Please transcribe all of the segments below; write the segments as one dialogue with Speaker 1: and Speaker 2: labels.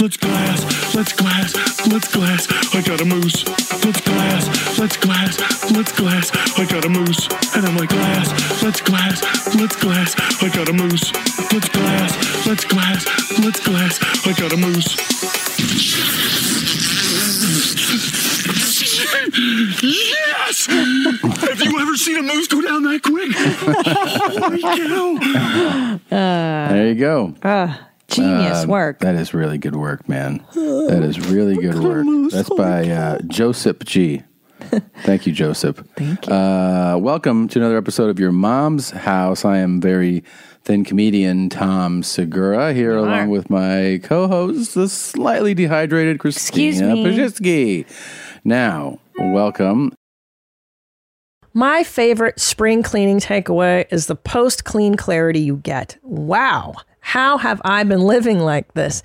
Speaker 1: let's glass, let's glass, let's glass. I got a moose. Let's glass, let's glass, let's glass. I got a moose, and I'm like glass, let's glass, let's glass. I got a moose. Let's glass, let's glass, let's glass. I got a moose. yes! Have you ever seen a moose go down that quick? Holy cow!
Speaker 2: There you go.
Speaker 3: Ah, Genius
Speaker 2: Uh,
Speaker 3: work.
Speaker 2: That is really good work, man. That is really good work.
Speaker 1: moose,
Speaker 2: That's by uh, Joseph G. Thank you, Joseph.
Speaker 3: Thank you.
Speaker 2: Uh, welcome to another episode of Your Mom's House. I am very thin comedian Tom Segura here
Speaker 3: You
Speaker 2: along
Speaker 3: are.
Speaker 2: with my co-host, the slightly dehydrated
Speaker 3: Excuse
Speaker 2: Christina
Speaker 3: me.
Speaker 2: Pajitsky. Now, welcome.
Speaker 4: My favorite spring cleaning takeaway is the post clean clarity you get. Wow. How have I been living like this?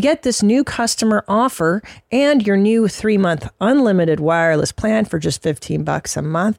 Speaker 4: get this new customer offer and your new 3-month unlimited wireless plan for just 15 bucks a month,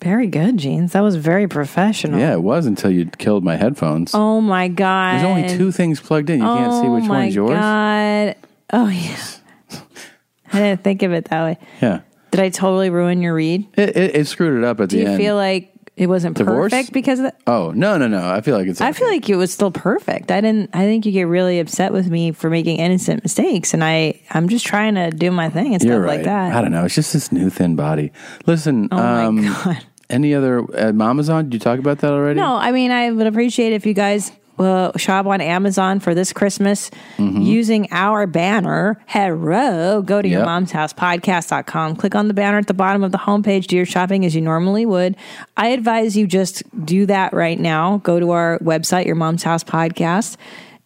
Speaker 3: Very good, Jeans. That was very professional.
Speaker 2: Yeah, it was until you killed my headphones.
Speaker 3: Oh my god.
Speaker 2: There's only two things plugged in. You can't see
Speaker 3: Oh
Speaker 2: which
Speaker 3: my
Speaker 2: one's yours.
Speaker 3: God. Oh yeah. I didn't think of it that way.
Speaker 2: Yeah.
Speaker 3: Did I totally ruin your read?
Speaker 2: It, it, it screwed it up at
Speaker 3: Do
Speaker 2: the
Speaker 3: you
Speaker 2: end.
Speaker 3: feel like it wasn't
Speaker 2: Divorce?
Speaker 3: perfect because of that?
Speaker 2: oh no no no! I feel like it's.
Speaker 3: I feel like it was still perfect. I didn't. I think you get really upset with me for making innocent mistakes, and I I'm just trying to do my thing and stuff
Speaker 2: you're right.
Speaker 3: like that.
Speaker 2: I don't know. It's just this new thin body. Listen.
Speaker 3: oh my
Speaker 2: um,
Speaker 3: god.
Speaker 2: Any other uh, Amazon? Did you talk about that already?
Speaker 3: No, I mean I would appreciate if you guys uh, shop on Amazon for this Christmas
Speaker 2: Mm-hmm.
Speaker 3: using our banner. Hello, go to your
Speaker 2: Yep.
Speaker 3: mom's house podcast.com. Click on the banner at the bottom of the homepage. Do your shopping as you normally would. I advise you just do that right now. Go to our website, your mom's house podcast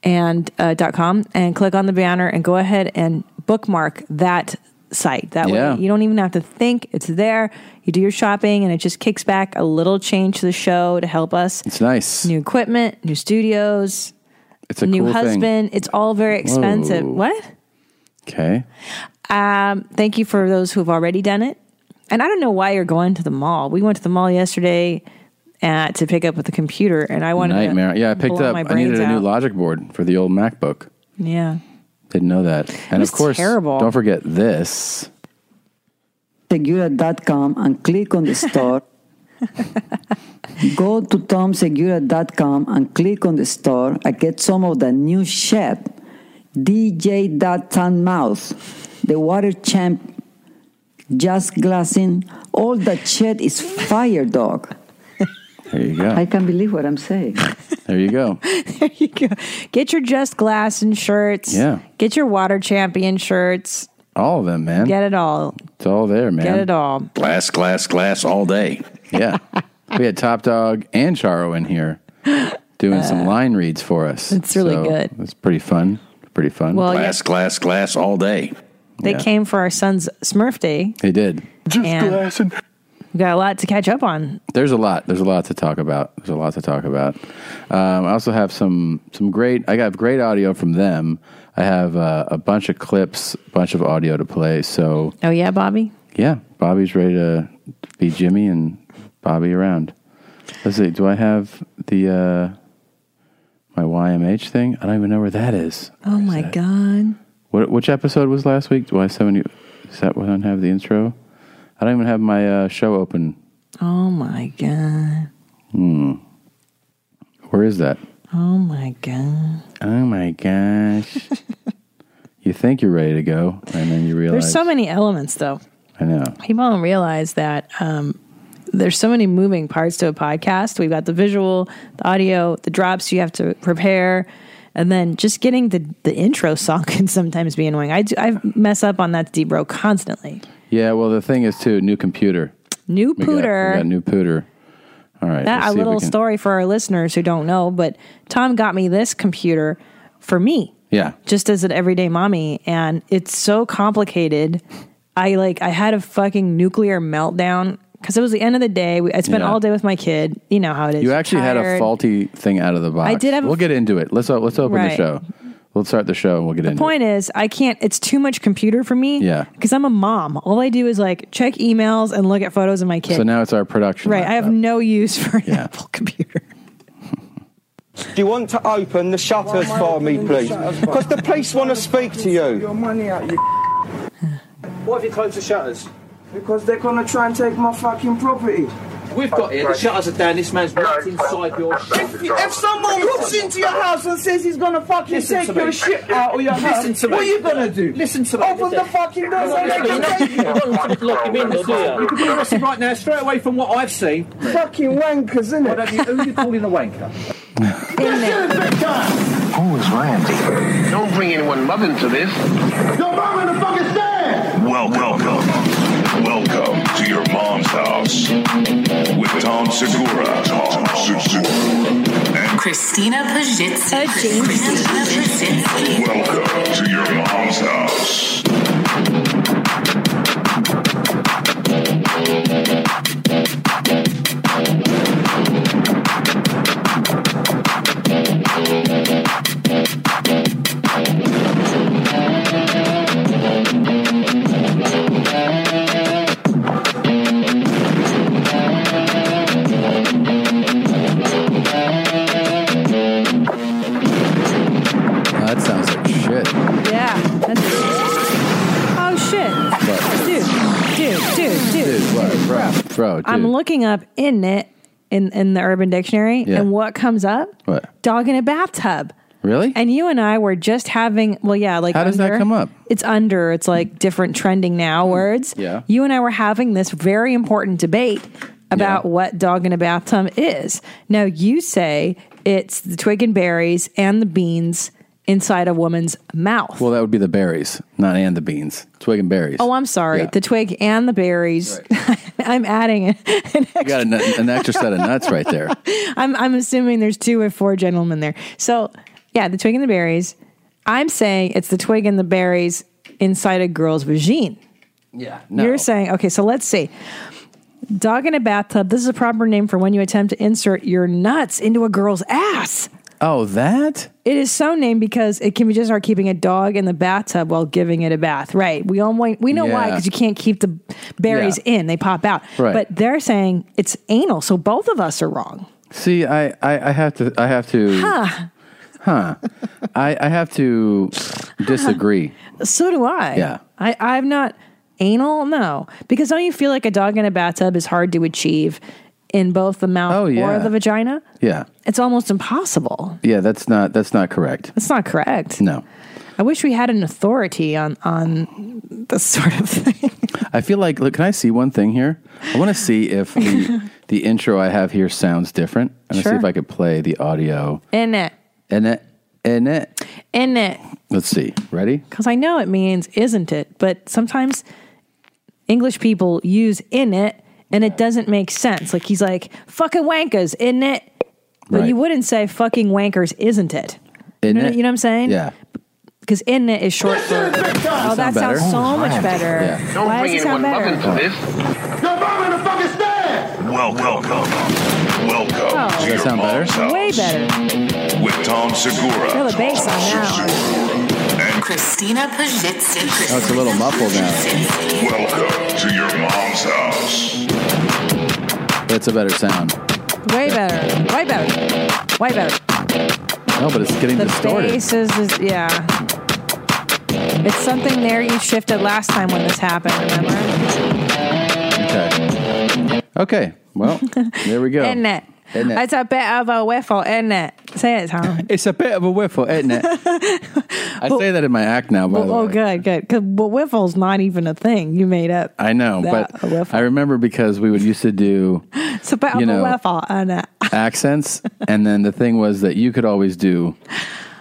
Speaker 3: and uh, dot com and click on the banner and go ahead and bookmark that site. That
Speaker 2: Yeah.
Speaker 3: way you don't even have to think. It's there. You do your shopping and it just kicks back a little change to the show to help us.
Speaker 2: It's nice.
Speaker 3: New equipment, new studios,
Speaker 2: it's a
Speaker 3: new
Speaker 2: cool Thing.
Speaker 3: husband. It's all very expensive.
Speaker 2: Whoa.
Speaker 3: What?
Speaker 2: Okay.
Speaker 3: Um, thank you for those who've already done it. And I don't know why you're going to the mall. We went to the mall yesterday uh, to pick up with the computer, and I wanted
Speaker 2: Nightmare.
Speaker 3: To
Speaker 2: Yeah, I picked
Speaker 3: blow
Speaker 2: up.
Speaker 3: My
Speaker 2: I needed
Speaker 3: brains
Speaker 2: a new
Speaker 3: out.
Speaker 2: logic board for the old MacBook.
Speaker 3: Yeah,
Speaker 2: Didn't know that. And
Speaker 3: was
Speaker 2: of course,
Speaker 3: terrible.
Speaker 2: don't forget this.
Speaker 5: segura.com and click on the store. Go to tomsegura.com and click on the store. I get some of the new shit. DJ Mouth, the water champ, just glassing. All that shit is fire, dog.
Speaker 2: There you go.
Speaker 5: I can't believe what I'm saying.
Speaker 2: There you go.
Speaker 3: there you go. Get your Just Glass and shirts.
Speaker 2: Yeah.
Speaker 3: Get your Water Champion shirts.
Speaker 2: All of them, man.
Speaker 3: Get it all.
Speaker 2: It's all there, man.
Speaker 3: Get it all.
Speaker 6: Glass, glass, glass all day.
Speaker 2: Yeah. we had Top Dog and Charo in here doing some line reads for us.
Speaker 3: Uh, it's really good.
Speaker 2: It's pretty fun. Pretty fun.
Speaker 3: Well, yeah,
Speaker 6: Glass, glass, glass all day.
Speaker 3: they
Speaker 2: yeah.
Speaker 3: came for our son's Smurf Day.
Speaker 2: they did.
Speaker 1: Just
Speaker 3: And-
Speaker 1: glass and
Speaker 3: We got a lot to catch up on.
Speaker 2: There's a lot. There's a lot to talk about. There's a lot to talk about. Um, I also have some some great. I got great audio from them. I have uh, a bunch of clips, a bunch of audio to play. So
Speaker 3: Oh yeah, Bobby.
Speaker 2: yeah, Bobby's ready to be Jimmy and Bobby around. Let's see. Do I have the uh, my YMH thing? I don't even know where that is.
Speaker 3: Oh my God.
Speaker 2: What, which episode was last week? Do I seventy? Is that one I don't have the intro? I don't even have my uh, show open. Hmm.
Speaker 3: Oh my God.
Speaker 2: Where is that?
Speaker 3: Oh my God.
Speaker 2: Oh my gosh! you think you're ready to go, and then you realize
Speaker 3: There's so many elements though.
Speaker 2: I know.
Speaker 3: people don't realize that um, there's so many moving parts to a podcast. We've got the visual, the audio, the drops you have to prepare, and then just getting the, the intro song can sometimes be annoying. I do, I mess up on that Debro constantly.
Speaker 2: Yeah, well, the thing is, too, new computer.
Speaker 3: New
Speaker 2: We got-
Speaker 3: pooter.
Speaker 2: we got new pooter. All right.
Speaker 3: that
Speaker 2: let's
Speaker 3: a
Speaker 2: see if we
Speaker 3: little
Speaker 2: can-
Speaker 3: story for our listeners who don't know, but Tom got me this computer for me.
Speaker 2: Yeah.
Speaker 3: just as an everyday mommy and it's so complicated i like i had a fucking nuclear meltdown because it was the end of the day We- i spent
Speaker 2: Yeah.
Speaker 3: all day with my kid you know how it is
Speaker 2: You actually had a
Speaker 3: tired.
Speaker 2: faulty thing out of the box.
Speaker 3: I did have a-
Speaker 2: We'll get into it. Let's o- let's open the
Speaker 3: Right.
Speaker 2: show. Let's start the show and we'll get
Speaker 3: the
Speaker 2: into
Speaker 3: point is i can't it's too much computer for me
Speaker 2: Yeah.
Speaker 3: because i'm a mom all i do is like check emails and look at photos of my
Speaker 2: it.
Speaker 3: kid
Speaker 2: So now it's our production.
Speaker 3: right i have
Speaker 2: laptop.
Speaker 3: no use for an
Speaker 2: Yeah.
Speaker 3: apple computer
Speaker 7: Do you want to open the shutters for me, please? Because the police want to speak to you.
Speaker 8: Your money out, you.
Speaker 9: What if you close the shutters?
Speaker 8: Because they're gonna try and take my fucking property.
Speaker 9: We've got here, the shutters are down, this man's right inside your shit.
Speaker 8: If someone walks into your house and says he's gonna fucking
Speaker 9: Listen to
Speaker 8: take
Speaker 9: me.
Speaker 8: your shit out of your house,
Speaker 9: Listen to me.
Speaker 8: what are you gonna do?
Speaker 9: Listen to me.
Speaker 8: Open the fucking door so they
Speaker 9: You're
Speaker 8: can
Speaker 9: not-
Speaker 8: take
Speaker 9: you
Speaker 8: you.
Speaker 9: don't want to lock him in, do you? You could be arrested right now, straight away from what I've seen.
Speaker 8: Fucking wankers, innit?
Speaker 9: Whatever you, who are you calling a wanker?
Speaker 3: in there
Speaker 10: Who is Ramsey? Don't bring anyone mother into this.
Speaker 8: Your mom in the fucking stand!
Speaker 1: Welcome, welcome to your mom's house with Tom Segura, Tom Segura, and
Speaker 11: Christina Pajitsky.
Speaker 3: Pajitsky.
Speaker 11: Christina Pajitsky.
Speaker 1: welcome to your mom's house.
Speaker 2: That sounds like shit.
Speaker 3: yeah That's- oh shit dude dude dude dude
Speaker 2: Dude, what, bro, bro, dude.
Speaker 3: I'm looking up in it in in the Urban Dictionary,
Speaker 2: Yeah.
Speaker 3: and what comes up?
Speaker 2: What?
Speaker 3: Dog in a bathtub.
Speaker 2: Really?
Speaker 3: And you and I were just having well, yeah, like
Speaker 2: How does that
Speaker 3: under-
Speaker 2: come up? Hmm.
Speaker 3: It's under. It's like different trending now words.
Speaker 2: Yeah.
Speaker 3: You and I were having this very important debate about
Speaker 2: Yeah.
Speaker 3: what dog in a bathtub is. Now you say it's the twig and berries and the beans inside a woman's mouth.
Speaker 2: well, that would be the berries, not and the beans. Twig and berries.
Speaker 3: oh, I'm sorry.
Speaker 2: Yeah.
Speaker 3: The twig and the berries. I'm adding an
Speaker 2: you got an, an extra set of nuts right there.
Speaker 3: I'm I'm assuming there's two or four gentlemen there. So yeah, the twig and the berries. I'm saying it's the twig and the berries inside a girl's vagine.
Speaker 2: Yeah. No.
Speaker 3: You're saying okay. So let's see. Dog in a bathtub. This is a proper name for when you attempt to insert your nuts into a girl's ass.
Speaker 2: Oh, that?
Speaker 3: It is so named because it can be just our keeping a dog in the bathtub while giving it a bath. Right. We all want, we know why
Speaker 2: Yeah.
Speaker 3: because you can't keep the berries
Speaker 2: Yeah.
Speaker 3: in; they pop out.
Speaker 2: Right.
Speaker 3: But they're saying it's anal, so both of us are wrong.
Speaker 2: See, I, I, I have to, I have to,
Speaker 3: Huh.
Speaker 2: I, I have to disagree.
Speaker 3: So do I.
Speaker 2: Yeah.
Speaker 3: I, I'm not anal, no. Because don't you feel like a dog in a bathtub is hard to achieve in both the mouth
Speaker 2: Oh, yeah.
Speaker 3: or the vagina?
Speaker 2: Yeah.
Speaker 3: It's almost impossible.
Speaker 2: Yeah. That's not, that's not correct.
Speaker 3: That's not correct.
Speaker 2: No.
Speaker 3: I wish we had an authority on on this sort of thing.
Speaker 2: I feel like, look, can I see one thing here? I want to see if the, the intro I have here sounds different. I want to see
Speaker 3: Sure.
Speaker 2: if I could play the audio
Speaker 3: In it.
Speaker 2: in it. In it.
Speaker 3: In it.
Speaker 2: Let's see. Ready?
Speaker 3: Because I know it means isn't it, but sometimes English people use in it and it doesn't make sense. Like he's like, fucking wankers, in it. But
Speaker 2: Right.
Speaker 3: you wouldn't say fucking wankers, isn't it?
Speaker 2: In
Speaker 3: know-
Speaker 2: it.
Speaker 3: you know what I'm saying?
Speaker 2: Yeah.
Speaker 3: because in it is short for. Oh, that
Speaker 2: Sound better?
Speaker 3: sounds so much better.
Speaker 2: Yeah.
Speaker 10: Don't
Speaker 3: Why does
Speaker 10: bring
Speaker 3: it sound
Speaker 10: anyone mother
Speaker 3: better?
Speaker 10: into this.
Speaker 8: Your mom in the fucking stand!
Speaker 1: Welcome, welcome
Speaker 3: Oh.
Speaker 1: to
Speaker 3: Does
Speaker 2: that
Speaker 1: your
Speaker 2: sound better?
Speaker 1: mom's house
Speaker 3: Way better.
Speaker 1: with Tom Segura.
Speaker 3: Feel the bass on
Speaker 1: Tom
Speaker 3: that
Speaker 1: Segura, and
Speaker 11: Christina Pajitsky.
Speaker 2: Oh, it's a little muffled now.
Speaker 1: Welcome to your mom's house.
Speaker 2: That's a better sound.
Speaker 3: Way better. Way better. Way better.
Speaker 2: No, Oh, but it's getting
Speaker 3: The
Speaker 2: distorted.
Speaker 3: bass is, is yeah. It's something there you shifted last time when this happened. Remember?
Speaker 2: Okay. Okay. Well, there we go.
Speaker 3: In it.
Speaker 2: Isn't it?
Speaker 3: It's a bit of a whiffle, isn't it? Say it, Tom.
Speaker 2: It's a bit of a whiffle, isn't it? I say that in my act now, by the way.
Speaker 3: oh, good, good. Because well, whiffle's not even a thing you made up.
Speaker 2: I know,
Speaker 3: That- a
Speaker 2: but I remember because we would used to do
Speaker 3: It's about
Speaker 2: You know.
Speaker 3: a whiffle, isn't it?
Speaker 2: accents, and then the thing was that you could always do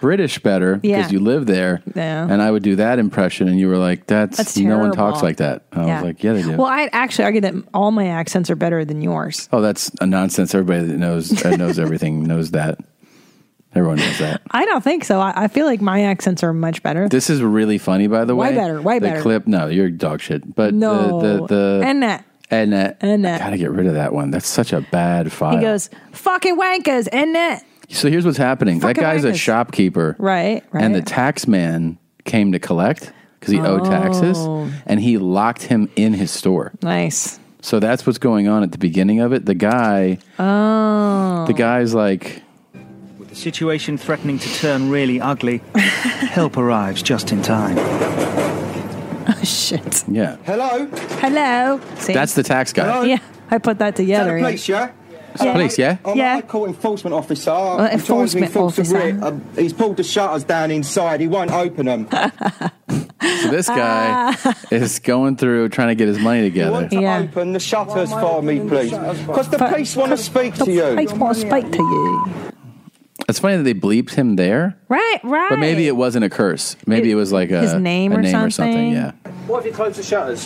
Speaker 2: British better because
Speaker 3: Yeah.
Speaker 2: you live there.
Speaker 3: Yeah.
Speaker 2: And I would do that impression, and you were like, "That's,
Speaker 3: That's
Speaker 2: no one
Speaker 3: terrible.
Speaker 2: talks like that." And I was like, "Yeah, they do."
Speaker 3: Well, I actually argue that all my accents are better than yours.
Speaker 2: oh, that's a nonsense. Everybody that knows that knows everything knows that. Everyone knows that.
Speaker 3: I don't think so. I, I feel like my accents are much better.
Speaker 2: This is really funny, by the
Speaker 3: Way
Speaker 2: way.
Speaker 3: better, way
Speaker 2: the
Speaker 3: better.
Speaker 2: Clip? No, you're dog shit. But
Speaker 3: no,
Speaker 2: the the, the
Speaker 3: and that
Speaker 2: and that
Speaker 3: and
Speaker 2: I
Speaker 3: that
Speaker 2: gotta get rid of that one. That's such a bad file.
Speaker 3: he goes fucking wankers, and that
Speaker 2: so here's what's happening. That
Speaker 3: Fucking
Speaker 2: guy's a
Speaker 3: wankers.
Speaker 2: shopkeeper.
Speaker 3: right, right.
Speaker 2: and the tax man came to collect because he owed taxes
Speaker 3: Oh.
Speaker 2: and he locked him in his store
Speaker 3: nice
Speaker 2: so that's what's going on at the beginning of it the guy
Speaker 12: Oh.
Speaker 2: the guy's like
Speaker 12: With the situation threatening to turn really ugly, help arrives just in time.
Speaker 3: oh shit.
Speaker 2: Yeah.
Speaker 7: Hello.
Speaker 3: Hello. See?
Speaker 2: That's the tax guy. Hello?
Speaker 3: Yeah, I put that together.
Speaker 7: Is that a place, yeah?
Speaker 3: Yeah. Police, yeah?
Speaker 7: I'm
Speaker 3: Yeah.
Speaker 7: a high court enforcement officer. I'm
Speaker 3: Well,
Speaker 7: charged with
Speaker 3: enforcement
Speaker 7: enforcing
Speaker 3: officer.
Speaker 7: writ. Um, he's pulled the shutters down inside. He won't open them.
Speaker 2: so this guy is going through trying to get his money
Speaker 7: You
Speaker 3: Ah,
Speaker 2: together
Speaker 7: want to open the shutters for me, please? Because the
Speaker 3: But-
Speaker 7: police want to speak to you.
Speaker 3: I want to speak to you.
Speaker 2: it's funny that they bleeped him there
Speaker 3: Right, right.
Speaker 2: but maybe it wasn't a curse maybe it, was like a
Speaker 3: his name
Speaker 2: a
Speaker 3: or
Speaker 2: name or
Speaker 3: something.
Speaker 2: something yeah
Speaker 9: What if you close the shutters?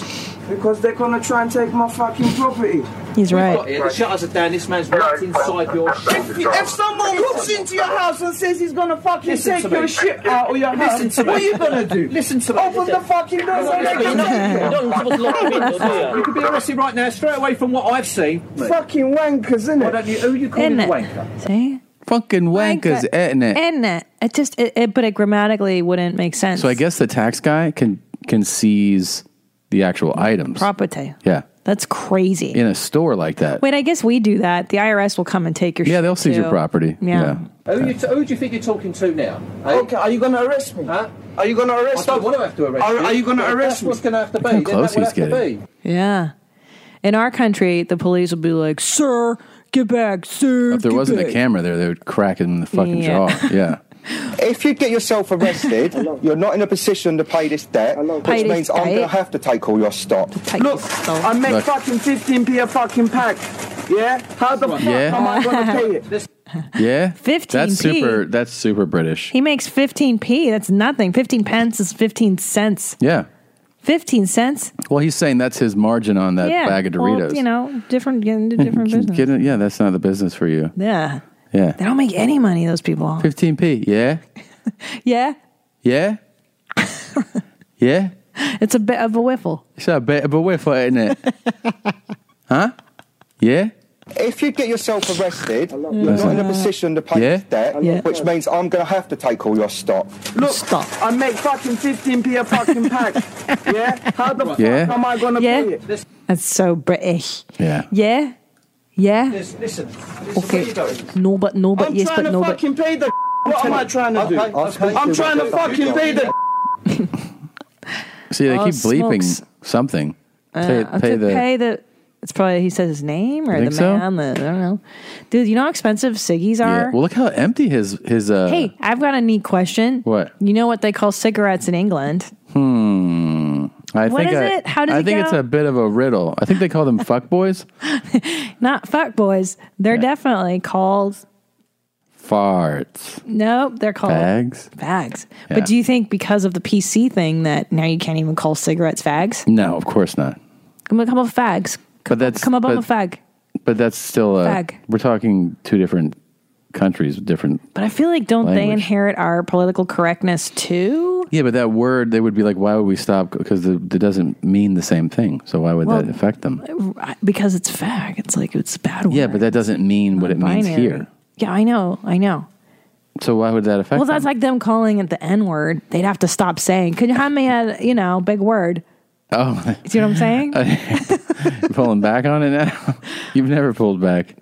Speaker 8: Because they're gonna try and take my fucking property.
Speaker 3: He's
Speaker 9: We've got here, The shutters are down. This man's right inside your shop.
Speaker 8: If someone walks into your house and says he's gonna fucking
Speaker 9: Listen to
Speaker 8: take
Speaker 9: me.
Speaker 8: your shit out of your house,
Speaker 9: Listen to me.
Speaker 8: what are you gonna do?
Speaker 9: Listen to me.
Speaker 8: Open the fucking doors and let
Speaker 9: You're
Speaker 8: them
Speaker 9: not-
Speaker 8: in.
Speaker 9: you're not supposed to lock them in, though, do you? You could be arrested right now, straight away from what I've seen.
Speaker 8: Fucking wankers, innit?
Speaker 9: Why don't you, who you calling
Speaker 3: Innit.
Speaker 9: wanker?
Speaker 3: See?
Speaker 2: fucking wankers ain't it
Speaker 3: Isn't it? It just, it, it, but it grammatically wouldn't make sense.
Speaker 2: so i guess the tax guy can can seize the actual items
Speaker 3: Property.
Speaker 2: yeah
Speaker 3: That's crazy.
Speaker 2: in a store like that
Speaker 3: Wait, I guess we do that. The IRS will come and take your shit.
Speaker 2: yeah they'll seize
Speaker 3: too.
Speaker 2: your property
Speaker 3: Yeah.
Speaker 9: Who, you t- who do you think you're talking to now? Okay,
Speaker 8: are you going to arrest me?
Speaker 9: Huh?
Speaker 8: Are you going to arrest
Speaker 9: I don't want to have to arrest
Speaker 8: Are-
Speaker 9: you.
Speaker 8: are you gonna
Speaker 9: If
Speaker 8: arrest
Speaker 9: that's
Speaker 8: me?
Speaker 9: what's going to have to be.
Speaker 2: Look how
Speaker 9: then
Speaker 2: close
Speaker 9: that will
Speaker 2: he's
Speaker 9: have to
Speaker 2: getting.
Speaker 9: be.
Speaker 3: Yeah. In our country, the police will be like, sir, get back, sir.
Speaker 2: If there
Speaker 3: get
Speaker 2: wasn't
Speaker 3: back."
Speaker 2: a camera there, they would crack him in the fucking
Speaker 3: Yeah.
Speaker 2: jaw. Yeah.
Speaker 7: If you get yourself arrested, you're not in a position to pay this debt, which
Speaker 8: Pay this
Speaker 7: means I'm going to
Speaker 8: debt.
Speaker 7: have to take all your stock.
Speaker 8: Look, I make
Speaker 7: Look.
Speaker 8: fucking 15p a fucking pack. Yeah? How the fuck
Speaker 2: Yeah.
Speaker 8: am I going to pay it?
Speaker 2: Yeah.
Speaker 3: 15p.
Speaker 2: That's super that's super British.
Speaker 3: He makes 15p. That's nothing. 15 pence is 15 cents.
Speaker 2: Yeah.
Speaker 3: 15 cents?
Speaker 2: Well, he's saying that's his margin on that
Speaker 3: yeah.
Speaker 2: bag of
Speaker 3: Well,
Speaker 2: Doritos.
Speaker 3: you know, different, get into different business.
Speaker 2: Get it? Yeah, that's not the business for you.
Speaker 3: Yeah.
Speaker 2: Yeah.
Speaker 3: They don't make any money, those people.
Speaker 2: 15p. Yeah.
Speaker 3: Yeah.
Speaker 2: Yeah. yeah.
Speaker 3: It's a bit of a whiffle.
Speaker 2: It's a bit of a whiffle, isn't it? huh? Yeah.
Speaker 7: If you get yourself arrested, you're
Speaker 2: That's
Speaker 7: not in a
Speaker 2: it.
Speaker 7: position to pay
Speaker 2: Yeah.
Speaker 7: this debt,
Speaker 8: Yeah.
Speaker 7: which means I'm going to have to take all your stock.
Speaker 8: Look, I make fucking 15p a fucking pack. yeah? How the
Speaker 7: Yeah.
Speaker 8: fuck am I going to
Speaker 3: Yeah.
Speaker 8: pay it?
Speaker 3: That's so British.
Speaker 2: Yeah.
Speaker 3: Yeah. Yeah.
Speaker 9: Listen,
Speaker 3: Okay. No, but no, but
Speaker 8: I'm
Speaker 3: yes,
Speaker 8: trying
Speaker 3: but
Speaker 8: to
Speaker 3: no, but
Speaker 8: fucking pay the. What am I trying to do? I'm trying to fucking pay the.
Speaker 2: See, they
Speaker 3: Oh,
Speaker 2: keep bleeping
Speaker 3: smokes.
Speaker 2: something.
Speaker 3: uh,
Speaker 2: Pay-
Speaker 3: to
Speaker 2: pay the-
Speaker 3: pay the. It's probably he says his name or
Speaker 2: You
Speaker 3: the
Speaker 2: think so?
Speaker 3: man. The, I don't know, dude. You know how expensive ciggies
Speaker 2: Yeah.
Speaker 3: are.
Speaker 2: Well, look how empty his his uh
Speaker 3: hey, I've got a neat question.
Speaker 2: what?
Speaker 3: You know what they call cigarettes in England?
Speaker 2: Hmm. I
Speaker 3: What
Speaker 2: think
Speaker 3: is
Speaker 2: I,
Speaker 3: it? How does
Speaker 2: I
Speaker 3: it
Speaker 2: think
Speaker 3: go?
Speaker 2: it's a bit of a riddle. I think they call them fuck boys.
Speaker 3: Not fuck boys. They're definitely called.
Speaker 2: Farts.
Speaker 3: Nope, they're called
Speaker 2: Fags?
Speaker 3: Fags.
Speaker 2: Yeah.
Speaker 3: But do you think because of the PC thing that now you can't even call cigarettes fags?
Speaker 2: No, of course not.
Speaker 3: Come on, come on, fags.
Speaker 2: But that's
Speaker 3: Come on,
Speaker 2: but,
Speaker 3: a fag.
Speaker 2: but that's still uh,
Speaker 3: Fag.
Speaker 2: We're talking two different countries, different.
Speaker 3: But I feel like don't they
Speaker 2: Language.
Speaker 3: inherit our political correctness too?
Speaker 2: Yeah, but that word they would be like, why would we stop? Because it doesn't mean the same thing. So why would
Speaker 3: Well,
Speaker 2: that affect them?
Speaker 3: Because it's fag. It's like it's a bad word.
Speaker 2: Yeah, but that doesn't mean what it means
Speaker 3: Binary.
Speaker 2: here.
Speaker 3: Yeah, I know. I know.
Speaker 2: So why would that affect?
Speaker 3: well, that's like them calling it the N word. They'd have to stop saying, could you hand me a, you know, big word?
Speaker 2: oh,
Speaker 3: See what I'm saying?
Speaker 2: you're pulling back on it now. You've never pulled back.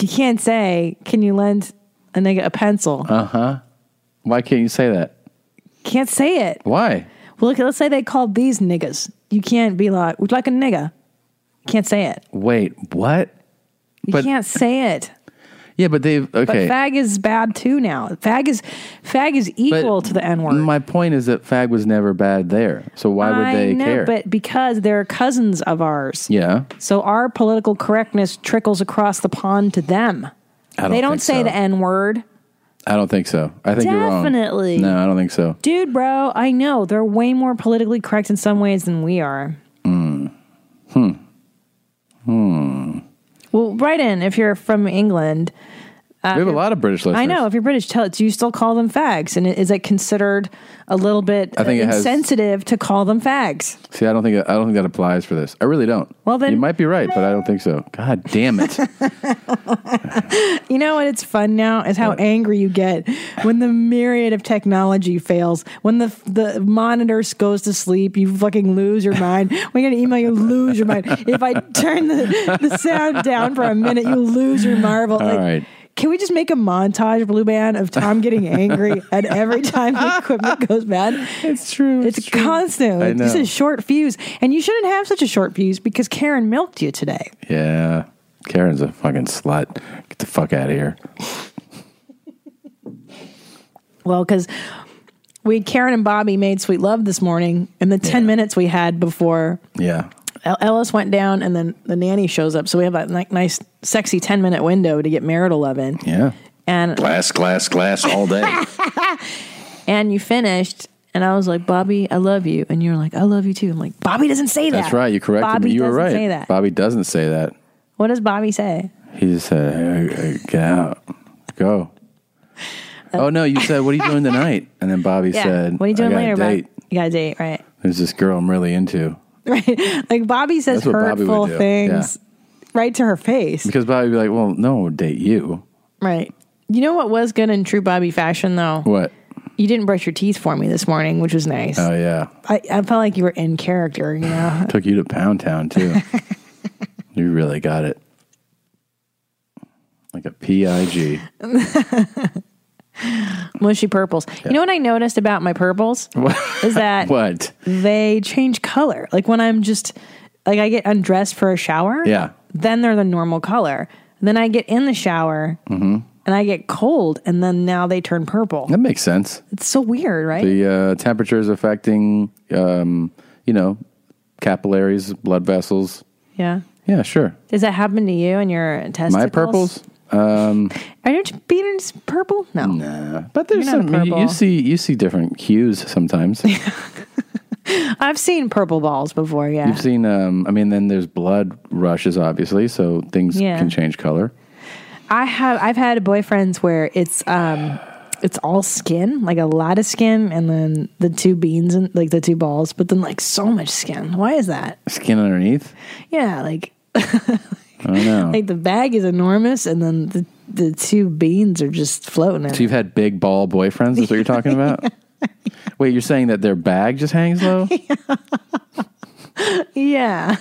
Speaker 3: You can't say, can you lend a nigga a pencil?
Speaker 2: Uh huh. Why can't you say that?
Speaker 3: Can't say it.
Speaker 2: Why?
Speaker 3: Well, look, let's say they called these niggas. You can't be like, would you like a nigga. Can't say it.
Speaker 2: Wait, what?
Speaker 3: You can't say it.
Speaker 2: Yeah, but they've okay.
Speaker 3: But fag is bad too now. Fag is fag is equal to the N word.
Speaker 2: My point is that fag was never bad there, so why would
Speaker 3: I
Speaker 2: they
Speaker 3: know,
Speaker 2: care?
Speaker 3: But because they're cousins of ours.
Speaker 2: yeah,
Speaker 3: So our political correctness trickles across the pond to them.
Speaker 2: I don't
Speaker 3: they
Speaker 2: think
Speaker 3: don't say
Speaker 2: so.
Speaker 3: the N word.
Speaker 2: I don't think so. I think you're wrong.
Speaker 3: Definitely.
Speaker 2: No, I don't think so.
Speaker 3: Dude, bro, I know. They're way more politically correct in some ways than we are.
Speaker 2: Hmm. Hmm. Hmm.
Speaker 3: Well, write in if you're from England. Uh,
Speaker 2: We have a lot of British listeners.
Speaker 3: I know. If you're British, tell do you still call them fags? And is it considered a little bit
Speaker 2: I think it has-
Speaker 3: insensitive to call them fags?
Speaker 2: See, I don't think I don't think that applies for this. I really don't.
Speaker 3: Well, then-
Speaker 2: you might be right, but I don't think so. God damn it!
Speaker 3: You know what? It's fun now is how angry you get when the myriad of technology fails, when the the monitor goes to sleep, you fucking lose your mind. When you get an email, you lose your mind. If I turn the, the sound down for a minute, you lose your marvel.
Speaker 2: All
Speaker 3: Like,
Speaker 2: right.
Speaker 3: Can we just make a montage, Blue Band, of Tom getting angry at every time the equipment goes bad? It's
Speaker 2: true.
Speaker 3: It's, constant.
Speaker 2: I
Speaker 3: Like, This
Speaker 2: know.
Speaker 3: is short fuse, and you shouldn't have such a short fuse because Karen milked you today.
Speaker 2: Yeah, Karen's a fucking slut. Get the fuck out of here.
Speaker 3: Well, because we Karen and Bobby made sweet love this morning, and the ten minutes we had before
Speaker 2: Yeah.
Speaker 3: El- Ellis went down, and then the nanny shows up, so we have that ni- nice, sexy ten minute window to get marital love in.
Speaker 2: Yeah.
Speaker 3: And
Speaker 6: Glass, glass, glass all day.
Speaker 3: and you finished, and I was like, Bobby, I love you, and you're like, I love you too. I'm like, Bobby doesn't say that.
Speaker 2: That's right. You corrected
Speaker 3: Bobby
Speaker 2: me. You were
Speaker 3: doesn't
Speaker 2: right.
Speaker 3: Say that.
Speaker 2: Bobby doesn't say that.
Speaker 3: What does Bobby say?
Speaker 2: He just said, "Hey, hey, "Get out, go." oh no, you said, "What are you doing tonight?" And then Bobby said,
Speaker 3: Uh, "What are you doing
Speaker 2: I got
Speaker 3: later,
Speaker 2: A
Speaker 3: Bob?
Speaker 2: date.
Speaker 3: You got a date, right?
Speaker 2: There's this girl I'm really into."
Speaker 3: Right? Like Bobby says
Speaker 2: That's what Bobby would
Speaker 3: hurtful
Speaker 2: do.
Speaker 3: things right to her face.
Speaker 2: Because Bobby would be like, "Well, no, I would date you."
Speaker 3: Right. You know what was good in true Bobby fashion, though?
Speaker 2: What?
Speaker 3: You didn't brush your teeth for me this morning, which was nice.
Speaker 2: Oh yeah,
Speaker 3: I, I felt like you were in character, you know?
Speaker 2: took you to Pound Town too. you really got it, like a pig.
Speaker 3: Mushy purples. You know what I noticed about my purples?
Speaker 2: What?
Speaker 3: Is that
Speaker 2: What?
Speaker 3: they change color. Like when I'm just, like I get undressed for a shower,
Speaker 2: Yeah.
Speaker 3: then they're the normal color. Then I get in the shower
Speaker 2: Mm-hmm.
Speaker 3: and I get cold, and then now they turn purple.
Speaker 2: That makes sense.
Speaker 3: It's so weird, right?
Speaker 2: The uh, temperature is affecting, um, you know, capillaries, blood vessels.
Speaker 3: yeah.
Speaker 2: Yeah, sure.
Speaker 3: Does that happen to you and your testicles?
Speaker 2: My purples. Um,
Speaker 3: Are your beaters purple? No.
Speaker 2: Nah. But there's
Speaker 3: You're not
Speaker 2: some
Speaker 3: a
Speaker 2: you- you,
Speaker 3: purple.
Speaker 2: see you see different hues sometimes.
Speaker 3: I've seen purple balls before, yeah.
Speaker 2: You've seen um I mean then there's blood rushes obviously, so things
Speaker 3: Yeah.
Speaker 2: can change color.
Speaker 3: I have I've had boyfriends where it's um it's all skin, like a lot of skin and then the two beans and like the two balls, but then like so much skin. Why is that?
Speaker 2: Skin underneath?
Speaker 3: Yeah, like
Speaker 2: I don't know.
Speaker 3: like the bag is enormous and then the the two beans are just floating in.
Speaker 2: so you've had big ball boyfriends, is what you're talking about? Wait, you're saying that their bag just hangs low?
Speaker 3: it. yeah.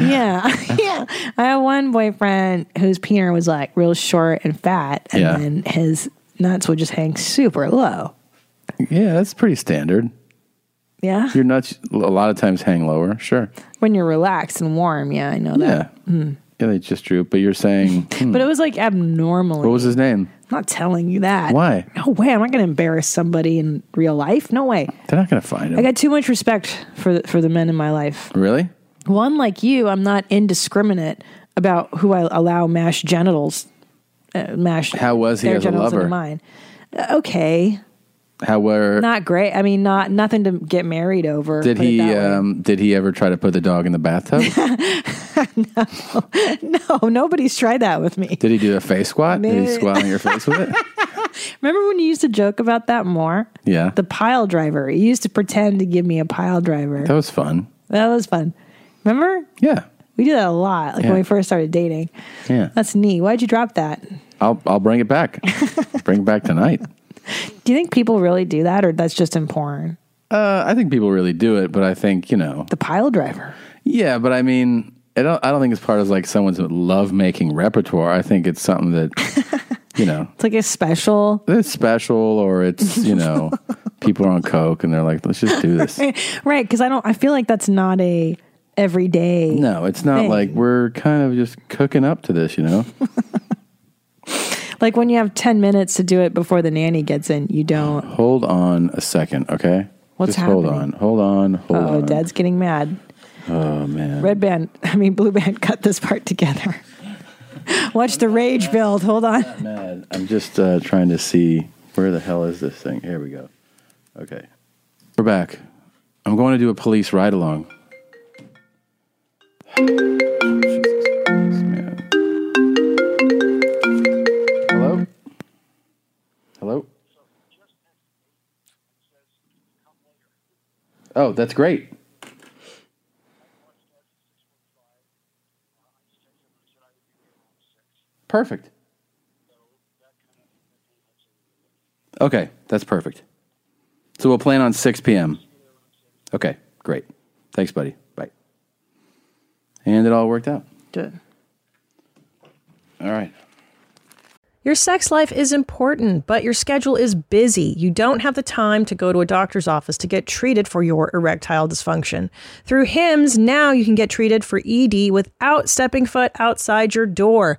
Speaker 3: Yeah. yeah. I had one boyfriend whose peener was like real short and fat and
Speaker 2: Yeah.
Speaker 3: then his nuts would just hang super low.
Speaker 2: yeah, that's pretty standard.
Speaker 3: Yeah.
Speaker 2: Your nuts a lot of times hang lower, sure.
Speaker 3: When you're relaxed and warm, yeah, I know
Speaker 2: Yeah.
Speaker 3: that. Mm.
Speaker 2: Yeah, they just droop, but you're saying hmm.
Speaker 3: But it was like abnormally.
Speaker 2: what was his name?
Speaker 3: I'm not telling you that.
Speaker 2: Why?
Speaker 3: No way. I'm not going to embarrass somebody in real life. No way.
Speaker 2: They're not gonna find him.
Speaker 3: I got too much respect for the, for the men in my life.
Speaker 2: really?
Speaker 3: One like you, I'm not indiscriminate about who I allow mash genitals. Uh, mash.
Speaker 2: How was he
Speaker 3: their
Speaker 2: as a
Speaker 3: genitals into
Speaker 2: lover?
Speaker 3: Mine. Uh, Okay.
Speaker 2: How were
Speaker 3: Not great. I mean, not nothing to get married over.
Speaker 2: Did
Speaker 3: put it
Speaker 2: he
Speaker 3: that way.
Speaker 2: um, did he ever try to put the dog in the bathtub?
Speaker 3: no, nobody's tried that with me.
Speaker 2: did he do a face squat? Did he
Speaker 3: Maybe-
Speaker 2: squat on your face with it?
Speaker 3: Remember when you used to joke about that more?
Speaker 2: Yeah.
Speaker 3: The pile driver. You used to pretend to give me a pile driver.
Speaker 2: That was fun.
Speaker 3: That was fun. Remember?
Speaker 2: Yeah.
Speaker 3: We did that a lot, like
Speaker 2: Yeah.
Speaker 3: when we first started dating.
Speaker 2: Yeah.
Speaker 3: That's neat. Why'd you drop that?
Speaker 2: I'll I'll bring it back. bring it back tonight.
Speaker 3: Do you think people really do that, or that's just in porn?
Speaker 2: Uh, I think people really do it, but I think, you know.
Speaker 3: The pile driver.
Speaker 2: Yeah, but I mean, I don't I don't think it's part of like someone's love making repertoire. I think it's something that you know,
Speaker 3: It's like a special.
Speaker 2: it's special or it's, you know, people are on coke and they're like, let's just do this.
Speaker 3: right? Because I don't. I feel like that's not a everyday.
Speaker 2: No, it's not
Speaker 3: thing.
Speaker 2: like we're kind of just cooking up to this, you know.
Speaker 8: Like when you have 10 minutes to do it before the nanny gets in, you don't.
Speaker 2: Hold on a second, okay?
Speaker 8: What's
Speaker 2: Just Hold on,
Speaker 8: happening?
Speaker 2: hold on, hold
Speaker 8: Oh,
Speaker 2: on.
Speaker 8: dad's getting mad.
Speaker 2: Oh man.
Speaker 8: Red band, I mean, blue band cut this part together. Watch the rage build. Hold on.
Speaker 2: Mad. I'm just uh, trying to see where the hell is this thing. Here we go. Okay, we're back. I'm going to do a police ride along. Hello. Hello. Oh, that's great. Perfect. Okay, that's perfect. So we'll plan on 6 p.m. Okay, great. Thanks, buddy. Bye. And it all worked out.
Speaker 8: Good.
Speaker 2: All right.
Speaker 3: Your sex life is important, but your schedule is busy. You don't have the time to go to a doctor's office to get treated for your erectile dysfunction. Through HIMS, now you can get treated for ED without stepping foot outside your door.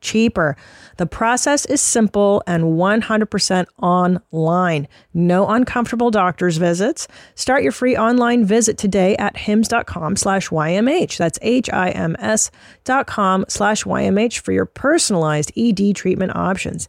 Speaker 3: cheaper. The process is simple and 100% online. No uncomfortable doctor's visits. Start your free online visit today at hims.com slash YMH. That's H-I-M-S dot com slash YMH for your personalized ED treatment options.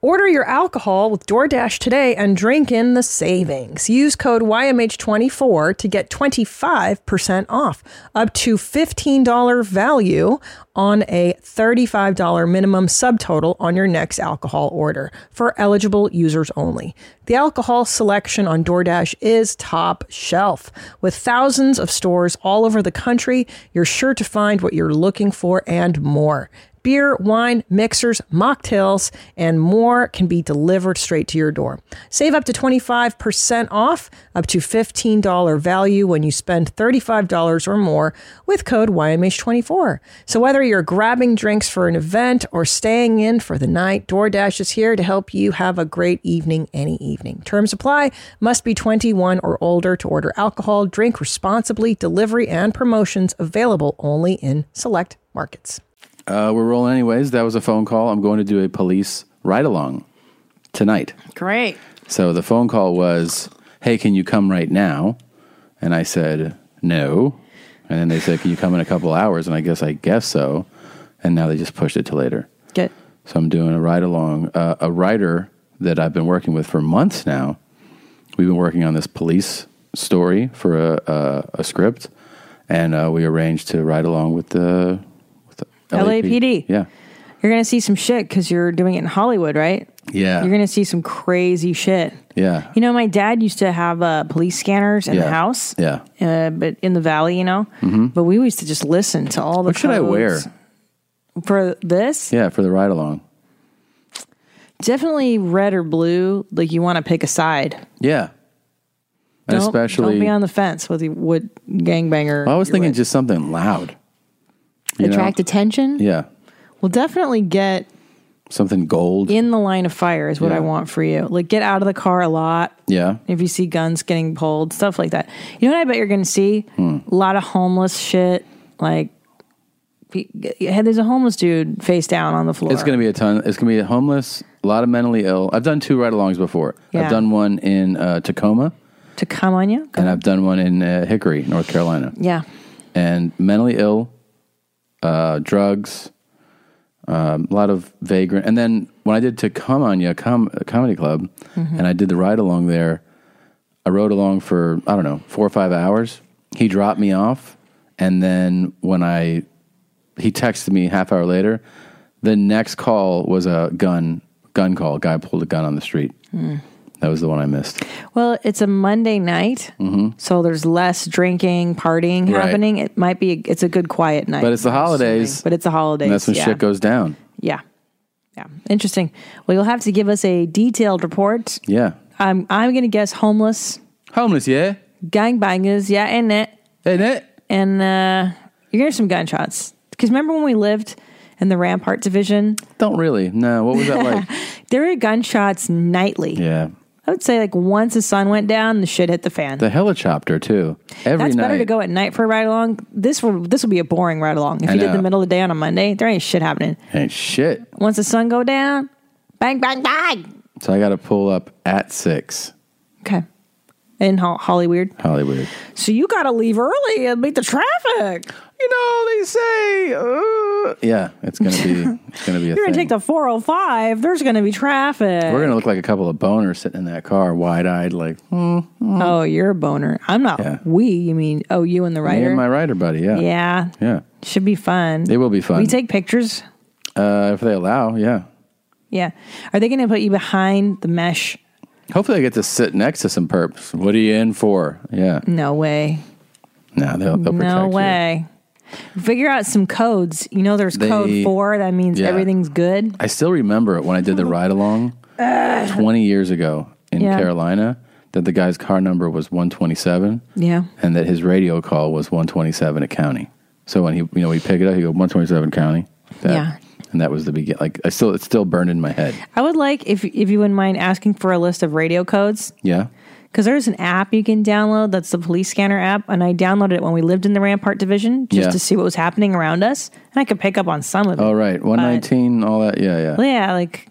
Speaker 3: Order your alcohol with DoorDash today and drink in the savings. Use code YMH24 to get 25% off, up to $15 value on a $35 minimum subtotal on your next alcohol order for eligible users only. The alcohol selection on DoorDash is top shelf. With thousands of stores all over the country, you're sure to find what you're looking for and more. Beer, wine, mixers, mocktails, and more can be delivered straight to your door. Save up to 25% off, up to $15 value when you spend $35 or more with code YMH24. So whether you're grabbing drinks for an event or staying in for the night, DoorDash is here to help you have a great evening any evening. Terms apply. Must be 21 or older to order alcohol, drink responsibly, delivery and promotions available only in select markets.
Speaker 2: Uh, we're rolling anyways. That was a phone call. I'm going to do a police ride along tonight.
Speaker 8: Great.
Speaker 2: So the phone call was, "Hey, can you come right now?" And I said, "No." And then they said, "Can you come in a couple hours?" And I guess I guess so. And now they just pushed it to later.
Speaker 8: Good.
Speaker 2: So I'm doing a ride along. Uh, a writer that I've been working with for months now. We've been working on this police story for a, a, a script, and uh, we arranged to ride along with the, with the
Speaker 8: LAPD.
Speaker 2: Yeah,
Speaker 8: You're going to see some shit because you're doing it in Hollywood, right?
Speaker 2: yeah,
Speaker 8: You're going to see some crazy shit.
Speaker 2: yeah,
Speaker 8: You know, my dad used to have uh, police scanners in
Speaker 2: yeah.
Speaker 8: the house,
Speaker 2: Yeah.
Speaker 8: uh, but in the valley, you know.
Speaker 2: Mm-hmm.
Speaker 8: But we used to just listen to all the.
Speaker 2: What should I
Speaker 8: codes.
Speaker 2: wear?
Speaker 8: for this?
Speaker 2: Yeah, for the ride along.
Speaker 8: Definitely red or blue. Like you want to pick a side.
Speaker 2: Yeah. And
Speaker 8: Don't-
Speaker 2: especially,
Speaker 8: don't be on the fence with the wood gangbanger.
Speaker 2: I was
Speaker 8: you're
Speaker 2: thinking just something loud.
Speaker 8: with.
Speaker 2: You know?
Speaker 8: attract attention.
Speaker 2: Yeah.
Speaker 8: Well, definitely get
Speaker 2: Something gold.
Speaker 8: in the line of fire is what I want for you. Like get out of the car a lot.
Speaker 2: Yeah.
Speaker 8: If you see guns getting pulled, stuff like that. You know what I bet you're going to see?
Speaker 2: Hmm.
Speaker 8: A lot of homeless shit. Like, pe- yeah, there's a homeless dude face down on the floor.
Speaker 2: It's going to be a ton. It's going to be a homeless, a lot of mentally ill. I've done two ride alongs before.
Speaker 8: Yeah.
Speaker 2: I've done one in uh, Tacoma
Speaker 8: to come on you.
Speaker 2: and I've done one in uh, Hickory, North Carolina.
Speaker 8: Yeah.
Speaker 2: And mentally ill, uh, drugs, um, a lot of vagrant. And then when I did Tacoma on you, com- comedy club,
Speaker 3: Mm-hmm.
Speaker 2: and I did the ride along there. I rode along for I don't know four or five hours. He dropped me off, and then when I he texted me half hour later, the next call was a gun gun call. A guy pulled a gun on the street.
Speaker 3: Hmm.
Speaker 2: That was the one I missed.
Speaker 3: Well, it's a Monday night,
Speaker 2: hmm
Speaker 3: so there's less drinking, partying
Speaker 2: Right.
Speaker 3: happening. It might be it's a good quiet night.
Speaker 2: But it's the
Speaker 3: I'm assuming.
Speaker 2: holidays.
Speaker 3: But it's the holidays.
Speaker 2: And that's when
Speaker 3: yeah.
Speaker 2: shit goes down.
Speaker 3: Yeah. Yeah. Interesting. Well, you'll have to give us a detailed report.
Speaker 2: Yeah.
Speaker 3: I'm I'm going to guess homeless
Speaker 2: Homeless, yeah?
Speaker 3: gangbangers, yeah, in it.
Speaker 2: In it.
Speaker 3: And uh you're going to some gunshots. Cuz remember when we lived in the Rampart division?
Speaker 2: Don't really. No. What was that like?
Speaker 3: there were gunshots nightly.
Speaker 2: yeah.
Speaker 3: I would say like once the sun went down, the shit hit the fan.
Speaker 2: The helicopter, too. Every
Speaker 3: That's
Speaker 2: night.
Speaker 3: better to go at night for a ride along. This will this will be a boring ride along. If
Speaker 2: I
Speaker 3: you did
Speaker 2: know.
Speaker 3: the middle of the day on a Monday, there ain't shit happening.
Speaker 2: Ain't shit.
Speaker 3: Once the sun go down, bang bang bang.
Speaker 2: So I got to pull up at six.
Speaker 3: Okay. In Ho- Hollywood.
Speaker 2: Hollywood.
Speaker 3: So you got to leave early and beat the traffic.
Speaker 2: You know, they say uh, Yeah, it's gonna be. It's gonna be a
Speaker 3: you're going to
Speaker 2: thing.
Speaker 3: take the 405. There's going to be traffic.
Speaker 2: We're gonna look like a couple of boners sitting in that car, wide eyed, like mm-hmm.
Speaker 3: Oh, you're a boner. I'm not we. You mean, oh, you and the
Speaker 2: me
Speaker 3: writer?
Speaker 2: and my writer buddy. Yeah,
Speaker 3: Yeah.
Speaker 2: yeah.
Speaker 3: Should be fun.
Speaker 2: It will be fun.
Speaker 3: We take pictures.
Speaker 2: uh, if they allow. Yeah.
Speaker 3: Yeah. Are they going to put you behind the mesh?
Speaker 2: Hopefully, I get to sit next to some perps. What are you in for? Yeah.
Speaker 3: No way.
Speaker 2: No, they'll, they'll protect
Speaker 3: No
Speaker 2: you.
Speaker 3: way. Figure out some codes. You know, there's
Speaker 2: They-
Speaker 3: code four. That means
Speaker 2: Yeah.
Speaker 3: everything's good.
Speaker 2: I still remember it when I did the ride along
Speaker 3: Ugh.
Speaker 2: 20 years ago in
Speaker 3: Yeah.
Speaker 2: Carolina that the guy's car number was 127
Speaker 3: Yeah.
Speaker 2: and that his radio call was 127 at county. So when he, you know, we pick it up, he go 127 county. That-
Speaker 3: Yeah.
Speaker 2: And that was the begin. Like I still, it's still burned in my head.
Speaker 3: I would like if if you wouldn't mind asking for a list of radio codes.
Speaker 2: Yeah.
Speaker 3: Because there's an app you can download that's the police scanner app, and I downloaded it when we lived in the Rampart Division just
Speaker 2: Yeah.
Speaker 3: to see what was happening around us, and I could pick up on some of it.
Speaker 2: All right. 119, all that. Yeah. Yeah.
Speaker 3: Well, Oh, yeah, like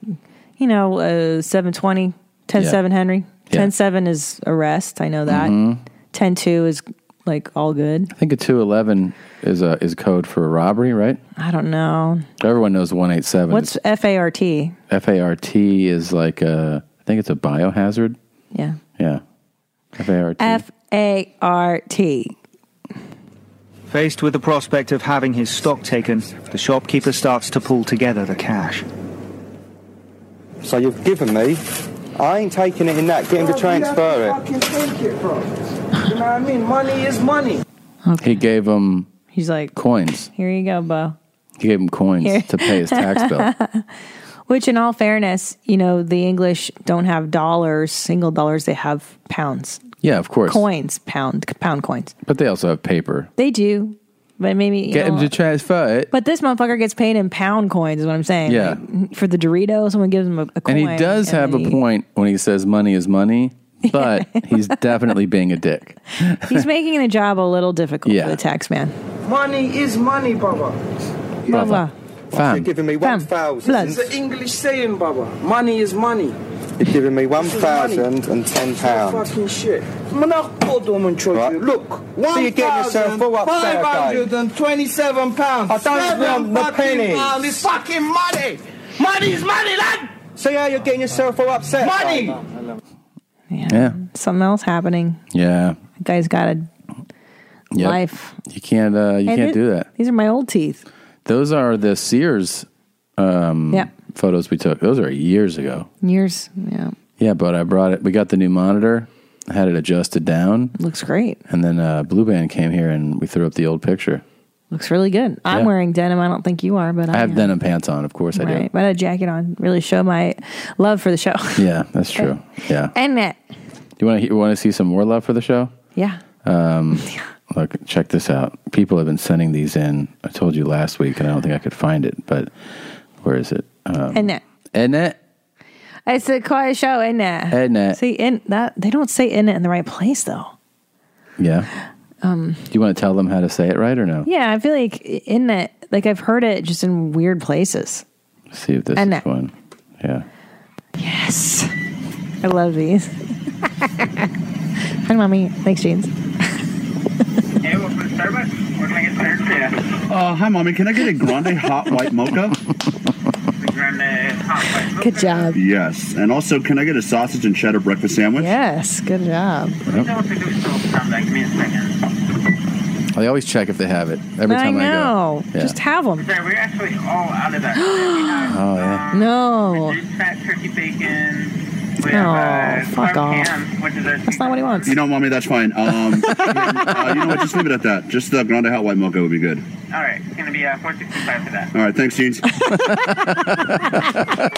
Speaker 3: you know, uh, 720, 10 7
Speaker 2: Yeah.
Speaker 3: Henry.
Speaker 2: Yeah.
Speaker 3: 10 7 is arrest, I know that.
Speaker 2: Mhm.
Speaker 3: 10 2 is like all good.
Speaker 2: I think a 211 is a, is code for a robbery, right?
Speaker 3: I don't know.
Speaker 2: Everyone knows 187.
Speaker 3: What's FART? Yeah.
Speaker 2: FART is like a, I think it's a biohazard. Yeah. FART.
Speaker 3: F A R T.
Speaker 12: Faced with the prospect of having his stock taken, the shopkeeper starts to pull together the cash.
Speaker 7: So you've given me. I ain't taking it in that. Get him to transfer it.
Speaker 8: Fucking take it, bro. You know what I mean? Money is money.
Speaker 2: He gave him
Speaker 3: He's like
Speaker 2: coins.
Speaker 3: Here you go, Bo.
Speaker 2: He gave him coins
Speaker 3: Here.
Speaker 2: to pay his tax bill.
Speaker 3: Which, in all fairness, you know, the English don't have dollars, single dollars, they have pounds.
Speaker 2: Yeah, of course.
Speaker 3: Coins, pound, pound coins.
Speaker 2: But they also have paper.
Speaker 3: They do, but maybe. you
Speaker 2: Get him
Speaker 3: know-
Speaker 2: to transfer it.
Speaker 3: but this motherfucker gets paid in pound coins, is what I'm saying.
Speaker 2: Yeah.
Speaker 3: Like, for the Dorito, someone gives him a, a coin.
Speaker 2: And he does
Speaker 3: and
Speaker 2: have
Speaker 3: then
Speaker 2: a point when he says money is money, but he's definitely being a dick.
Speaker 3: he- He's making the job a little difficult
Speaker 2: Yeah.
Speaker 3: for the tax man.
Speaker 8: Money is money, Baba.
Speaker 3: Baba.
Speaker 7: You're giving me one thousand.
Speaker 8: It's an English saying, Baba. Money is money.
Speaker 7: You're giving me one thousand and ten pounds.
Speaker 8: Fucking shit. Man, I called them and told you, Look,
Speaker 7: So you get yourself full up, Saturday.
Speaker 8: 1,527 pounds.
Speaker 7: I don't want
Speaker 8: Seven
Speaker 7: the
Speaker 8: fucking
Speaker 7: pennies.
Speaker 8: pounds is fucking money. Money is money, lad.
Speaker 7: See how you're getting yourself all upset.
Speaker 8: Money.
Speaker 3: Yeah.
Speaker 2: Yeah.
Speaker 3: Something else happening.
Speaker 2: Yeah.
Speaker 3: The guy's got a
Speaker 2: Yep.
Speaker 3: life.
Speaker 2: You can't uh, you
Speaker 3: Hey,
Speaker 2: can't
Speaker 3: thi-
Speaker 2: do that.
Speaker 3: These are my old teeth.
Speaker 2: Those are the Sears um,
Speaker 3: Yeah.
Speaker 2: photos we took. Those are years ago.
Speaker 3: Years. Yeah.
Speaker 2: Yeah, but I brought it. We got the new monitor, had it adjusted down.
Speaker 3: Looks great.
Speaker 2: And then uh, Blue Band came here and we threw up the old picture.
Speaker 3: Looks really good. I'm
Speaker 2: Yeah.
Speaker 3: wearing denim. I don't think you are, but I,
Speaker 2: I have
Speaker 3: am.
Speaker 2: denim pants on, of course I do.
Speaker 3: Right. But I had a jacket on. Really show my love for the show.
Speaker 2: Yeah, that's true. Yeah.
Speaker 3: and that.
Speaker 2: You want to you want to see some more love for the show?
Speaker 3: Yeah.
Speaker 2: Um, Look, check this out. People have been sending these in. I told you last week, and I don't think I could find it. But where is it? Um,
Speaker 3: and that.
Speaker 2: Ednet.
Speaker 3: It's a quiet show, isn't it?
Speaker 2: Ednet.
Speaker 3: See, in that they don't say in it in the right place though.
Speaker 2: Yeah.
Speaker 3: Um,
Speaker 2: Do you want to tell them how to say it right or no?
Speaker 3: yeah, I feel like in it, like I've heard it just in weird places.
Speaker 2: Let's see if this
Speaker 3: And
Speaker 2: is
Speaker 3: that.
Speaker 2: one. Yeah.
Speaker 3: Yes, I love these. Hi, mommy. Thanks, jeans.
Speaker 13: Uh, hi, mommy. Can I get a grande hot white mocha?
Speaker 3: Good job.
Speaker 13: Yes. And also, can I get a sausage and cheddar breakfast sandwich?
Speaker 3: Yes, good job.
Speaker 13: Yep.
Speaker 2: I They always check if they have it every time I,
Speaker 3: know.
Speaker 2: go. Yeah.
Speaker 3: Just have them.
Speaker 14: So we're actually all out of that. We have,
Speaker 2: Oh, yeah.
Speaker 3: No.
Speaker 14: fat turkey bacon. We
Speaker 3: Oh,
Speaker 14: have, uh,
Speaker 3: fuck
Speaker 14: farm
Speaker 3: off.
Speaker 14: ham, which is a
Speaker 3: That's not what he wants.
Speaker 13: You don't want me? That's fine. Um, uh, you know what? Just leave it at that. Just the grande hot white mocha would be good.
Speaker 14: All right, it's gonna be uh, 465 for that.
Speaker 13: All right,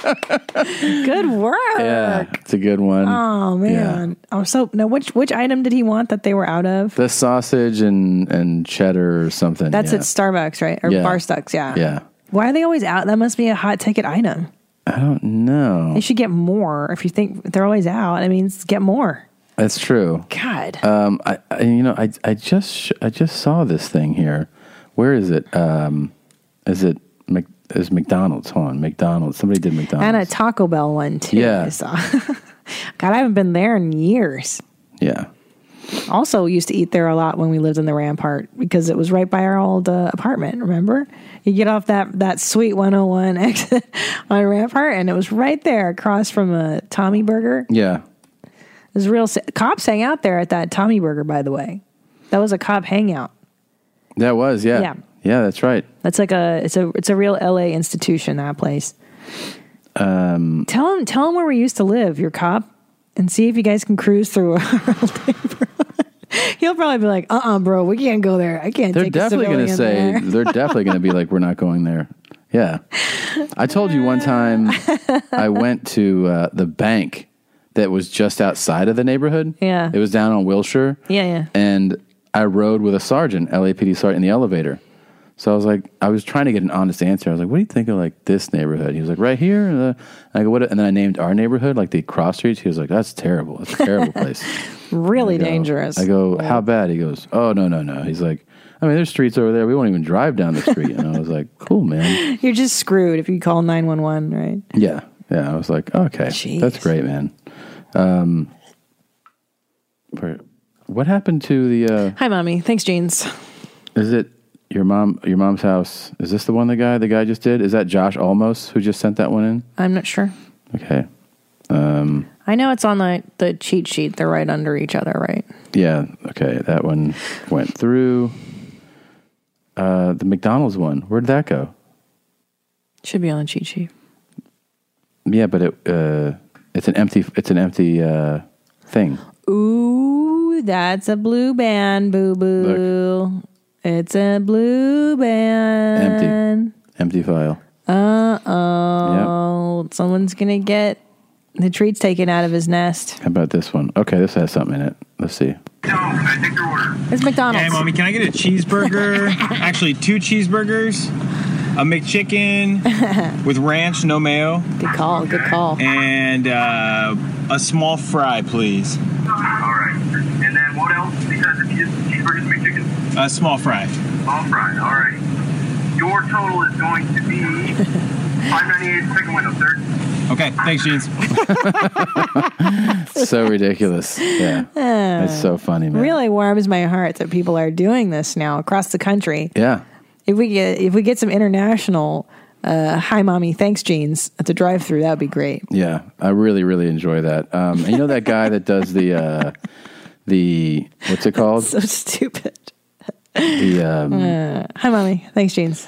Speaker 13: thanks, Jeans.
Speaker 3: Good work.
Speaker 2: Yeah, it's a good one.
Speaker 3: Oh
Speaker 2: Yeah.
Speaker 3: man. Oh, so now which which item did he want that they were out of?
Speaker 2: The sausage and and cheddar or something.
Speaker 3: That's
Speaker 2: yeah.
Speaker 3: at Starbucks, right? Or
Speaker 2: Yeah.
Speaker 3: Barstucks, yeah.
Speaker 2: Yeah.
Speaker 3: Why are they always out? That must be a hot ticket item.
Speaker 2: I don't know.
Speaker 3: They should get more if you think they're always out. I mean, get more.
Speaker 2: That's true.
Speaker 3: God.
Speaker 2: Um, I, I you know I I just sh- I just saw this thing here. Where is it? Um, is it Mc, is McDonald's? Hold on, McDonald's. Somebody did McDonald's.
Speaker 3: And a Taco Bell one too.
Speaker 2: Yeah.
Speaker 3: I saw. God, I haven't been there in years.
Speaker 2: Yeah.
Speaker 3: Also, used to eat there a lot when we lived in the Rampart because it was right by our old uh, apartment. Remember, you get off that that sweet 101 exit on Rampart, and it was right there across from a Tommy Burger.
Speaker 2: Yeah.
Speaker 3: It was real. sa- Cops hang out there at that Tommy Burger, by the way. That was a cop hangout.
Speaker 2: That was yeah.
Speaker 3: Yeah.
Speaker 2: Yeah, that's right.
Speaker 3: That's like a it's a it's a real LA institution that place.
Speaker 2: Um,
Speaker 3: Tell him tell him where we used to live, your cop, and see if you guys can cruise through. our old neighborhood. He'll probably be like, "Uh, uh bro, we can't go there. I can't."
Speaker 2: they're
Speaker 3: take
Speaker 2: definitely
Speaker 3: going to
Speaker 2: say they're definitely going to be like we're not going there. Yeah. I told you one time I went to uh, the bank that was just outside of the neighborhood.
Speaker 3: Yeah.
Speaker 2: It was down on Wilshire.
Speaker 3: Yeah, yeah.
Speaker 2: and I rode with a sergeant, LAPD sergeant, in the elevator. So I was like, I was trying to get an honest answer. I was like, "What do you think of like this neighborhood?" He was like, "Right here." Uh, and I go, "What?" And then I named our neighborhood, like the cross streets. He was like, "That's terrible. That's a terrible place."
Speaker 3: really
Speaker 2: I go-
Speaker 3: dangerous.
Speaker 2: I go, "How bad?" He goes, "Oh no, no, no." He's like, "I mean, there's streets over there. We won't even drive down the street." and I was like, "Cool, man."
Speaker 3: You're just screwed if you call nine one one, right?
Speaker 2: Yeah, yeah. I was like, "Okay, that's great, man." Um, where- what happened to the? Uh,
Speaker 3: Hi, mommy. Thanks, jeans.
Speaker 2: Is it your mom? Your mom's house? Is this the one? The guy? The guy just did? Is that Josh Almos who just sent that one in?
Speaker 3: I'm not sure.
Speaker 2: Okay. Um.
Speaker 3: I know it's on the the cheat sheet. They're right under each other, right?
Speaker 2: Yeah. Okay. That one went through. Uh, the McDonald's one. Where'd that go?
Speaker 3: Should be on the cheat sheet.
Speaker 2: Yeah, but it. Uh, it's an empty. It's an empty uh, thing.
Speaker 3: Ooh, that's a blue band, boo boo. It's a blue band.
Speaker 2: Empty file.
Speaker 3: Uh oh. Someone's going to get the treats taken out of his nest.
Speaker 2: How about this one? Okay, this has something in it. Let's see.
Speaker 3: It's McDonald's.
Speaker 15: Hey, mommy, can I get a cheeseburger? Actually, two cheeseburgers, a McChicken with ranch, no mayo.
Speaker 3: Good call. Good call.
Speaker 15: And uh, a small fry, please.
Speaker 14: All right, and then what else? Because if you just cheeseburgers, McChicken,
Speaker 15: A small fry.
Speaker 14: all fried. All right. Your total is going to be 598 second window, sir.
Speaker 15: Okay, thanks, Jeans.
Speaker 2: so ridiculous. Yeah.
Speaker 3: Uh,
Speaker 2: It's so funny, man.
Speaker 3: Really warms my heart that people are doing this now across the country.
Speaker 2: Yeah.
Speaker 3: If we get if we get some international uh, hi mommy thanks jeans at the drive through, that would be great.
Speaker 2: Yeah, I really, really enjoy that. Um, and you know that guy that does the uh, the what's it called?
Speaker 3: So stupid.
Speaker 2: The um,
Speaker 3: Uh, hi mommy thanks jeans.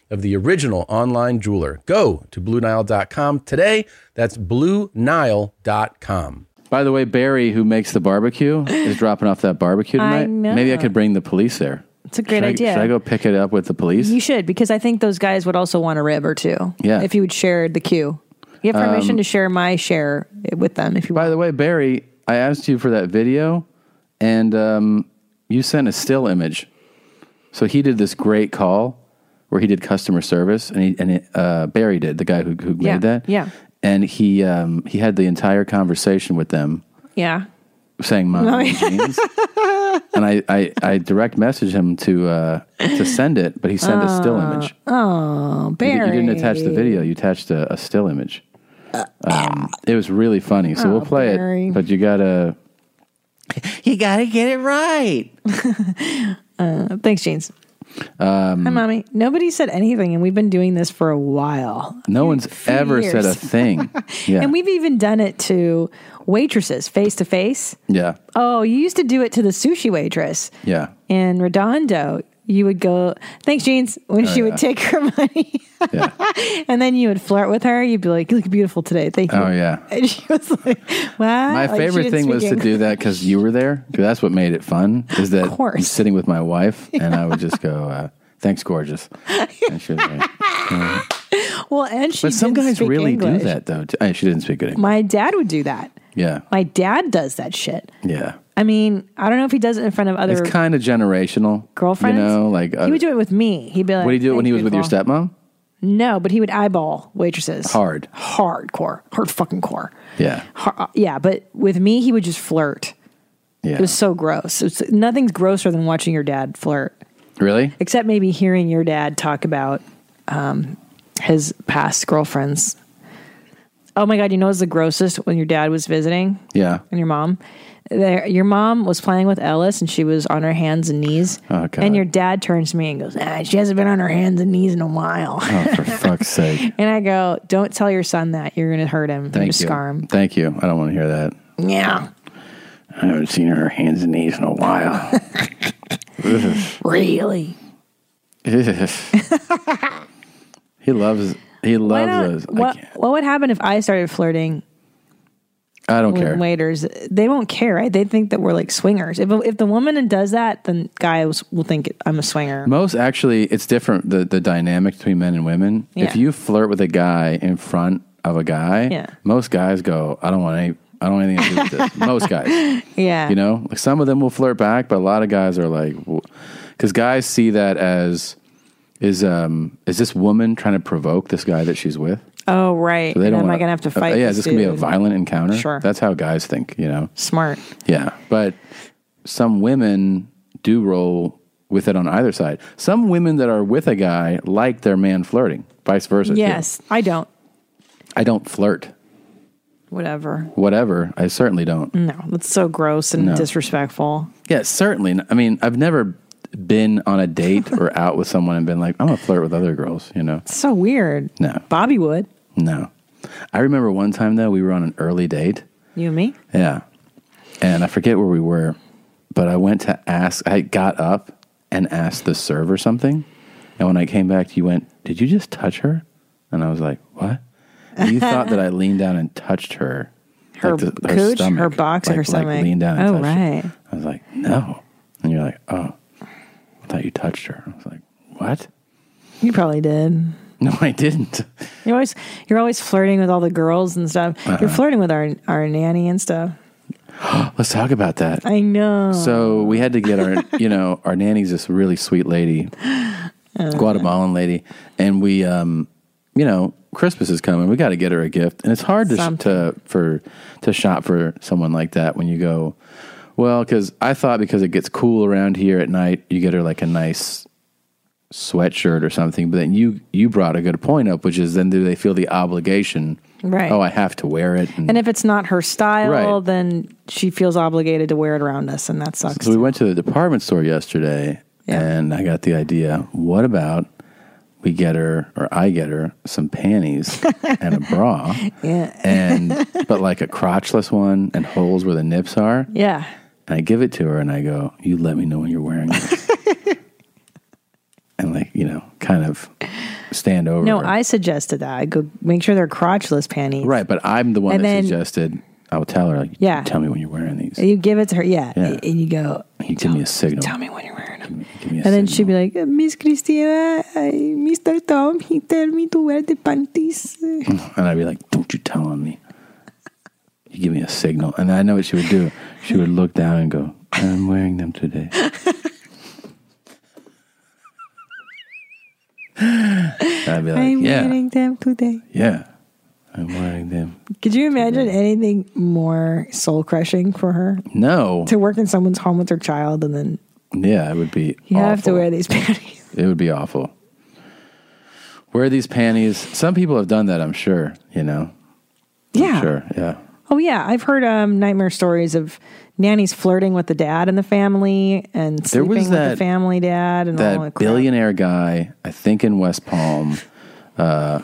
Speaker 16: of the original online jeweler. Go to BlueNile.com today. That's BlueNile.com.
Speaker 2: by the way, Barry, who makes the barbecue, is dropping off that barbecue
Speaker 3: I
Speaker 2: tonight.
Speaker 3: know.
Speaker 2: Maybe I could bring the police there.
Speaker 3: It's a great
Speaker 2: should I,
Speaker 3: idea.
Speaker 2: Should I go pick it up with the police?
Speaker 3: You should because I think those guys would also want a rib or two.
Speaker 2: Yeah.
Speaker 3: If you would share the queue. You have permission
Speaker 2: Um,
Speaker 3: to share my share with them if you
Speaker 2: By the way, Barry, I asked you for that video, and um, you sent a still image. So he did this great call where he did customer service, and he, and uh, Barry did the guy who who
Speaker 3: Yeah,
Speaker 2: made that.
Speaker 3: yeah.
Speaker 2: and he um, he had the entire conversation with them,
Speaker 3: Yeah.
Speaker 2: saying "Mom
Speaker 3: No,
Speaker 2: and
Speaker 3: Oh, yeah.
Speaker 2: jeans." and I, I I direct messaged him to uh, to send it, but he sent a still
Speaker 3: Oh,
Speaker 2: image.
Speaker 3: Oh,
Speaker 2: You di-
Speaker 3: Barry. Uh,
Speaker 2: You, didn't attach the video. You attached a, a still image. Um, it was really funny. So
Speaker 3: Oh,
Speaker 2: we'll play
Speaker 3: Barry.
Speaker 2: it, but you gotta.
Speaker 3: You gotta get it right. uh, thanks, Jeans.
Speaker 2: Um,
Speaker 3: Hi, mommy. Nobody said anything, and we've been doing this for a while.
Speaker 2: no one's ever said a
Speaker 3: years.
Speaker 2: thing. Yeah,
Speaker 3: And we've even done it to waitresses face to face.
Speaker 2: yeah,
Speaker 3: Oh, you used to do it to the sushi waitress
Speaker 2: yeah.
Speaker 3: in Redondo. You would go, thanks, Jeans, when
Speaker 2: Oh,
Speaker 3: she
Speaker 2: yeah.
Speaker 3: would take her money. and then you would flirt with her. You'd be like, you look beautiful today. Thank you.
Speaker 2: Oh, yeah.
Speaker 3: And she was like, wow.
Speaker 2: My favorite thing was to do that because you were there. 'cause That's what made it fun. Is that I'm sitting with my wife and I would just go, uh, "Thanks, gorgeous." And she was like, "Uh."
Speaker 3: Well, and she
Speaker 2: but some
Speaker 3: didn't
Speaker 2: guys
Speaker 3: speak
Speaker 2: really
Speaker 3: English.
Speaker 2: do that though. t- uh, She didn't speak good English.
Speaker 3: My dad would do that.
Speaker 2: Yeah,
Speaker 3: My dad does that shit.
Speaker 2: yeah.
Speaker 3: I mean, I don't know if he does it in front of other
Speaker 2: It's kind of generational.
Speaker 3: girlfriends.
Speaker 2: you know, like uh,
Speaker 3: he would do it with me. He'd be like,
Speaker 2: what do you do it when
Speaker 3: "Thanks,
Speaker 2: he was with your
Speaker 3: beautiful."
Speaker 2: stepmom?
Speaker 3: No, but he would eyeball waitresses
Speaker 2: Hard.
Speaker 3: hardcore, hard fucking core.
Speaker 2: Yeah.
Speaker 3: Har- uh, yeah, but with me, he would just flirt.
Speaker 2: Yeah.
Speaker 3: It was so gross. It's, nothing's grosser than watching your dad flirt,
Speaker 2: Really?
Speaker 3: except maybe hearing your dad talk about um, his past girlfriends. Oh my God, you know what's the grossest when your dad was visiting?
Speaker 2: Yeah.
Speaker 3: and your mom. There, your mom was playing with Ellis, and she was on her hands and knees.
Speaker 2: Oh, God.
Speaker 3: And your dad turns to me and goes, ah, "She hasn't been on her hands and knees in a while."
Speaker 2: Oh, for fuck's sake.
Speaker 3: and I go, "Don't tell your son that. You're going to hurt him. You're going
Speaker 2: Thank
Speaker 3: to
Speaker 2: you.
Speaker 3: scar him."
Speaker 2: Thank you. I don't want to hear that.
Speaker 3: Yeah,
Speaker 2: I haven't seen her hands and knees in a while.
Speaker 3: really.
Speaker 2: he loves. He
Speaker 3: Why
Speaker 2: loves
Speaker 3: don't-
Speaker 2: us.
Speaker 3: what What would happen if I started flirting
Speaker 2: I don't
Speaker 3: with
Speaker 2: care.
Speaker 3: waiters? They won't care, right? They think that we're like swingers. If if the woman does that, then guys will think I'm a swinger.
Speaker 2: Most actually, it's different. The the dynamic between men and women. If
Speaker 3: Yeah.
Speaker 2: you flirt with a guy in front of a guy,
Speaker 3: Yeah.
Speaker 2: most guys go, "I don't want any. I don't want anything to do with this." most guys.
Speaker 3: Yeah,
Speaker 2: You know, like some of them will flirt back, but a lot of guys are like, because guys see that as is um is this woman trying to provoke this guy that she's with?
Speaker 3: Oh right.
Speaker 2: So they
Speaker 3: and
Speaker 2: don't
Speaker 3: am
Speaker 2: wanna-
Speaker 3: I going to have to
Speaker 2: uh,
Speaker 3: fight?
Speaker 2: yeah,
Speaker 3: this
Speaker 2: is this gonna be a
Speaker 3: dude?
Speaker 2: violent encounter?
Speaker 3: Sure.
Speaker 2: That's how guys think. You know,
Speaker 3: Smart.
Speaker 2: yeah, but some women do roll with it on either side. Some women that are with a guy like their man flirting, vice versa. too.
Speaker 3: Yes, I don't.
Speaker 2: I don't flirt.
Speaker 3: Whatever.
Speaker 2: Whatever, I certainly don't.
Speaker 3: No, that's so gross and
Speaker 2: No.
Speaker 3: disrespectful.
Speaker 2: Yeah, certainly. n- I mean, I've never been on a date or out with someone and been like, I'm gonna flirt with other girls. You know,
Speaker 3: It's so weird.
Speaker 2: no,
Speaker 3: Bobby would.
Speaker 2: no. I remember one time though, we were on an early date.
Speaker 3: You and me?
Speaker 2: Yeah. And I forget where we were, but I went to ask, I got up and asked the server something. And when I came back, you went, Did you just touch her? And I was like, What? And you thought that I leaned down and touched her.
Speaker 3: Her cooch, her box, or
Speaker 2: like,
Speaker 3: her
Speaker 2: Like
Speaker 3: stomach.
Speaker 2: leaned down and
Speaker 3: Oh,
Speaker 2: touched her.
Speaker 3: right.
Speaker 2: I was like, No. And you're like, Oh, I thought you touched her. I was like, What?
Speaker 3: You probably did.
Speaker 2: No, I didn't.
Speaker 3: You're always you're always flirting with all the girls and stuff.
Speaker 2: Uh-huh.
Speaker 3: You're flirting with our our nanny and stuff.
Speaker 2: Let's talk about that.
Speaker 3: I know.
Speaker 2: So we had to get our, you know, our nanny's this really sweet lady, Guatemalan lady, and we, um, you know, Christmas is coming. We got to get her a gift, and it's hard to, sh- to for to shop for someone like that when you go. Well, because I thought because it gets cool around here at night, you get her like a nice sweatshirt or something. But then you you brought a good point up, which is then do they feel the obligation?
Speaker 3: Right.
Speaker 2: Oh, I have to wear it.
Speaker 3: and if it's not her style,
Speaker 2: Right.
Speaker 3: then she feels obligated to wear it around us, and that sucks.
Speaker 2: So we went to the department store yesterday, and I got the idea. What about we get her, or I get her, some panties and a bra,
Speaker 3: Yeah.
Speaker 2: and but like a crotchless one and holes where the nips are.
Speaker 3: yeah.
Speaker 2: And I give it to her, and I go, "You let me know when you're wearing this," and like you know, kind of stand over.
Speaker 3: No,
Speaker 2: her.
Speaker 3: I suggested that. I go make sure they're crotchless panties.
Speaker 2: right, but I'm the one
Speaker 3: And
Speaker 2: that
Speaker 3: then-
Speaker 2: suggested. I will tell her, like,
Speaker 3: Yeah.
Speaker 2: tell me when you're wearing these.
Speaker 3: You give it to her, yeah,
Speaker 2: Yeah.
Speaker 3: and you go,
Speaker 2: You give me a signal.
Speaker 3: "Tell me when you're wearing them."
Speaker 2: Give me
Speaker 3: and then she'd be like, "Uh, Miss Christina, uh, Mr. Tom, he tell me to wear the panties.
Speaker 2: And I'd be like, don't you tell on me. You give me a signal. And I know what she would do. She would look down and go, I'm wearing them today. I'd be like,
Speaker 3: I'm
Speaker 2: yeah,
Speaker 3: wearing them today.
Speaker 2: yeah, I'm wearing them.
Speaker 3: Could you imagine anything more soul crushing for her?
Speaker 2: No.
Speaker 3: To work in someone's home with her child and then
Speaker 2: Yeah, it would be
Speaker 3: you have to wear these panties.
Speaker 2: It would be awful. Wear these panties. Some people have done that, I'm sure, you know.
Speaker 3: Yeah.
Speaker 2: Sure. Yeah.
Speaker 3: Oh yeah, I've heard um, nightmare stories of nannies flirting with the dad and the family, and
Speaker 2: There
Speaker 3: sleeping
Speaker 2: was
Speaker 3: with the
Speaker 2: that-
Speaker 3: family dad, and all
Speaker 2: that
Speaker 3: that.
Speaker 2: billionaire guy, I think in West Palm, uh,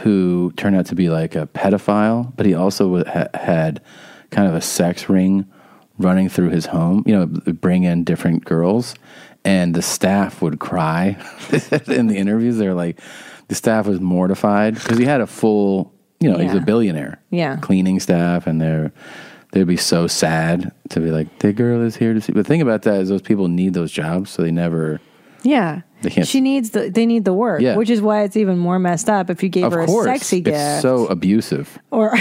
Speaker 2: who turned out to be like a pedophile, but he also wa- ha- had kind of a sex ring running through his home. You know, b- bring in different girls, and the staff would cry in the interviews. They were like, the staff was mortified because he had a full, you know, he's a
Speaker 3: Yeah.
Speaker 2: billionaire
Speaker 3: Yeah.
Speaker 2: cleaning staff and they're they'd be so sad to be like the girl is here to see the thing about that is those people need those jobs so they never
Speaker 3: Yeah.
Speaker 2: They can't-
Speaker 3: She needs the. They need the work,
Speaker 2: Yeah.
Speaker 3: which is why it's even more messed up if you gave
Speaker 2: of
Speaker 3: her
Speaker 2: course
Speaker 3: a sexy gift.
Speaker 2: it's so abusive
Speaker 3: or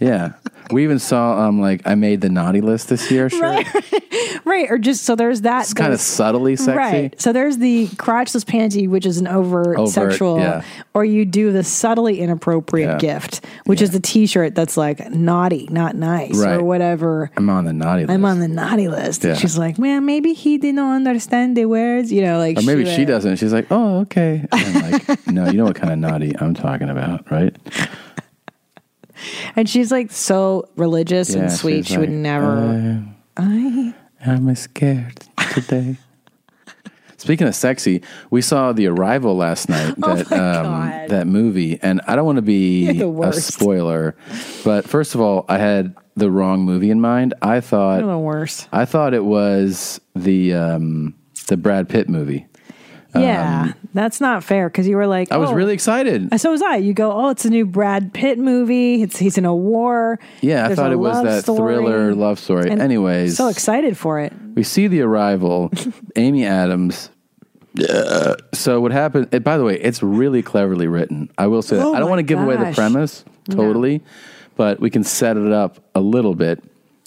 Speaker 2: yeah we even saw um like i made the naughty list this year sure
Speaker 3: right, right, or just so there's that.
Speaker 2: it's kind of
Speaker 3: there's-
Speaker 2: subtly sexy
Speaker 3: Right. So there's the crotchless panty, which is an overt,
Speaker 2: Overt,
Speaker 3: sexual,
Speaker 2: yeah.
Speaker 3: or you do the subtly inappropriate
Speaker 2: Yeah.
Speaker 3: gift, which is the T-shirt that's like naughty, not nice,
Speaker 2: Right.
Speaker 3: or whatever.
Speaker 2: i'm on the naughty list
Speaker 3: I'm on the naughty list.
Speaker 2: Yeah.
Speaker 3: She's like, man, maybe he didn't understand the words, you know, like
Speaker 2: or maybe she,
Speaker 3: went-
Speaker 2: doesn't she's like oh okay and I'm like no you know what kind of naughty i'm talking about right
Speaker 3: And she's like so religious
Speaker 2: Yeah,
Speaker 3: and sweet.
Speaker 2: she's
Speaker 3: She would
Speaker 2: like, "Uh,
Speaker 3: never. I
Speaker 2: I'm scared today. Speaking of sexy, we saw The Arrival last night.
Speaker 3: Oh
Speaker 2: That
Speaker 3: my
Speaker 2: um, that movie, and I don't want to
Speaker 3: You're
Speaker 2: be
Speaker 3: the
Speaker 2: a
Speaker 3: worst.
Speaker 2: spoiler, but first of all, I had the wrong movie in mind. I thought
Speaker 3: You're the worst.
Speaker 2: I thought it was the um, the Brad Pitt movie.
Speaker 3: Yeah, that's not fair because you were like,
Speaker 2: um, I was
Speaker 3: oh.
Speaker 2: really excited.
Speaker 3: So was I. You go, oh, it's a new Brad Pitt movie. It's he's in a war.
Speaker 2: Yeah, I
Speaker 3: There's
Speaker 2: thought
Speaker 3: a
Speaker 2: it was
Speaker 3: love
Speaker 2: that
Speaker 3: story."
Speaker 2: thriller love story.
Speaker 3: And
Speaker 2: Anyways,
Speaker 3: so excited for it.
Speaker 2: We see the arrival, Amy Adams. so what happened? and by the way, it's really cleverly written. I will say that.
Speaker 16: Oh
Speaker 2: I don't
Speaker 16: my
Speaker 2: want to give away the
Speaker 16: gosh.
Speaker 2: premise
Speaker 16: No.
Speaker 2: totally, but we can set it up a little bit.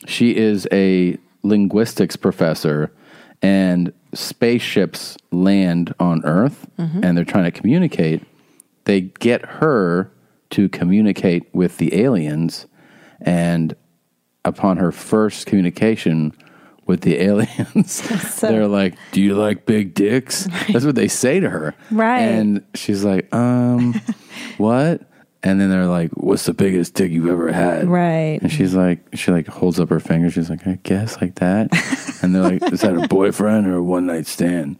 Speaker 2: She is a linguistics professor, and spaceships land on Earth,
Speaker 16: Mhm.
Speaker 2: and they're trying to communicate. They get her to communicate with the aliens, and upon her first communication with the aliens, they're like, "Do you like big dicks?" That's what they say to her,
Speaker 3: Right.
Speaker 2: And she's like, "Um, what?" And then they're like, "What's the biggest dick you've ever had?"
Speaker 3: Right.
Speaker 2: uh, And she's like, she like holds up her finger. She's like, "I guess like that." and they're like, "Is that a boyfriend or a one night stand?"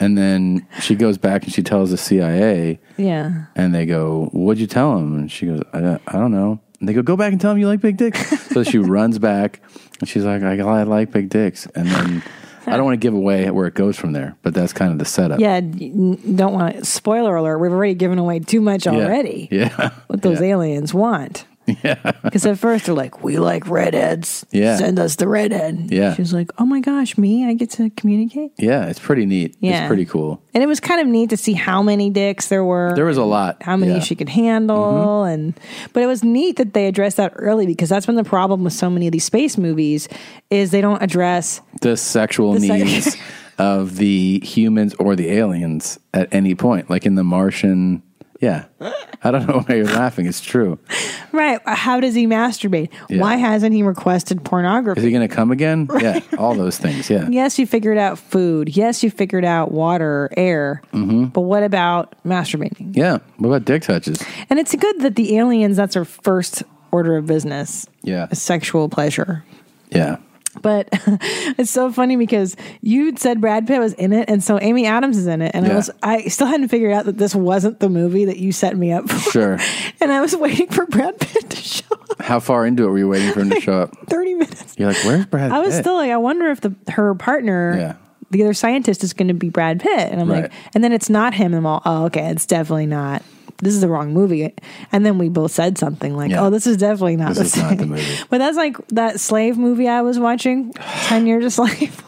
Speaker 2: And then she goes back and she tells the CIA,
Speaker 3: Yeah.
Speaker 2: and they go, "What'd you tell him?" And she goes, "I, don't- I don't know." And they go, "Go back and tell him you like big dicks." so she runs back, and she's like, "I, I like big dicks." And then I don't want to give away where it goes from there, but that's kind of the setup.
Speaker 3: Yeah. n- Don't want to. Spoiler alert. We've already given away too much
Speaker 2: Yeah.
Speaker 3: already.
Speaker 2: Yeah.
Speaker 3: What those
Speaker 2: yeah.
Speaker 3: aliens want.
Speaker 2: Yeah.
Speaker 3: Because at first they're like, we like redheads.
Speaker 2: Yeah.
Speaker 3: Send us the redhead.
Speaker 2: Yeah.
Speaker 3: She was like, oh my gosh, me? I get to communicate?
Speaker 2: Yeah, it's pretty neat.
Speaker 3: Yeah.
Speaker 2: It's pretty cool.
Speaker 3: And it was kind of neat to see how many dicks there were.
Speaker 2: There was a lot.
Speaker 3: how many
Speaker 2: Yeah. Mm-hmm.
Speaker 3: she could handle and but it was neat that they addressed that early because that's been the problem with so many of these space movies is they don't address
Speaker 2: the sexual
Speaker 3: The sex-
Speaker 2: needs of the humans or the aliens at any point, like in The Martian. Yeah, I don't know why you're laughing. It's true.
Speaker 3: right how does he masturbate
Speaker 2: Yeah.
Speaker 3: why hasn't he requested pornography
Speaker 2: Is he going to come again? Yeah, all those things. Yeah.
Speaker 3: yes you figured out food yes you figured out water air
Speaker 2: hmm
Speaker 3: but what about masturbating
Speaker 2: Yeah. What about dick touches?
Speaker 3: and it's good that the aliens that's their first order of business
Speaker 2: Yeah.
Speaker 3: sexual pleasure
Speaker 2: Yeah.
Speaker 3: But it's so funny because you said Brad Pitt was in it, and so Amy Adams is in it, and I
Speaker 2: Yeah.
Speaker 3: was I still hadn't figured out that this wasn't the movie that you set me up for,
Speaker 2: Sure.
Speaker 3: and I was waiting for Brad Pitt to show
Speaker 2: How far into it were you waiting for him to show up?
Speaker 3: thirty minutes.
Speaker 2: You're like, where's Brad?
Speaker 3: I was
Speaker 2: Pitt?
Speaker 3: still like, I wonder if the her partner,
Speaker 2: Yeah.
Speaker 3: the other scientist, is going to be Brad Pitt, and I'm
Speaker 2: Right.
Speaker 3: like, and then it's not him. and I'm all, oh, okay, it's definitely not. This is the wrong movie. And then we both said something like,
Speaker 2: Yeah.
Speaker 3: oh, this is definitely not
Speaker 2: This
Speaker 3: the
Speaker 2: is not
Speaker 3: same.
Speaker 2: the movie.
Speaker 3: But that's like that slave movie I was watching, Ten Years a Slave.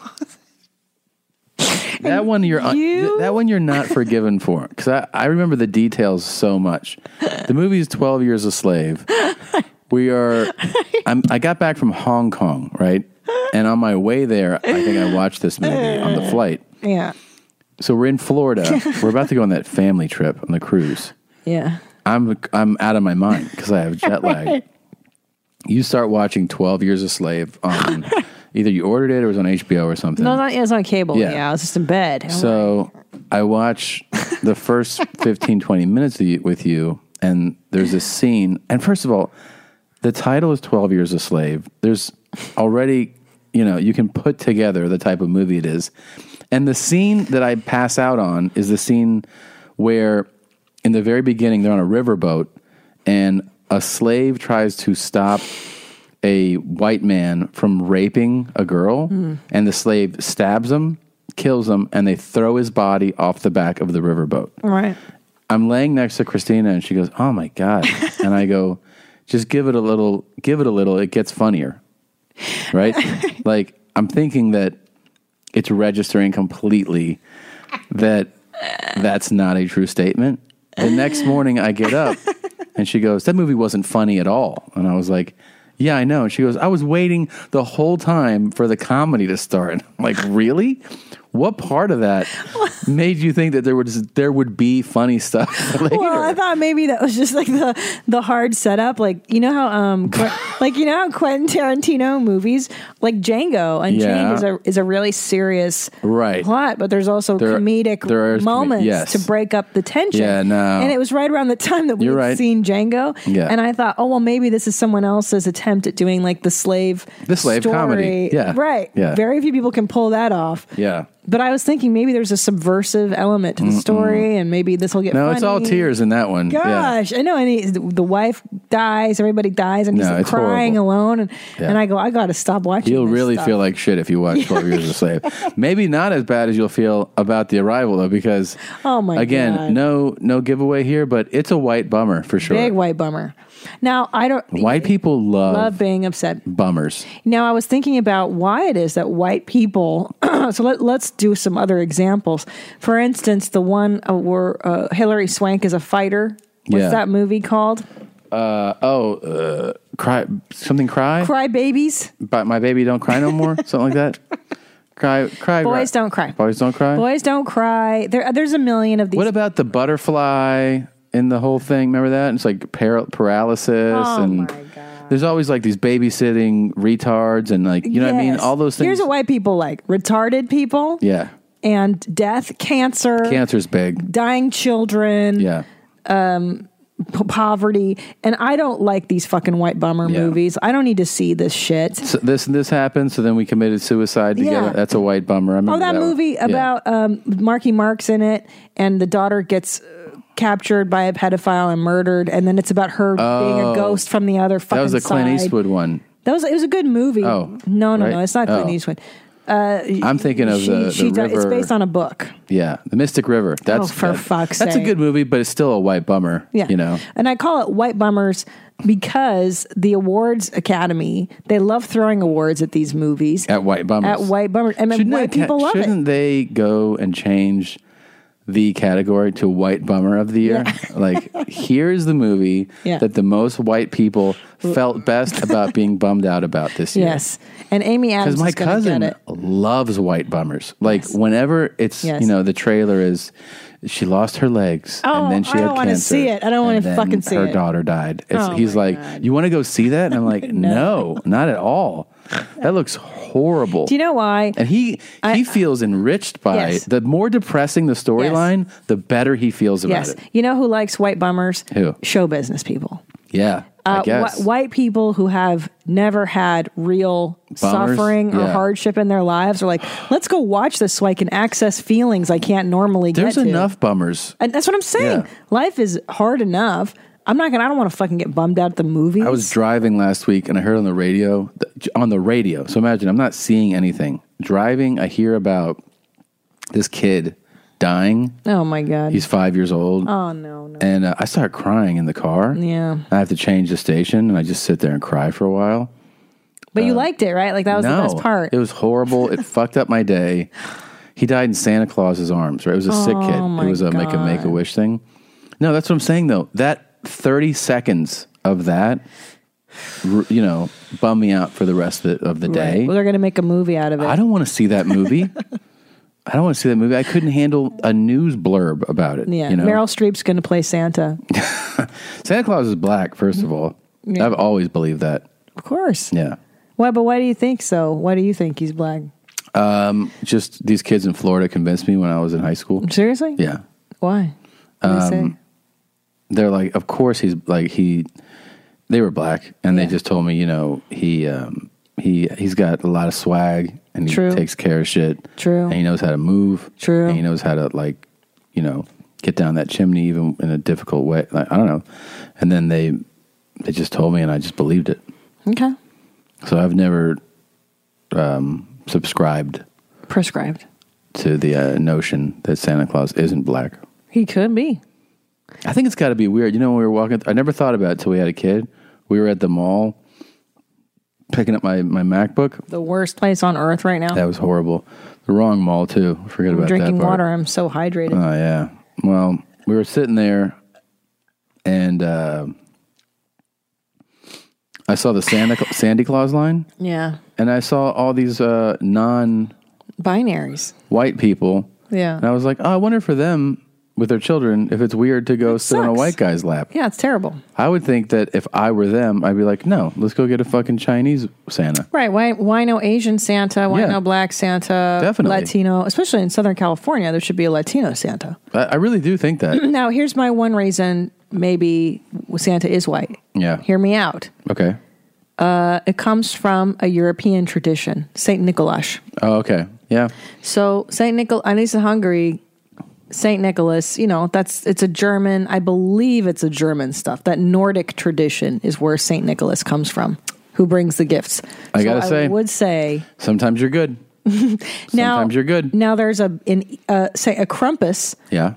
Speaker 2: that one you're un- th- that one you're not forgiven for because I, I remember the details so much. The movie is Twelve Years a Slave. We are. I'm, I got back from Hong Kong, right? And on my way there, I think I watched this movie on the flight.
Speaker 3: Yeah.
Speaker 2: So we're in Florida. We're about to go on that family trip on the cruise.
Speaker 3: Yeah.
Speaker 2: I'm I'm out of my mind because I have jet lag. You start watching Twelve Years a Slave on either you ordered it or it was on HBO or something.
Speaker 3: No, not, it was on cable.
Speaker 2: Yeah.
Speaker 3: Yeah. I was just in bed. I'm like,
Speaker 2: So I watch the first 15, 20 minutes of you, with you, and there's this scene. And first of all, the title is 12 Years a Slave. There's already, you know, you can put together the type of movie it is. And the scene that I pass out on is the scene where, in the very beginning, they're on a riverboat and a slave tries to stop a white man from raping a girl,
Speaker 3: Mm-hmm.
Speaker 1: Mm.
Speaker 2: and the slave stabs him, kills him, and they throw his body off the back of the riverboat.
Speaker 3: all right.
Speaker 2: I'm laying next to Christina, and she goes, "Oh my god!" and I go, "Just give it a little, give it a little. It gets funnier, right?" like I'm thinking that it's registering completely that that's not a true statement. The next morning, I get up, and she goes, "That movie wasn't funny at all." And I was like. Yeah, I know. And she goes, I was waiting the whole time for the comedy to start. And I'm like, really? What part of that made you think that there was there would be funny stuff? later?
Speaker 3: Well, I thought maybe that was just like the the hard setup. Like you know how um Qu- like you know how Quentin Tarantino movies like Django Unchained
Speaker 2: Yeah.
Speaker 3: is a is a really serious
Speaker 2: Right.
Speaker 3: plot, but there's also
Speaker 2: There-
Speaker 3: comedic
Speaker 2: there is comi-
Speaker 3: moments
Speaker 2: yes.
Speaker 3: to break up the tension.
Speaker 2: Yeah, no.
Speaker 3: And it was right around the time that we
Speaker 2: You're
Speaker 3: had
Speaker 2: right.
Speaker 3: seen Django.
Speaker 2: Yeah.
Speaker 3: And I thought, oh well, maybe this is someone else's attempt at doing like the slave
Speaker 2: The slave
Speaker 3: story.
Speaker 2: comedy. Yeah.
Speaker 3: right.
Speaker 2: Yeah.
Speaker 3: Very few people can pull that off.
Speaker 2: Yeah.
Speaker 3: But I was thinking maybe there's a subversive element to the story, and maybe this will get
Speaker 2: No, it's all
Speaker 3: funny.
Speaker 2: tears in that one. Yeah.
Speaker 3: Gosh, I know. And he, the wife dies, everybody dies, and he's
Speaker 2: No,
Speaker 3: like
Speaker 2: it's
Speaker 3: crying alone. And,
Speaker 2: Yeah.
Speaker 3: and I go, I got to stop watching.
Speaker 2: You'll
Speaker 3: this
Speaker 2: really
Speaker 3: stuff."
Speaker 2: feel like shit if you watch 12 Years a Slave. Maybe not as bad as you'll feel about The Arrival, though, because,
Speaker 3: Oh my
Speaker 2: again,
Speaker 3: God.
Speaker 2: no no giveaway here, but it's a white bummer for sure.
Speaker 3: big white bummer. Now I don't
Speaker 2: white people love,
Speaker 3: love being upset.
Speaker 2: bummers.
Speaker 3: Now I was thinking about why it is that white people. so let, let's do some other examples. For instance, the one uh, where uh, Hillary Swank is a fighter. What's
Speaker 2: Yeah.
Speaker 3: that movie called?
Speaker 2: Uh, oh, uh, cry, something cry?
Speaker 3: Cry Babies.
Speaker 2: But my baby don't cry no more? something like that? Cry, cry.
Speaker 3: Boys Don't Cry.
Speaker 2: Boys don't cry?
Speaker 3: Boys don't cry. There, there's a million of these.
Speaker 2: What about the butterfly in the whole thing? Remember that? It's like para- paralysis
Speaker 3: Oh
Speaker 2: and there's always like these babysitting retards and like you know what I mean?
Speaker 3: Yes.
Speaker 2: All those things.
Speaker 3: Here's what white people like: retarded people
Speaker 2: yeah,
Speaker 3: and death, cancer,
Speaker 2: cancer's big.
Speaker 3: dying children,
Speaker 2: Yeah,
Speaker 3: um, p- poverty. And I don't like these fucking white bummer
Speaker 2: Yeah.
Speaker 3: movies. I don't need to see this shit.
Speaker 2: so this and this happened. So then we committed suicide together.
Speaker 3: Yeah.
Speaker 2: That's a white bummer. I remember
Speaker 3: Oh, that,
Speaker 2: one.
Speaker 3: movie
Speaker 2: Yeah.
Speaker 3: about um, Marky Mark's in it, and the daughter gets uh, captured by a pedophile and murdered, and then it's about her being
Speaker 2: Oh.
Speaker 3: a ghost from the other fucking
Speaker 2: that was the Clint
Speaker 3: side.
Speaker 2: Eastwood one.
Speaker 3: That was it was a good movie.
Speaker 2: Oh,
Speaker 3: no, no, no,
Speaker 2: right?
Speaker 3: it's not Clint
Speaker 2: Oh.
Speaker 3: Eastwood. Uh,
Speaker 2: I'm thinking of
Speaker 3: she-
Speaker 2: the- the
Speaker 3: she di- It's
Speaker 2: river-
Speaker 3: based on a book.
Speaker 2: Yeah, The Mystic River. That's
Speaker 3: Oh, for
Speaker 2: that-
Speaker 3: fuck's
Speaker 2: That's
Speaker 3: sake.
Speaker 2: a good movie, but it's still a white bummer.
Speaker 3: Yeah.
Speaker 2: you know.
Speaker 3: And I call it White Bummers because the awards academy, they love throwing awards at these movies.
Speaker 2: At white bummers.
Speaker 3: At White Bummers. And then white
Speaker 2: they ca-
Speaker 3: people love it.
Speaker 2: shouldn't they go and change the category to white bummer of the year? like, here's the movie
Speaker 3: Yeah.
Speaker 2: that the most white people felt best about being bummed out about this year.
Speaker 3: Yes. And Amy
Speaker 2: Because
Speaker 3: Adams
Speaker 2: my
Speaker 3: is going to get
Speaker 2: cousin
Speaker 3: it.
Speaker 2: loves white bummers. Like whenever it's
Speaker 3: Yes.
Speaker 2: you know the trailer is, she lost her legs
Speaker 3: Oh,
Speaker 2: and then she
Speaker 3: I
Speaker 2: had
Speaker 3: don't wanna
Speaker 2: cancer,
Speaker 3: see it. I don't
Speaker 2: and
Speaker 3: wanna
Speaker 2: then
Speaker 3: fucking see
Speaker 2: her
Speaker 3: it.
Speaker 2: daughter died. It's,
Speaker 3: Oh,
Speaker 2: he's
Speaker 3: my
Speaker 2: like, you want to go see that? And I'm like, no. not at all. That looks horrible.
Speaker 3: Do you know why?
Speaker 2: And he he feels enriched by
Speaker 3: Yes.
Speaker 2: the more depressing the storyline, the better he feels about
Speaker 3: Yes.
Speaker 2: it.
Speaker 3: You know who likes white bummers?
Speaker 2: Who?
Speaker 3: Show business people.
Speaker 2: Yeah, I
Speaker 3: Uh,
Speaker 2: guess.
Speaker 3: wh- white people who have never had real
Speaker 2: Bummers?
Speaker 3: suffering or
Speaker 2: Yeah.
Speaker 3: hardship in their lives are like, let's go watch this so I can access feelings I can't normally get.
Speaker 2: There's
Speaker 3: to."
Speaker 2: enough bummers.
Speaker 3: And that's what I'm saying.
Speaker 2: Yeah.
Speaker 3: Life is hard enough. I'm not gonna. I don't want to fucking get bummed out at the movies.
Speaker 2: I was driving last week and I heard on the radio on the radio. So imagine I'm not seeing anything. Driving, I hear about this kid dying.
Speaker 3: oh my god.
Speaker 2: He's five years old,
Speaker 3: oh no.
Speaker 2: and uh, I start crying in the car.
Speaker 3: Yeah.
Speaker 2: I have to change the station, and I just sit there and cry for a while. Uh,
Speaker 3: But you liked it, right? Like that was the best part.
Speaker 2: It was horrible. It fucked up my day. He died in Santa Claus's arms, right? It was a sick kid.
Speaker 3: Oh, my
Speaker 2: It was a make a
Speaker 3: God.
Speaker 2: make a wish thing. No, that's what I'm saying though. That 30 seconds of that, r- you know, bummed me out for the rest of the, of the day.
Speaker 3: Well, they're going to make a movie out of it.
Speaker 2: I don't want to see that movie. I don't want to see that movie. I couldn't handle a news blurb about it.
Speaker 3: Yeah,
Speaker 2: you know?
Speaker 3: Meryl Streep's going to play Santa.
Speaker 2: Santa Claus is black. First of all,
Speaker 3: Yeah.
Speaker 2: I've always believed that.
Speaker 3: Of course.
Speaker 2: Yeah.
Speaker 3: Why? But why do you think so? Why do you think he's black?
Speaker 2: Um, just these kids in Florida convinced me when I was in high school.
Speaker 3: Seriously?
Speaker 2: Yeah.
Speaker 3: Why? What do they
Speaker 2: Um, they're like, of course he's like he. They were black, and they just told me, you know, he um, he he's got a lot of swag, and he
Speaker 3: True.
Speaker 2: takes care of shit.
Speaker 3: True.
Speaker 2: And he knows how to move.
Speaker 3: True.
Speaker 2: And he knows how to like, you know, get down that chimney even in a difficult way. Like I don't know. And then they they just told me, and I just believed it.
Speaker 3: Okay.
Speaker 2: So I've never um, subscribed
Speaker 3: Prescribed.
Speaker 2: to the uh, notion that Santa Claus isn't black.
Speaker 3: He could be.
Speaker 2: I think it's got to be weird. You know, when we were walking, I never thought about it till we had a kid. We were at the mall picking up my, my MacBook.
Speaker 3: The worst place on earth right now.
Speaker 2: That was horrible. The wrong mall, too. Forget
Speaker 3: I'm
Speaker 2: about
Speaker 3: drinking
Speaker 2: that. part.
Speaker 3: water. I'm so hydrated.
Speaker 2: Oh yeah. Well, we were sitting there, and uh, I saw the Santa Cla- Sandy Claus line,
Speaker 3: yeah.
Speaker 2: and I saw all these uh, non-white
Speaker 3: Binaries.
Speaker 2: people,
Speaker 3: Yeah.
Speaker 2: and I was like, oh, I wonder for them with their children if it's weird to go sit on a
Speaker 3: sucks.
Speaker 2: white guy's lap.
Speaker 3: Yeah, it's terrible.
Speaker 2: I would think that if I were them, I'd be like, no, let's go get a fucking Chinese Santa.
Speaker 3: Right. Why why no Asian Santa? Why
Speaker 2: Yeah.
Speaker 3: no black Santa?
Speaker 2: Definitely.
Speaker 3: Latino, especially in Southern California, there should be a Latino Santa.
Speaker 2: I, I really do think that.
Speaker 3: now, here's my one reason maybe Santa is white.
Speaker 2: yeah.
Speaker 3: Hear me out.
Speaker 2: Okay.
Speaker 3: Uh, it comes from a European tradition, Saint Nicholas.
Speaker 2: Oh, okay. Yeah.
Speaker 3: So Saint Nicholas, at least in Hungary, Saint Nicholas. You know, that's it's a German. I believe it's a German stuff. That Nordic tradition is where Saint Nicholas comes from. Who brings the gifts?
Speaker 2: I
Speaker 3: So
Speaker 2: gotta say.
Speaker 3: would say
Speaker 2: Sometimes you're good.
Speaker 3: now.
Speaker 2: Sometimes you're good.
Speaker 3: Now there's a in uh, say a Krampus
Speaker 2: Yeah.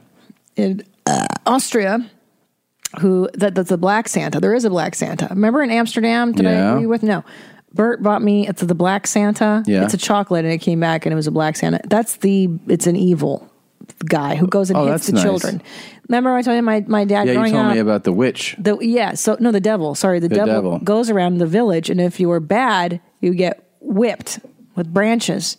Speaker 3: in uh, Austria. Who that that's a black Santa. There is a black Santa. Remember in Amsterdam? Did I
Speaker 2: Yeah.
Speaker 3: agree with? No. Bert bought me it's the black Santa.
Speaker 2: Yeah.
Speaker 3: It's a chocolate and it came back and it was a black Santa. That's the it's an evil guy who goes and
Speaker 2: Oh, that's
Speaker 3: hits the
Speaker 2: nice.
Speaker 3: children. Remember I told you my, my dad
Speaker 2: yeah, you
Speaker 3: growing
Speaker 2: told
Speaker 3: up
Speaker 2: me about the witch.
Speaker 3: the yeah, so no the devil, sorry, the,
Speaker 2: The
Speaker 3: devil,
Speaker 2: devil.
Speaker 3: goes around the village and if you were bad, you get whipped with branches.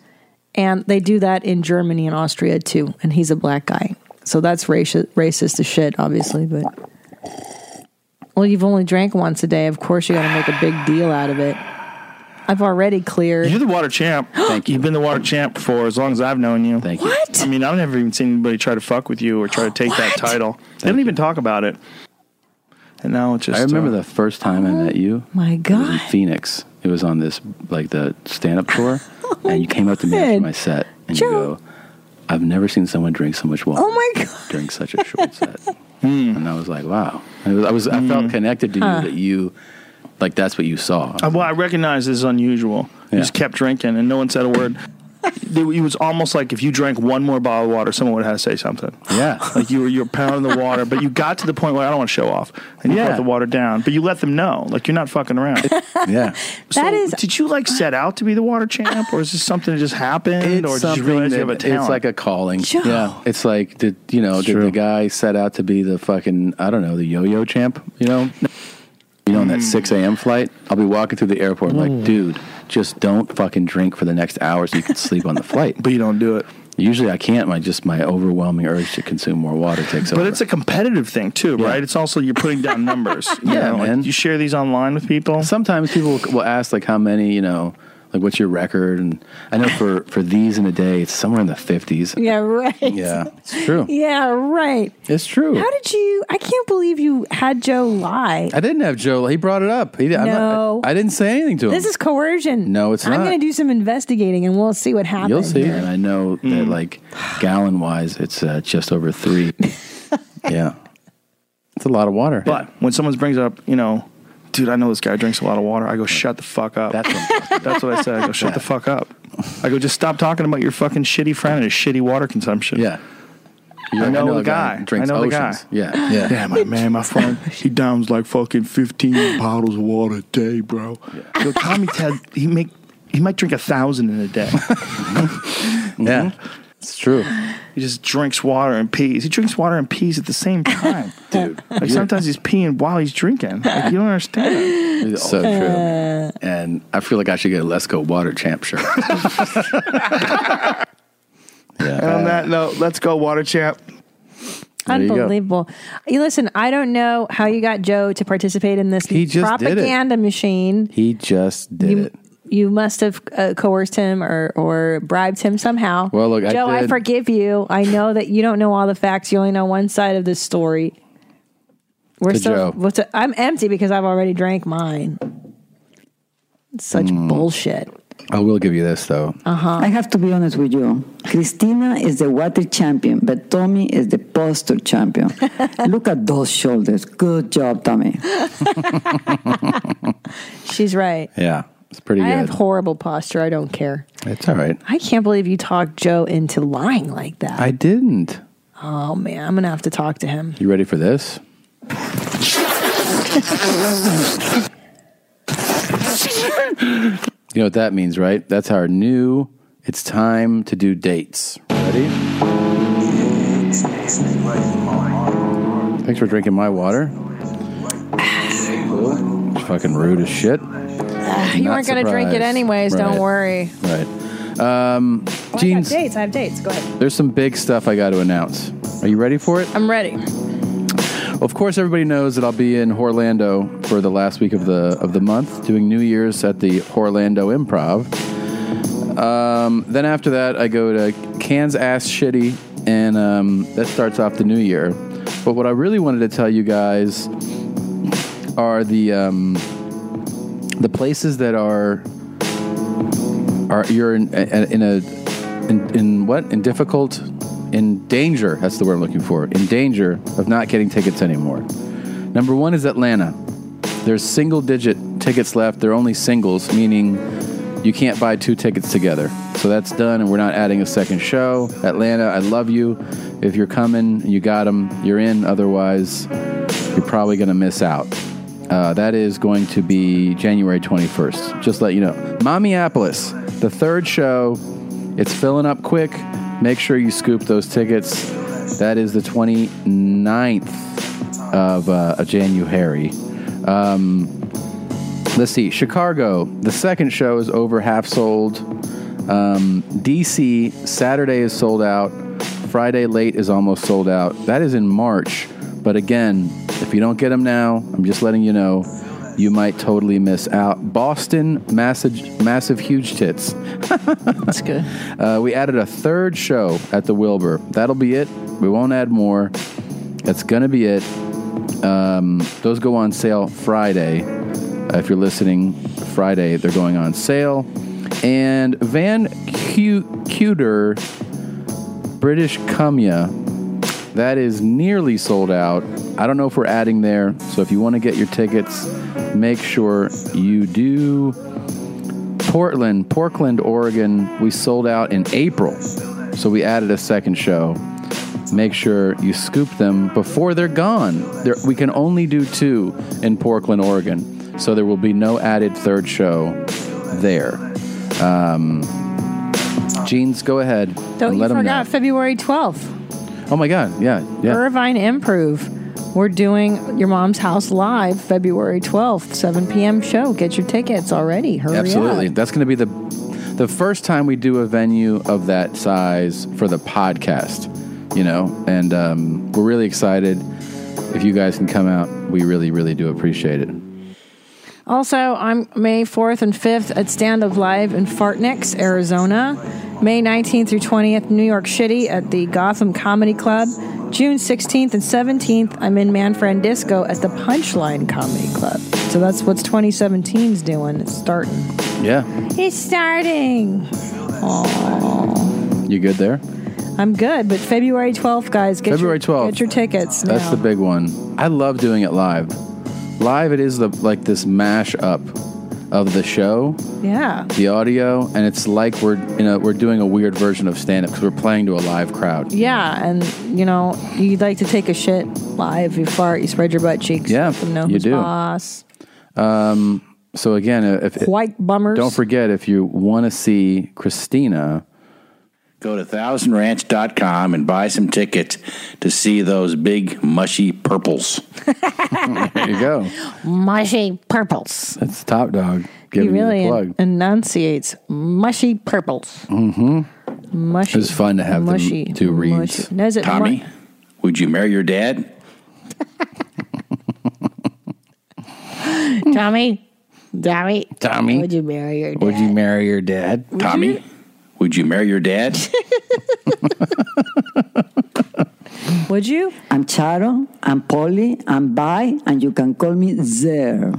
Speaker 3: And they do that in Germany and Austria too, and he's a black guy. So that's racist racist as shit, obviously, but well, you've only drank once a day. Of course, you got to make a big deal out of it. I've already cleared.
Speaker 17: You're the water champ. Thank you. You've been the water champ for as long as I've known you. Thank
Speaker 2: you.
Speaker 17: What? I mean, I've never even seen anybody try to fuck with you or try to take that title. they don't even talk about it. And now it's just. uh,
Speaker 2: I remember the first time I met you.
Speaker 3: Oh My
Speaker 2: It was in Phoenix. It was on this like the stand up tour, and you came up to me after
Speaker 3: Oh God.
Speaker 2: my set and you go, "I've never seen someone drink so much water
Speaker 3: Oh my god!
Speaker 2: during such a short set." And I was like, "Wow!" I was I, was, I felt connected to you
Speaker 17: Huh.
Speaker 2: that you like that's what you saw.
Speaker 17: Uh, Well, I recognize this is unusual. You just kept drinking and no one said a word. It it was almost like if you drank one more bottle of water, someone would have had to say something.
Speaker 2: Yeah,
Speaker 17: like you were you were pounding the water, but you got to the point where I don't want to show off, and you
Speaker 3: Yeah.
Speaker 17: brought the water down, but you let them know, like you're not fucking around.
Speaker 2: yeah,
Speaker 17: that is. Did you like set out to be the water champ, or is this something that just happened, or did you
Speaker 2: something
Speaker 17: realize you have a
Speaker 2: that-
Speaker 17: talent?
Speaker 2: It's like a calling. Yeah, it's like did you know did the guy set out to be the fucking I don't know the yo-yo champ? You know, you know, on that six a.m. flight, I'll be walking through the airport like,
Speaker 17: Mm.
Speaker 2: dude, just don't fucking drink for the next hour so you can sleep on the flight.
Speaker 17: But you don't do it.
Speaker 2: Usually, I can't. My just my overwhelming urge to consume more water takes over.
Speaker 17: But it's a competitive thing too, right? It's also you're putting down numbers. you
Speaker 2: Yeah,
Speaker 17: know, like,
Speaker 2: man.
Speaker 17: you share these online with people.
Speaker 2: Sometimes people will, will ask like how many you know. Like what's your record? And I know for for these in a day, it's somewhere in the fifties.
Speaker 3: Yeah, right.
Speaker 2: Yeah, it's true.
Speaker 3: Yeah, right.
Speaker 2: It's true.
Speaker 3: How did you? I can't believe you had Joe lie.
Speaker 2: I didn't have Joe. He brought it up. He, I'm
Speaker 3: No.
Speaker 2: not, I, I didn't say anything to him.
Speaker 3: This is coercion.
Speaker 2: No, it's
Speaker 3: I'm
Speaker 2: not.
Speaker 3: going to do some investigating and we'll see what happens.
Speaker 2: You'll see. And I know that, like, gallon wise, it's uh, just over three. yeah. It's a lot of water.
Speaker 17: But when someone brings up, you know, dude, I know this guy drinks a lot of water, I go, shut the fuck up. That's
Speaker 2: what,
Speaker 17: I said. I go, shut the fuck up. I go, just stop talking about your fucking shitty friend and his shitty water consumption.
Speaker 2: Yeah.
Speaker 17: I
Speaker 2: like,
Speaker 17: know,
Speaker 2: I know a
Speaker 17: the
Speaker 2: guy
Speaker 17: guy.
Speaker 2: drinks
Speaker 17: I know
Speaker 2: oceans.
Speaker 17: the guy.
Speaker 2: Yeah, yeah.
Speaker 17: Yeah, my man, my friend, he downs like fucking 15 bottles of water a day, bro. I go, Tommy Ted, he make he might drink a thousand in a day.
Speaker 2: Yeah. It's true.
Speaker 17: Mm-hmm. He just drinks water and pees. He drinks water and pees at the same time, dude. Like sometimes he's peeing while he's drinking. Like you don't understand.
Speaker 2: It's so true. And I feel like I should get a Let's Go Water Champ shirt.
Speaker 17: And on that note, let's go, Water Champ. There you go.
Speaker 3: Unbelievable. You listen, I don't know how you got Joe to participate in this
Speaker 2: He just did it.
Speaker 3: propaganda machine.
Speaker 2: He just did
Speaker 3: you,
Speaker 2: it.
Speaker 3: you must have uh, coerced him or, or bribed him somehow.
Speaker 2: Well, look, I
Speaker 3: Joe, I
Speaker 2: did-
Speaker 3: forgive you. I know that you don't know all the facts. You only know one side of this story. We're
Speaker 2: To
Speaker 3: still.
Speaker 2: Joe.
Speaker 3: What's a, I'm empty because I've already drank mine. Such bullshit.
Speaker 2: Mm. I will give you this though.
Speaker 3: Uh-huh.
Speaker 5: I have to be honest with you. Christina is the water champion, but Tommy is the posture champion. Look at those shoulders. Good job, Tommy.
Speaker 3: She's right.
Speaker 2: Yeah, it's pretty
Speaker 3: I
Speaker 2: good.
Speaker 3: have horrible posture. I don't care.
Speaker 2: it's all right.
Speaker 3: I can't believe you talked Joe into lying like that.
Speaker 2: I didn't.
Speaker 3: Oh man, I'm gonna have to talk to him.
Speaker 2: You ready for this? You know what that means, right? That's our new. It's time to do dates. Ready? Thanks for drinking my water. Cool. Fucking rude as shit.
Speaker 3: you
Speaker 2: Not
Speaker 3: weren't gonna drink it
Speaker 2: surprised.
Speaker 3: anyways.
Speaker 2: Right.
Speaker 3: Don't worry.
Speaker 2: Right. Um,
Speaker 3: I have
Speaker 2: Jeans,
Speaker 3: dates. I have dates. Go ahead.
Speaker 2: there's some big stuff I got to announce. Are you ready for it?
Speaker 3: I'm ready.
Speaker 2: Of course, everybody knows that I'll be in Orlando for the last week of the of the month, doing New Year's at the Orlando Improv. Um, then after that, I go to Cans Ass Shitty, and um, that starts off the new year. But what I really wanted to tell you guys are the um, the places that are are you're in in a in, in what in difficult in danger that's the word i'm looking for in danger of not getting tickets anymore number one is atlanta there's single digit tickets left they're only singles meaning you can't buy two tickets together so that's done and we're not adding a second show atlanta i love you if you're coming you got them you're in otherwise you're probably going to miss out uh, that is going to be January 21st. Just let you know. Mommyapolis, the third show. It's filling up quick. Make sure you scoop those tickets. That is the 29th of uh, of January. Um, let's see. Chicago, the second show is over half sold. Um, DC, Saturday is sold out. Friday late is almost sold out. That is in March. But again, if you don't get them now, I'm just letting you know, you might totally miss out. Boston, massive, massive huge tits. That's
Speaker 3: good.
Speaker 2: Uh, we added a third show at the Wilbur. That'll be it. We won't add more. That's going to be it. Um, those go on sale Friday. Uh, if you're listening, Friday they're going on sale. And Van Cu- Cuter, British Cumia, that is nearly sold out. I don't know if we're adding there. So if you want to get your tickets, make sure you do. Portland, Portland, Oregon, we sold out in April. So we added a second show. Make sure you scoop them before they're gone. There, we can only do two in Portland, Oregon. So there will be no added third show there. Um, Jeans, go ahead.
Speaker 3: Don't
Speaker 2: and
Speaker 3: you
Speaker 2: let 'em
Speaker 3: forget February 12th.
Speaker 2: know. Oh my God. Yeah. Yeah.
Speaker 3: Irvine Improve. We're doing your mom's house live February 12th, 7 p.m. show. Get your tickets already. Hurry
Speaker 2: Absolutely.
Speaker 3: up.
Speaker 2: That's going to be the the first time we do a venue of that size for the podcast, you know, and um, we're really excited. If you guys can come out, we really, really do appreciate it.
Speaker 3: Also, I'm May 4th and 5th at Stand Up Live in Fartnix, Arizona. May 19th through 20th, New York City at the Gotham Comedy Club. June 16th and 17th, I'm in Manfred Disco at the Punchline Comedy Club. So that's what's 2017's doing. It's starting.
Speaker 2: Yeah.
Speaker 3: It's starting.
Speaker 2: You good there?
Speaker 3: I'm good, but February 12th, guys, get
Speaker 2: February
Speaker 3: your,
Speaker 2: 12th.
Speaker 3: Get your tickets.
Speaker 2: That's
Speaker 3: now.
Speaker 2: the big one. I love doing it live. Live, it is the like this mash up of the show,
Speaker 3: yeah.
Speaker 2: the audio, and it's like we're you know we're doing a weird version of stand up because we're playing to a live crowd.
Speaker 3: Yeah, and you know, you'd like to take a shit live, you fart, you spread your butt cheeks.
Speaker 2: Yeah,
Speaker 3: let them know
Speaker 2: you
Speaker 3: who's
Speaker 2: do.
Speaker 3: boss.
Speaker 2: Um, so again, if
Speaker 3: White bummers.
Speaker 2: Don't forget if you want to see Christina,
Speaker 6: Go to thousandranch.com and buy some tickets to see those big, mushy purples.
Speaker 2: there you go.
Speaker 3: Mushy purples.
Speaker 2: That's top dog.
Speaker 3: He
Speaker 2: Giving
Speaker 3: really
Speaker 2: you the plug.
Speaker 3: en- enunciates mushy purples.
Speaker 2: Mm-hmm.
Speaker 3: Mushy.
Speaker 2: It was fun to have
Speaker 3: mushy,
Speaker 2: them do reads.
Speaker 3: mushy. No, is it mu-
Speaker 6: Tommy, would you marry your dad?
Speaker 18: Tommy, Tommy,
Speaker 6: Tommy?
Speaker 18: Would you marry your dad?
Speaker 6: Would you marry your dad? Tommy, would you marry your dad?
Speaker 3: Would you?
Speaker 5: I'm Charo, I'm Polly, I'm Bi, and you can call me Zer.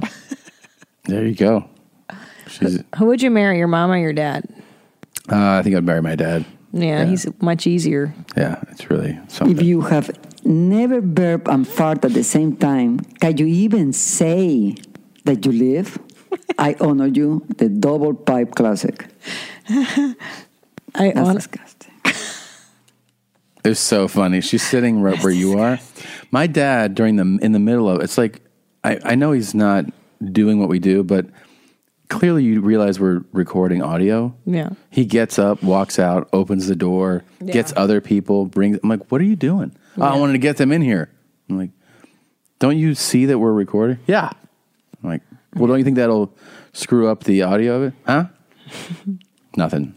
Speaker 2: There you go. She's, uh,
Speaker 3: Who would you marry, your mom or your dad?
Speaker 2: I think I'd marry my dad.
Speaker 3: Yeah, he's much easier.
Speaker 2: Yeah, it's really something.
Speaker 5: If you have never burp and fart at the same time, can you even say that you live? I honor you, the double pipe classic.
Speaker 3: I
Speaker 5: That's disgusting.
Speaker 2: It's so funny. She's sitting right where you are. My dad during the in the middle of it's like I, I know he's not doing what we do, but clearly you realize we're recording audio.
Speaker 3: Yeah.
Speaker 2: He gets up, walks out, opens the door,
Speaker 3: Yeah.
Speaker 2: gets other people, brings I'm like, What are you doing? "Oh, I wanted to get them in here. I'm like, Don't you see that we're recording? Yeah. I'm like, Well, don't you think that'll screw up the audio of it? Huh? Nothing.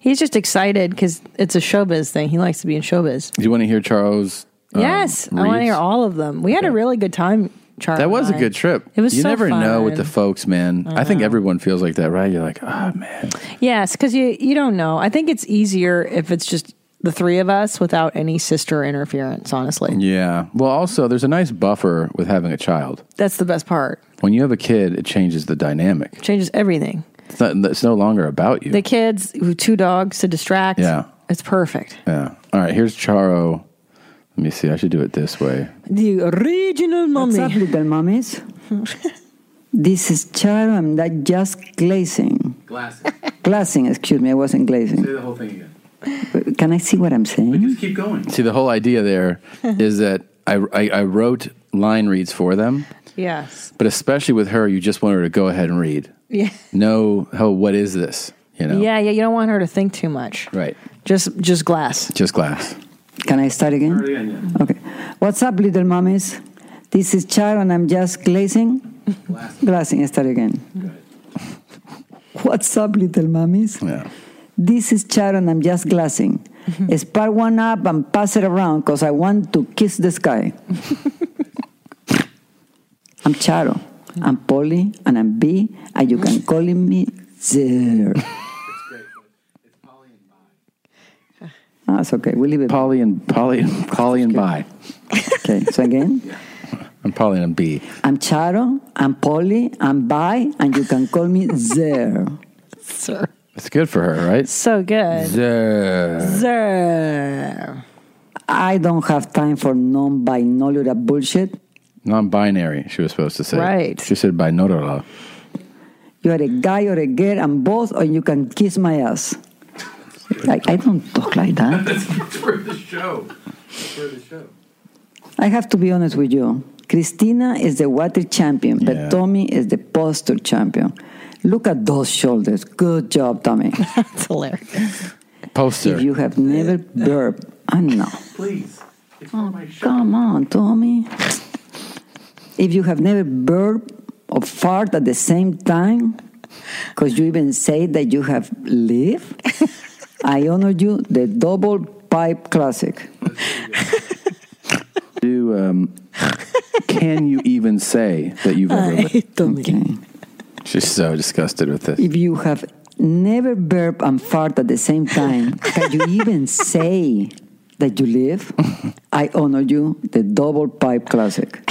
Speaker 3: He's just excited because it's a showbiz thing. He likes to be in showbiz.
Speaker 2: Do you want to hear Charles? um,
Speaker 3: yes, I want to
Speaker 2: reads?
Speaker 3: hear all of them. We had a really good time, Charlie.
Speaker 2: That was a
Speaker 3: and I.
Speaker 2: good trip.
Speaker 3: It was
Speaker 2: You
Speaker 3: so
Speaker 2: never know with
Speaker 3: fun.
Speaker 2: the folks, man. I, think everyone feels like that, right? You're like, ah, man.
Speaker 3: Yes, because you you don't know. I think it's easier if it's just the three of us without any sister interference. Honestly,
Speaker 2: Yeah. Well, also, there's a nice buffer with having a child.
Speaker 3: that's the best part.
Speaker 2: When you have a kid, it changes the dynamic.
Speaker 3: Changes everything.
Speaker 2: It's, not, it's no longer about you.
Speaker 3: The kids, with two dogs to distract.
Speaker 2: Yeah.
Speaker 3: it's perfect.
Speaker 2: Yeah. All right. Here's Charo. Let me see. I should do it this way.
Speaker 3: The original
Speaker 5: mummy. What's up, little mummies? this is Charo, I'm not just glazing.
Speaker 2: Glassing.
Speaker 5: Glazing, excuse me, I wasn't glazing.
Speaker 2: whole thing again.
Speaker 5: Can I see what I'm saying?
Speaker 2: Keep going. See, the whole idea there is that I, I, I wrote line reads for them,
Speaker 3: Yes.
Speaker 2: but especially with her, you just want her to go ahead and read.
Speaker 3: Yeah.
Speaker 2: No, oh, what is this? You know?
Speaker 3: Yeah. Yeah. You don't want her to think too much.
Speaker 2: Right.
Speaker 3: Just just glass.
Speaker 2: Just glass.
Speaker 5: Can I start again? Okay. What's up, little mummies? This is Charo, and I'm just glazing. Glazing, start again. What's up, little mummies?
Speaker 2: Yeah.
Speaker 5: This is Charo, and I'm just glazing. Spark one up and pass it around because I want to kiss the sky. I'm Charo. I'm Polly, and I'm B, and you can call me Zer. That's Ah, okay. We leave it.
Speaker 2: Polly and Polly, Polly and Bi.
Speaker 5: Okay. So again.
Speaker 2: I'm Polly and B.
Speaker 5: I'm Charo, I'm Polly, I'm Bi, and you can call me Zer.
Speaker 3: Sir.
Speaker 2: It's good for her, right?
Speaker 3: So good.
Speaker 2: Zer.
Speaker 3: Zer.
Speaker 5: I don't have time for non binocular bullshit.
Speaker 2: Non-binary. She was supposed to say.
Speaker 5: Right.
Speaker 2: She said binaural.
Speaker 5: You are a guy or a girl, and both, or you can kiss my ass. Like, I don't talk like that.
Speaker 2: for the show. For the show.
Speaker 5: I have to be honest with you. Christina is the water champion, but
Speaker 2: Yeah.
Speaker 5: Tommy is the posture champion. Look at those shoulders. Good job, Tommy.
Speaker 3: That's hilarious.
Speaker 2: Poster.
Speaker 5: If you have never burped, I know.
Speaker 2: Please.
Speaker 5: Come on, Tommy. if you have never burped or fart at the same time, because you even say that you have lived, I honor you the double pipe classic.
Speaker 2: Do um, can you even say that you've ever? She's so disgusted with this.
Speaker 5: If you have never burped and fart at the same time, can you even say that you live? I honor you the double pipe classic.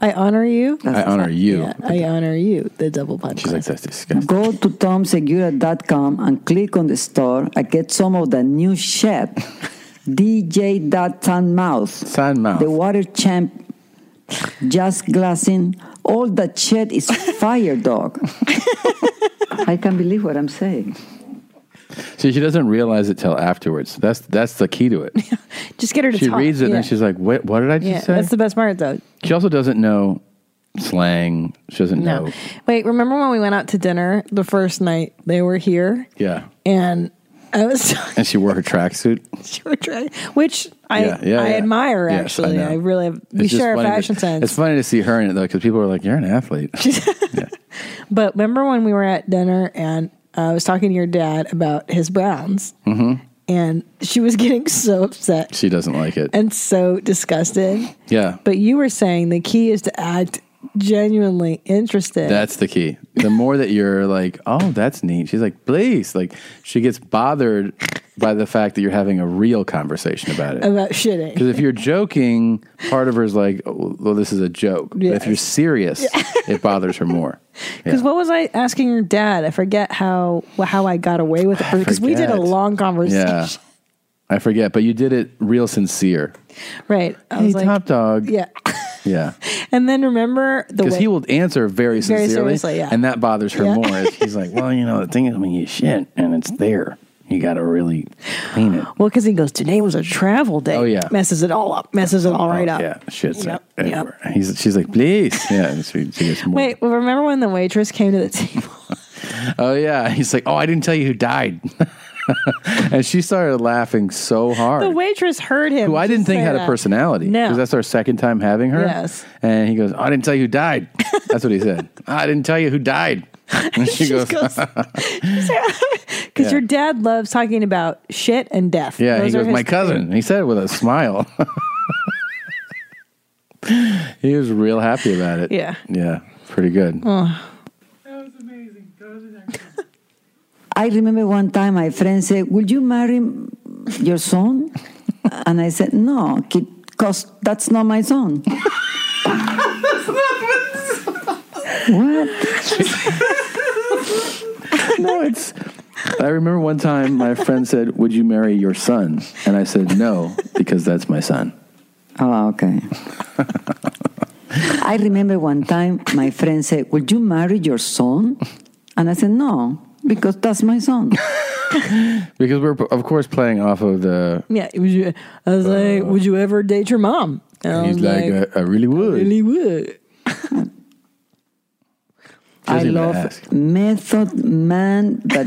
Speaker 3: I honor you.
Speaker 2: I honor you.
Speaker 3: Yeah, I honor you. The double punch.
Speaker 2: She's like that's disgusting.
Speaker 5: Go to tomsegura.com and click on the store and get some of the new shit. DJ San Mouth.
Speaker 2: San Mouth.
Speaker 5: The water champ. Just glassing. All that shit is fire, dog. I can't believe what I'm saying.
Speaker 2: See, she doesn't realize it till afterwards. That's that's the key to it.
Speaker 3: Just get her to
Speaker 2: she
Speaker 3: talk.
Speaker 2: reads it
Speaker 3: yeah.
Speaker 2: and she's like, "What? What did I just
Speaker 3: Yeah,
Speaker 2: say?"
Speaker 3: that's the best part though.
Speaker 2: she also doesn't know slang. She doesn't
Speaker 3: No.
Speaker 2: know.
Speaker 3: Wait, remember when we went out to dinner the first night they were here
Speaker 2: Yeah.
Speaker 3: and I was talking
Speaker 2: And she wore her tracksuit.
Speaker 3: to which I
Speaker 2: Yeah, yeah,
Speaker 3: I
Speaker 2: yeah.
Speaker 3: admire
Speaker 2: Yes, I
Speaker 3: actually.
Speaker 2: know.
Speaker 3: I, really have, you
Speaker 2: It's just
Speaker 3: share a
Speaker 2: funny to-
Speaker 3: fashion sense.
Speaker 2: It's funny to see her in it though, because people are like, "You're an athlete."
Speaker 3: But remember when we were at dinner and uh, I was talking to your dad about his Browns,
Speaker 2: hmm
Speaker 3: and she was getting so upset
Speaker 2: She doesn't like it.
Speaker 3: and so disgusted.
Speaker 2: yeah,
Speaker 3: But you were saying the key is to act genuinely interested.
Speaker 2: that's the key. The more that you're like, "Oh, that's neat," she's like, "Please!" Like she gets bothered by the fact that you're having a real conversation about it.
Speaker 3: about shitting.
Speaker 2: Because if you're joking, part of her is like, oh, "Well, this is a joke." But If you're serious, it bothers her more.
Speaker 3: Because what was I asking your dad? I forget how how I got away with it because we did a
Speaker 2: forget.
Speaker 3: long conversation.
Speaker 2: Yeah, I forget, but you did it real sincere.
Speaker 3: Right. I
Speaker 2: Hey,
Speaker 3: was like,
Speaker 2: top dog.
Speaker 3: Yeah.
Speaker 2: Yeah.
Speaker 3: And then remember the
Speaker 2: Because
Speaker 3: way
Speaker 2: he will answer very
Speaker 3: Very
Speaker 2: sincerely,
Speaker 3: seriously, yeah.
Speaker 2: and that bothers her
Speaker 3: Yeah.
Speaker 2: more. He's like, "Well, you know, the thing is, when you shit and it's there, you got to really clean it."
Speaker 3: Well, because he goes, today was a travel day. Oh
Speaker 2: yeah. Oh,
Speaker 3: messes it all up. Messes it all right up.
Speaker 2: Yeah, shit's
Speaker 3: Yep,
Speaker 2: everywhere. He's, she's like, "Please, yeah." and she, she gets more.
Speaker 3: Wait, well, remember when the waitress came to the table?
Speaker 2: Oh yeah, he's like, "Oh, I didn't tell you who died," and she started laughing so hard.
Speaker 3: The waitress heard him.
Speaker 2: who I didn't think had a personality.
Speaker 3: No.
Speaker 2: Because that's our second time having her.
Speaker 3: Yes.
Speaker 2: And he goes, I didn't tell you who died. That's what he said. I didn't tell you who died. And she goes,
Speaker 3: Because your dad loves talking about shit and death.
Speaker 2: Yeah, he
Speaker 3: Those are
Speaker 2: goes,
Speaker 3: his
Speaker 2: my cousin.
Speaker 3: things.
Speaker 2: And He said it with a smile. he was real happy about it.
Speaker 3: Yeah.
Speaker 2: Yeah. Pretty good.
Speaker 3: Oh.
Speaker 5: I remember one time my friend said, Will you marry m- your son? and I said, No, because that's not my son. what?
Speaker 2: no, it's. I remember one time my friend said, Would you marry your son? And I said, No, because that's my son.
Speaker 5: Oh, okay. I remember one time my friend said, Will you marry your son? And I said, No, because that's my son.
Speaker 2: Because we're, of course, playing off of the
Speaker 3: Yeah. would you- I was like, would you ever date your mom?
Speaker 5: Oh,
Speaker 3: And I
Speaker 2: Uh, He's
Speaker 3: was
Speaker 2: like, I, I really would.
Speaker 3: really would.
Speaker 5: I
Speaker 2: Doesn't even
Speaker 5: love
Speaker 2: ask.
Speaker 5: Method Man, but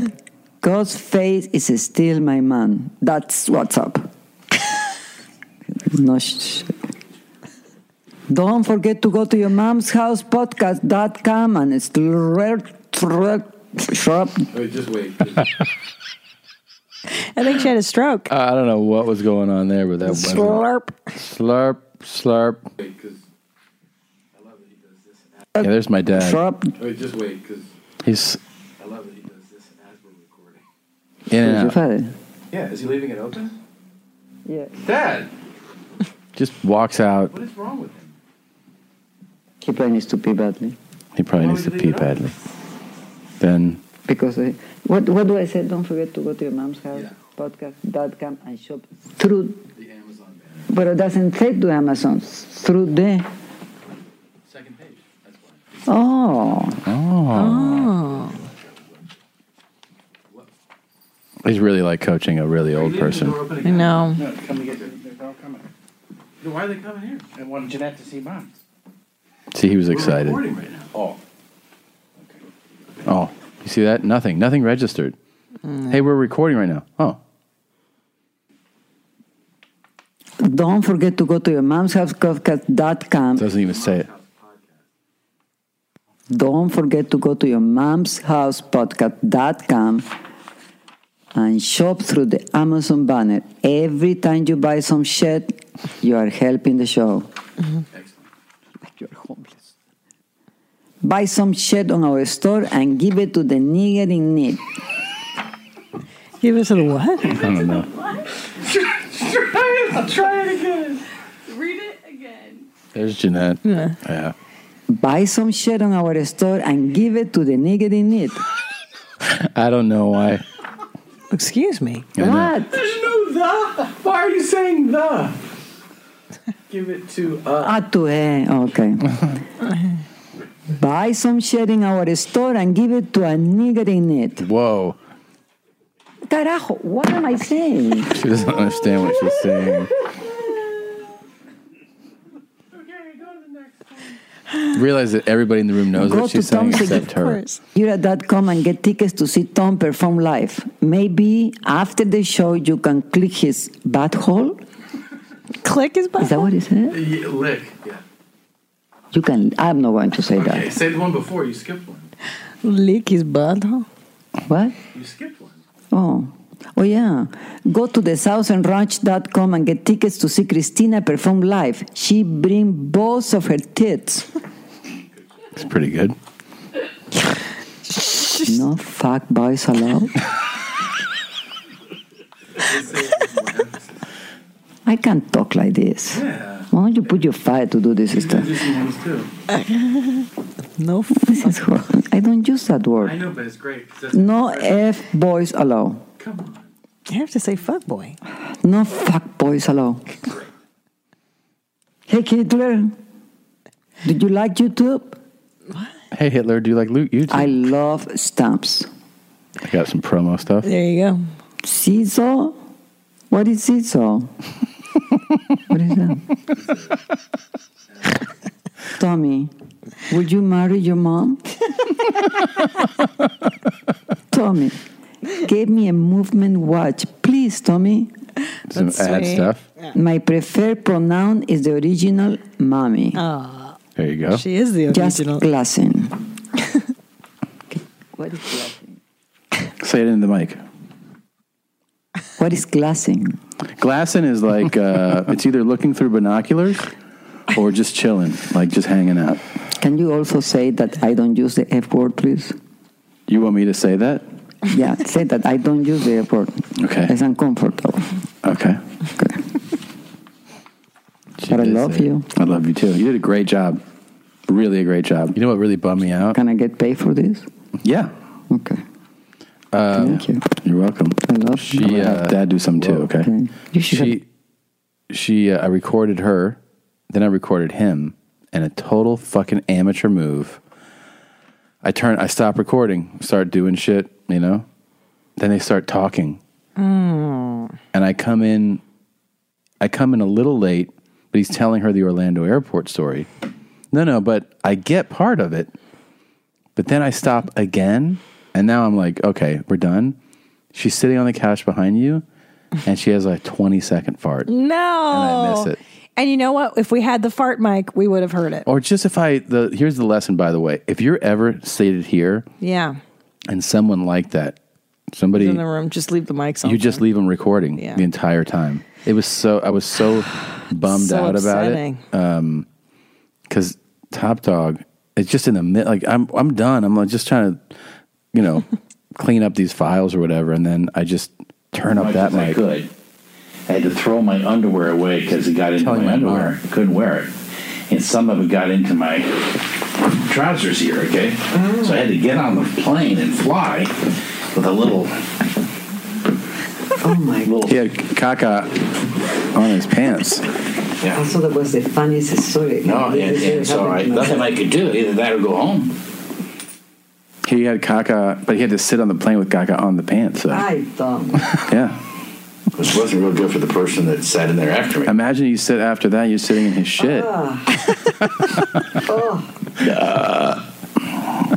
Speaker 5: God's face is still my man. That's what's up. no sh- Don't forget to go to your mom's house podcast.com and it's
Speaker 2: Wait, just wait.
Speaker 3: I think she had a stroke.
Speaker 2: I don't know what was going on there, but that was
Speaker 3: Slurp.
Speaker 2: slurp, slurp. Yeah, there's my dad.
Speaker 5: Slurp.
Speaker 2: Wait, just wait, because he's. I love that he does this as we're recording. In and
Speaker 5: Who's
Speaker 2: out.
Speaker 5: your
Speaker 2: Yeah, is he leaving it open?
Speaker 5: Yeah.
Speaker 2: Dad. Just walks out.
Speaker 5: What is wrong with him? He probably needs to pee badly.
Speaker 2: He probably needs to pee badly. Then
Speaker 5: Because I, what what do I say? Don't forget to go to your mom's house podcast.com and shop through the Amazon banner. But it doesn't say to Amazon through the
Speaker 2: Second page.
Speaker 5: oh
Speaker 2: Oh. he's really like coaching a really old person.
Speaker 3: I know.
Speaker 9: No, come to get their, they're all coming. Why are they coming here? I wanted Jeanette to see mom.
Speaker 2: See, he was excited.
Speaker 9: right now. Oh.
Speaker 2: Oh, you see that? Nothing. Nothing registered.
Speaker 5: Mm.
Speaker 2: Hey, we're recording right now. Oh,
Speaker 5: Don't forget to go to your mom's house podcast.com.
Speaker 2: Doesn't even say it.
Speaker 5: Don't forget to go to your mom's house podcast.com and shop through the Amazon banner. Every time you buy some shit, you are helping the show.
Speaker 3: Mm-hmm.
Speaker 5: You're homeless. Buy some shit on our store and give it to the nigger in need.
Speaker 3: Give us a what?
Speaker 2: I don't know.
Speaker 9: try it. Try it again.
Speaker 19: Read it again.
Speaker 2: There's Jeanette.
Speaker 5: Yeah.
Speaker 2: Yeah.
Speaker 5: Buy some shit on our store and give it to the nigger in need.
Speaker 2: I don't know why.
Speaker 3: Excuse me.
Speaker 5: What?
Speaker 9: There's no the. Why are you saying the? Give it to uh, us.
Speaker 5: Ah, to eh, okay. Buy some shit in our store and give it to a nigger in need.
Speaker 2: Whoa.
Speaker 5: Carajo, what am I saying?
Speaker 2: She doesn't understand what she's saying. Realize that everybody in the room knows
Speaker 5: Go
Speaker 2: what
Speaker 5: to
Speaker 2: she's saying
Speaker 5: Tom's
Speaker 2: except her.
Speaker 5: Gira.com and get tickets to see Tom perform live. Maybe after the show, you can click his butthole.
Speaker 3: Click his butthole?
Speaker 5: Is that what he said?
Speaker 9: Yeah, lick. Yeah.
Speaker 5: You can. I'm not going to say
Speaker 9: Okay,
Speaker 5: that.
Speaker 9: say the one before. You skipped one.
Speaker 3: Lick his butthole.
Speaker 5: What?
Speaker 9: You skipped one.
Speaker 5: Oh. Oh, yeah. Go to the southernranch.com and get tickets to see Christina perform live. She bring both of her tits.
Speaker 2: It's pretty good.
Speaker 5: no fuck boys allowed. I can't talk like this. Why don't you put your fire to do this stuff?
Speaker 3: no,
Speaker 5: this is horrible. I don't use that word.
Speaker 9: I know, but it's great. 'cause that's-
Speaker 5: No f boys allowed.
Speaker 9: Come on.
Speaker 3: You have to say fuck boy.
Speaker 5: No fuck boys allowed. hey Hitler, did you like YouTube?
Speaker 2: Hey Hitler, do you like loot YouTube?
Speaker 5: I love stamps.
Speaker 2: I got some promo stuff.
Speaker 3: There you go.
Speaker 5: Caesar, what is Caesar? what is that? Tommy, would you marry your mom? Tommy, give me a movement watch, please, Tommy.
Speaker 2: Some That's ad sweet. stuff?
Speaker 5: My preferred pronoun is the original mommy.
Speaker 2: There you go.
Speaker 5: Ah. She is the Just original. glassing. what is glassing?
Speaker 2: Say it into the mic.
Speaker 5: What is glassing?
Speaker 2: Glassing is like uh, it's either looking through binoculars or just chilling, like just hanging out.
Speaker 5: Can you also say that I don't use the F word, please?
Speaker 2: You want me to say that?
Speaker 5: Yeah, say that I don't use the F word.
Speaker 2: Okay.
Speaker 5: It's uncomfortable.
Speaker 2: Okay. She
Speaker 5: But I
Speaker 2: did
Speaker 5: love
Speaker 2: say it.
Speaker 5: you.
Speaker 2: I love you too. You did a great job. Really a great job. You know what really bummed me out?
Speaker 5: Can I get paid for this?
Speaker 2: Yeah.
Speaker 5: Okay.
Speaker 2: Uh,
Speaker 5: Thank you.
Speaker 2: You're welcome.
Speaker 5: I love
Speaker 2: she, uh, Dad do some too, okay? She, she, uh, I recorded her, then I recorded him, and a total fucking amateur move. I turn, I stop recording, start doing shit, you know? Then they start talking.
Speaker 3: Hmm.
Speaker 2: and I come in I come in a little late, but he's telling her the Orlando airport story. No, no, but I get part of it. But then I stop again, and now I'm like, okay, we're done. She's sitting on the couch behind you, and she has like 20 second fart.
Speaker 3: No. And I
Speaker 2: miss it.
Speaker 3: And you know what? If we had the fart mic, we would have heard it.
Speaker 2: Or just if I the here's the lesson by the way. If you're ever seated here
Speaker 3: Yeah.
Speaker 2: and someone like that, somebody
Speaker 3: In the room, just leave the mics on.
Speaker 2: you just leave them recording
Speaker 3: Yeah.
Speaker 2: the entire time. It was so I was so bummed
Speaker 3: So
Speaker 2: out
Speaker 3: upsetting.
Speaker 2: about it. because Top Dog, it's just in the mid. Like I'm I'm done. I'm like just trying to, you know, clean up these files or whatever, and then I just turn up
Speaker 6: much
Speaker 2: that
Speaker 6: as I
Speaker 2: mic.
Speaker 6: could. I had to throw my underwear away because it got into
Speaker 2: Tell
Speaker 6: my,
Speaker 2: your mom.
Speaker 6: underwear. Couldn't wear it, and some of it got into my trousers here. Okay,
Speaker 9: Mm.
Speaker 6: so I had to get on the plane and fly with a little.
Speaker 5: Oh my!
Speaker 2: He had caca on his pants.
Speaker 5: Yeah. Also, that was the funniest story.
Speaker 6: No, and,
Speaker 5: This
Speaker 6: and so I,
Speaker 5: happened to
Speaker 6: nothing
Speaker 5: my-
Speaker 6: I could do. Either that or go home.
Speaker 2: He had caca, but he had to sit on the plane with caca on the pants. So.
Speaker 5: I don't.
Speaker 2: Yeah.
Speaker 6: Which wasn't real good for the person that sat in there after me.
Speaker 2: Imagine you sit after that, you're sitting in his shit.
Speaker 5: Ah. Oh, Uh,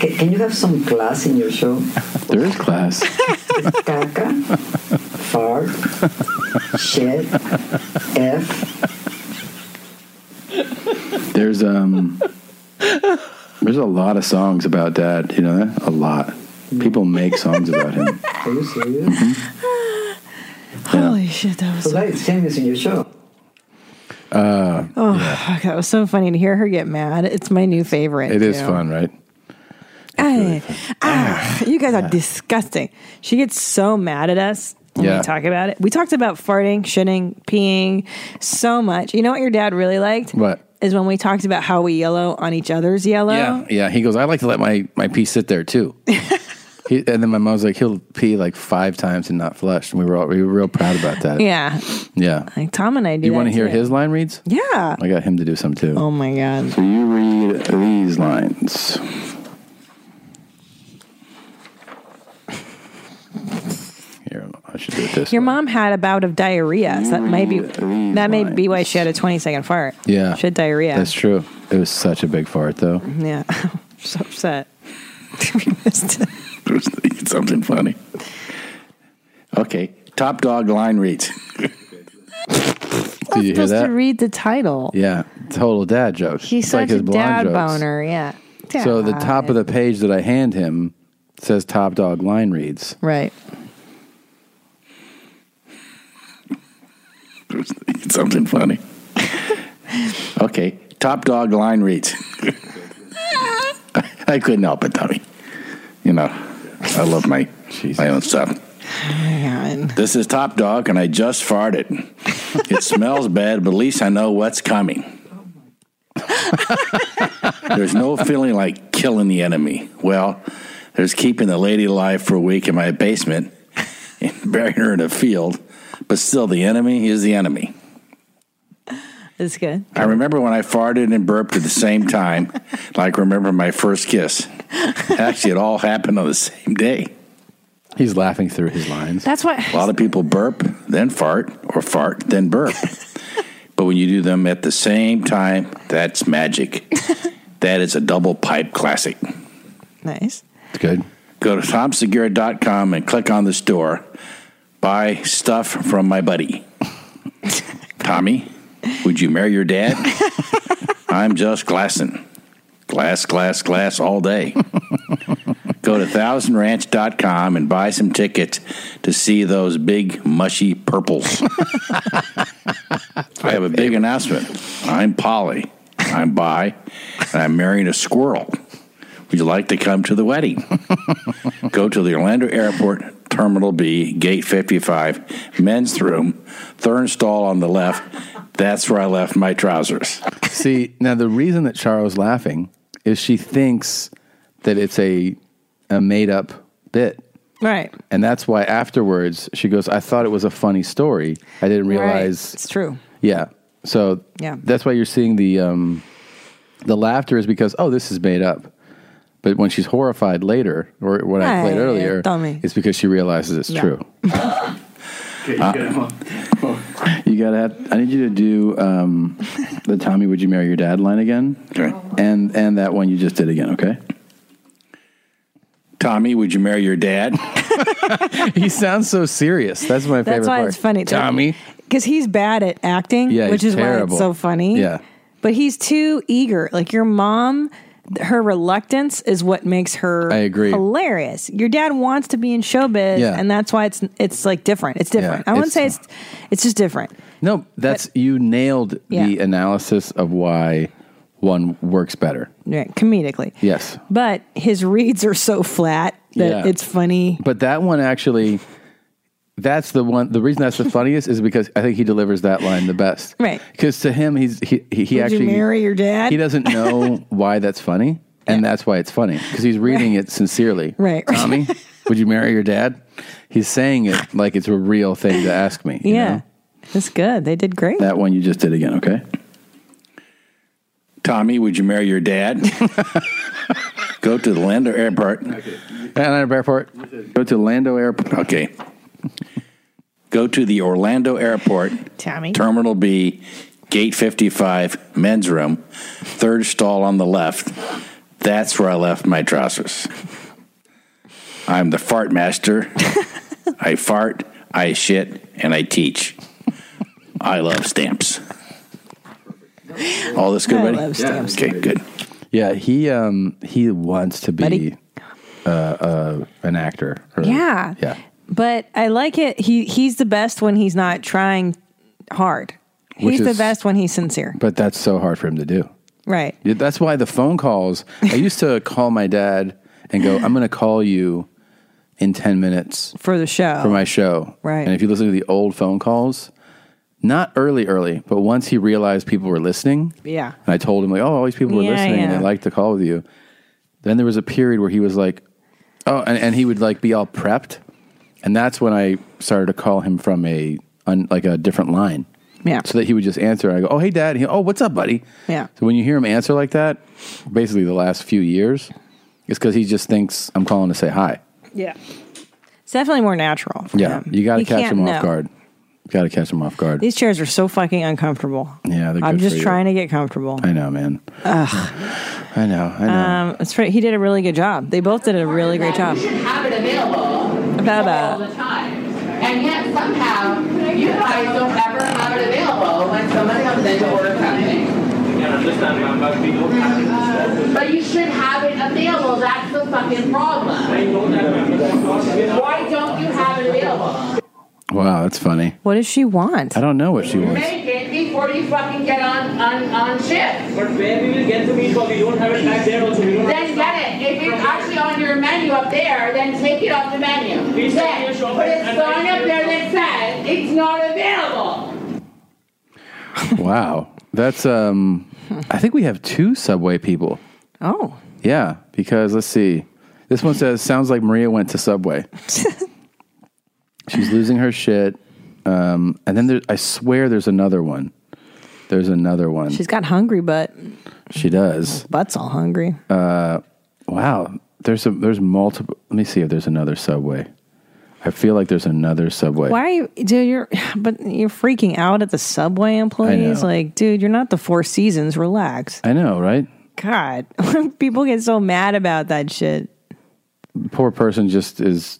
Speaker 5: Ca- Can you have some class in your show?
Speaker 2: There is class.
Speaker 5: Caca, fart, shit, F.
Speaker 2: There's um there's a lot of songs about dad, you know that? A lot. People make songs about him. Mm-hmm.
Speaker 5: Are you serious?
Speaker 3: Holy shit, that was
Speaker 5: so. That is famous in your show.
Speaker 2: Uh
Speaker 3: Oh, fuck, that was so funny to hear her get mad. It's my new favorite.
Speaker 2: it is
Speaker 3: too.
Speaker 2: fun, right?
Speaker 3: Ah, ah, you guys are disgusting. She gets so mad at us when
Speaker 2: Yeah.
Speaker 3: we talk about it. We talked about farting, shitting, peeing so much. You know what your dad really liked?
Speaker 2: What?
Speaker 3: Is when we talked about how we yellow on each other's yellow.
Speaker 2: Yeah, yeah. He goes, I like to let my my pee sit there too. he, and then my mom's like, he'll pee like five times and not flush, and we were all, we were real proud about that.
Speaker 3: Yeah.
Speaker 2: yeah.
Speaker 3: Like Tom and I do
Speaker 2: you want to
Speaker 3: that,
Speaker 2: hear
Speaker 3: too.
Speaker 2: his line reads?
Speaker 3: Yeah.
Speaker 2: I got him to do some too.
Speaker 3: Oh my god.
Speaker 2: So you read these lines. Here, I'll should do it this.
Speaker 3: Your mom had a bout of diarrhea, so that may be that may be why she had a twenty second fart.
Speaker 2: Yeah.
Speaker 3: she had diarrhea.
Speaker 2: That's true. It was such a big fart, though.
Speaker 3: Yeah, I'm so upset. we missed it.
Speaker 6: I was thinking something funny. Okay, top dog line reads.
Speaker 2: Did you hear
Speaker 3: supposed
Speaker 2: that?
Speaker 3: to read the title.
Speaker 2: yeah, total dad jokes.
Speaker 3: He's
Speaker 2: It's
Speaker 3: such a
Speaker 2: blonde
Speaker 3: dad
Speaker 2: jokes.
Speaker 3: boner. Yeah.
Speaker 2: So the top of the page that I hand him says top dog line reads.
Speaker 3: Right.
Speaker 6: I was thinking something funny. Okay, top dog line reads. I, I couldn't help it, Tommy. You know, I love my my own stuff. This is top dog, and I just farted. It smells bad, but at least I know what's coming. There's no feeling like killing the enemy. Well, there's keeping the lady alive for a week in my basement and burying her in a field, but still, the enemy is the enemy.
Speaker 3: It's good.
Speaker 6: I remember when I farted and burped at the same time, like remember my first kiss. Actually, it all happened on the same day.
Speaker 2: He's laughing through his lines.
Speaker 3: That's why.
Speaker 6: A lot of people burp, then fart, or fart, then burp. but when you do them at the same time, that's magic. that is a double pipe classic.
Speaker 3: Nice.
Speaker 2: It's good.
Speaker 6: Go to tomsegura.com and click on the store. Buy stuff from my buddy. Tommy, would you marry your dad? I'm just glassing. Glass, glass, glass all day. Go to thousandranch.com and buy some tickets to see those big, mushy purples. I have a big announcement. I'm Polly. I'm bi, and I'm marrying a squirrel. Would you like to come to the wedding? Go to the Orlando Airport, Terminal B, Gate 55, men's room, third stall on the left. That's where I left my trousers.
Speaker 2: See, now the reason that Charo's laughing is she thinks that it's a a made up bit.
Speaker 3: Right.
Speaker 2: And that's why afterwards she goes, I thought it was a funny story. I didn't realize
Speaker 3: Right. It's true.
Speaker 2: Yeah. So
Speaker 3: Yeah.
Speaker 2: that's why you're seeing the um the laughter is because, oh, this is made up. But when she's horrified later, or what I played
Speaker 6: Hey,
Speaker 2: earlier,
Speaker 6: dummy.
Speaker 2: it's because she realizes it's
Speaker 6: Yeah.
Speaker 2: true.
Speaker 6: Okay, you
Speaker 2: got You gotta have. I need you to do um, the Tommy, would you marry your dad line again?
Speaker 6: Okay.
Speaker 2: And and that one you just did again. Okay.
Speaker 6: Tommy, would you marry your dad?
Speaker 2: he sounds so serious. That's my favorite
Speaker 3: That's why
Speaker 2: part.
Speaker 3: it's funny. too.
Speaker 2: Tommy.
Speaker 3: Because he's bad at acting,
Speaker 2: Yeah,
Speaker 3: which
Speaker 2: he's
Speaker 3: is why
Speaker 2: terrible.
Speaker 3: it's so funny.
Speaker 2: Yeah.
Speaker 3: But he's too eager. Like your mom, her reluctance is what makes her
Speaker 2: I agree.
Speaker 3: hilarious. Your dad wants to be in showbiz
Speaker 2: Yeah.
Speaker 3: and that's why it's it's like different. It's different.
Speaker 2: Yeah,
Speaker 3: I wouldn't
Speaker 2: it's-
Speaker 3: say it's it's just different.
Speaker 2: No, that's you nailed the
Speaker 3: Yeah.
Speaker 2: analysis of why one works better.
Speaker 3: Yeah, comedically.
Speaker 2: Yes.
Speaker 3: But his reads are so flat that
Speaker 2: Yeah.
Speaker 3: it's funny.
Speaker 2: But that one actually, that's the one. The reason that's the funniest is because I think he delivers that line the best.
Speaker 3: Right.
Speaker 2: Because to him, he's he he, he
Speaker 3: Would
Speaker 2: actually
Speaker 3: you marry your dad?
Speaker 2: He doesn't know why that's funny, and that's why it's funny because he's reading it sincerely.
Speaker 3: Right.
Speaker 2: Tommy, would you marry your dad? He's saying it like it's a real thing to ask me. you
Speaker 3: yeah.
Speaker 2: know?
Speaker 3: That's good. They did great.
Speaker 2: That one you just did again, okay?
Speaker 6: Tommy, would you marry your dad? Go to the Lando Airport.
Speaker 2: Orlando Uh, Airport. Go to Lando Airport.
Speaker 6: Okay. Go to the Orlando Airport,
Speaker 3: Tommy.
Speaker 6: Terminal B, Gate 55, men's room, third stall on the left. That's where I left my trousers. I'm the fart master. I fart, I shit, and I teach. I love stamps. All this good,
Speaker 2: I
Speaker 6: buddy?
Speaker 2: love stamps.
Speaker 6: Okay, good.
Speaker 2: Yeah, he um he wants to be
Speaker 3: Buddy.
Speaker 2: uh, uh an actor. or-
Speaker 3: Yeah.
Speaker 2: Yeah.
Speaker 3: But I like it. He he's the best when he's not trying hard.
Speaker 2: Which
Speaker 3: he's the
Speaker 2: is-
Speaker 3: best when he's sincere.
Speaker 2: But that's so hard for him to do.
Speaker 3: Right.
Speaker 2: Yeah, That's why the phone calls. I used to call my dad and go, "I'm going to call you in 10 minutes
Speaker 3: for the show."
Speaker 2: For my show.
Speaker 3: Right.
Speaker 2: And if you listen to the old phone calls, not early early, but once he realized people were listening,
Speaker 3: Yeah.
Speaker 2: And I told him like, oh, all these people were
Speaker 3: Yeah,
Speaker 2: listening and
Speaker 3: yeah.
Speaker 2: they liked the call with you. Then there was a period where he was like, oh, and, and he would like be all prepped, and that's when I started to call him from a un, like a different line.
Speaker 3: Yeah.
Speaker 2: So that he would just answer. And I go, oh, hey, dad. And he, oh, what's up, buddy?
Speaker 3: Yeah.
Speaker 2: So when you hear him answer like that, basically the last few years, it's because he just thinks I'm calling to say hi.
Speaker 3: Yeah. It's definitely more natural. for
Speaker 2: Yeah, you got to
Speaker 3: You
Speaker 2: catch
Speaker 3: can't
Speaker 2: them off
Speaker 3: know.
Speaker 2: guard. Got to catch them off guard.
Speaker 3: These chairs are so fucking uncomfortable.
Speaker 2: Yeah, they're
Speaker 3: I'm
Speaker 2: good
Speaker 3: just
Speaker 2: for you.
Speaker 3: trying to get comfortable.
Speaker 2: I know, man.
Speaker 3: Ugh.
Speaker 2: I know. I know.
Speaker 3: Um, it's pretty, he did a really good job. They both did a really great job.
Speaker 11: Have it available
Speaker 3: About uh,
Speaker 11: all
Speaker 3: that.
Speaker 11: the time. And yet somehow you guys don't ever have it available when someone comes in to order something. But you should have it available. That's the fucking problem. Why don't you have it available?
Speaker 2: wow, that's funny.
Speaker 3: What does she want?
Speaker 2: I don't know what she wants.
Speaker 11: Make it before you fucking get on on on shift.
Speaker 20: But where we will get the meat, but we don't have it back there also. We don't have
Speaker 11: Then get it. If it's actually on your menu up there, then take it off the menu.
Speaker 20: Please
Speaker 11: Then
Speaker 20: take your shop
Speaker 11: put a
Speaker 20: and-
Speaker 11: sign up there that says it's not available.
Speaker 2: wow, that's um. I think we have two subway people.
Speaker 3: Oh.
Speaker 2: Yeah, because let's see. This one says, "Sounds like Maria went to Subway." She's losing her shit. Um, and then there, I swear there's another one. There's another one.
Speaker 3: She's got hungry, but
Speaker 2: She does.
Speaker 3: Butt's all hungry.
Speaker 2: Uh, wow. There's a there's multiple. Let me see if there's another subway. I feel like there's another subway.
Speaker 3: why are you, dude? You're, but you're freaking out at the subway employees.
Speaker 2: know.
Speaker 3: Like, dude, you're not the Four Seasons. Relax.
Speaker 2: I know, right?
Speaker 3: God, people get so mad about that shit.
Speaker 2: Poor person just is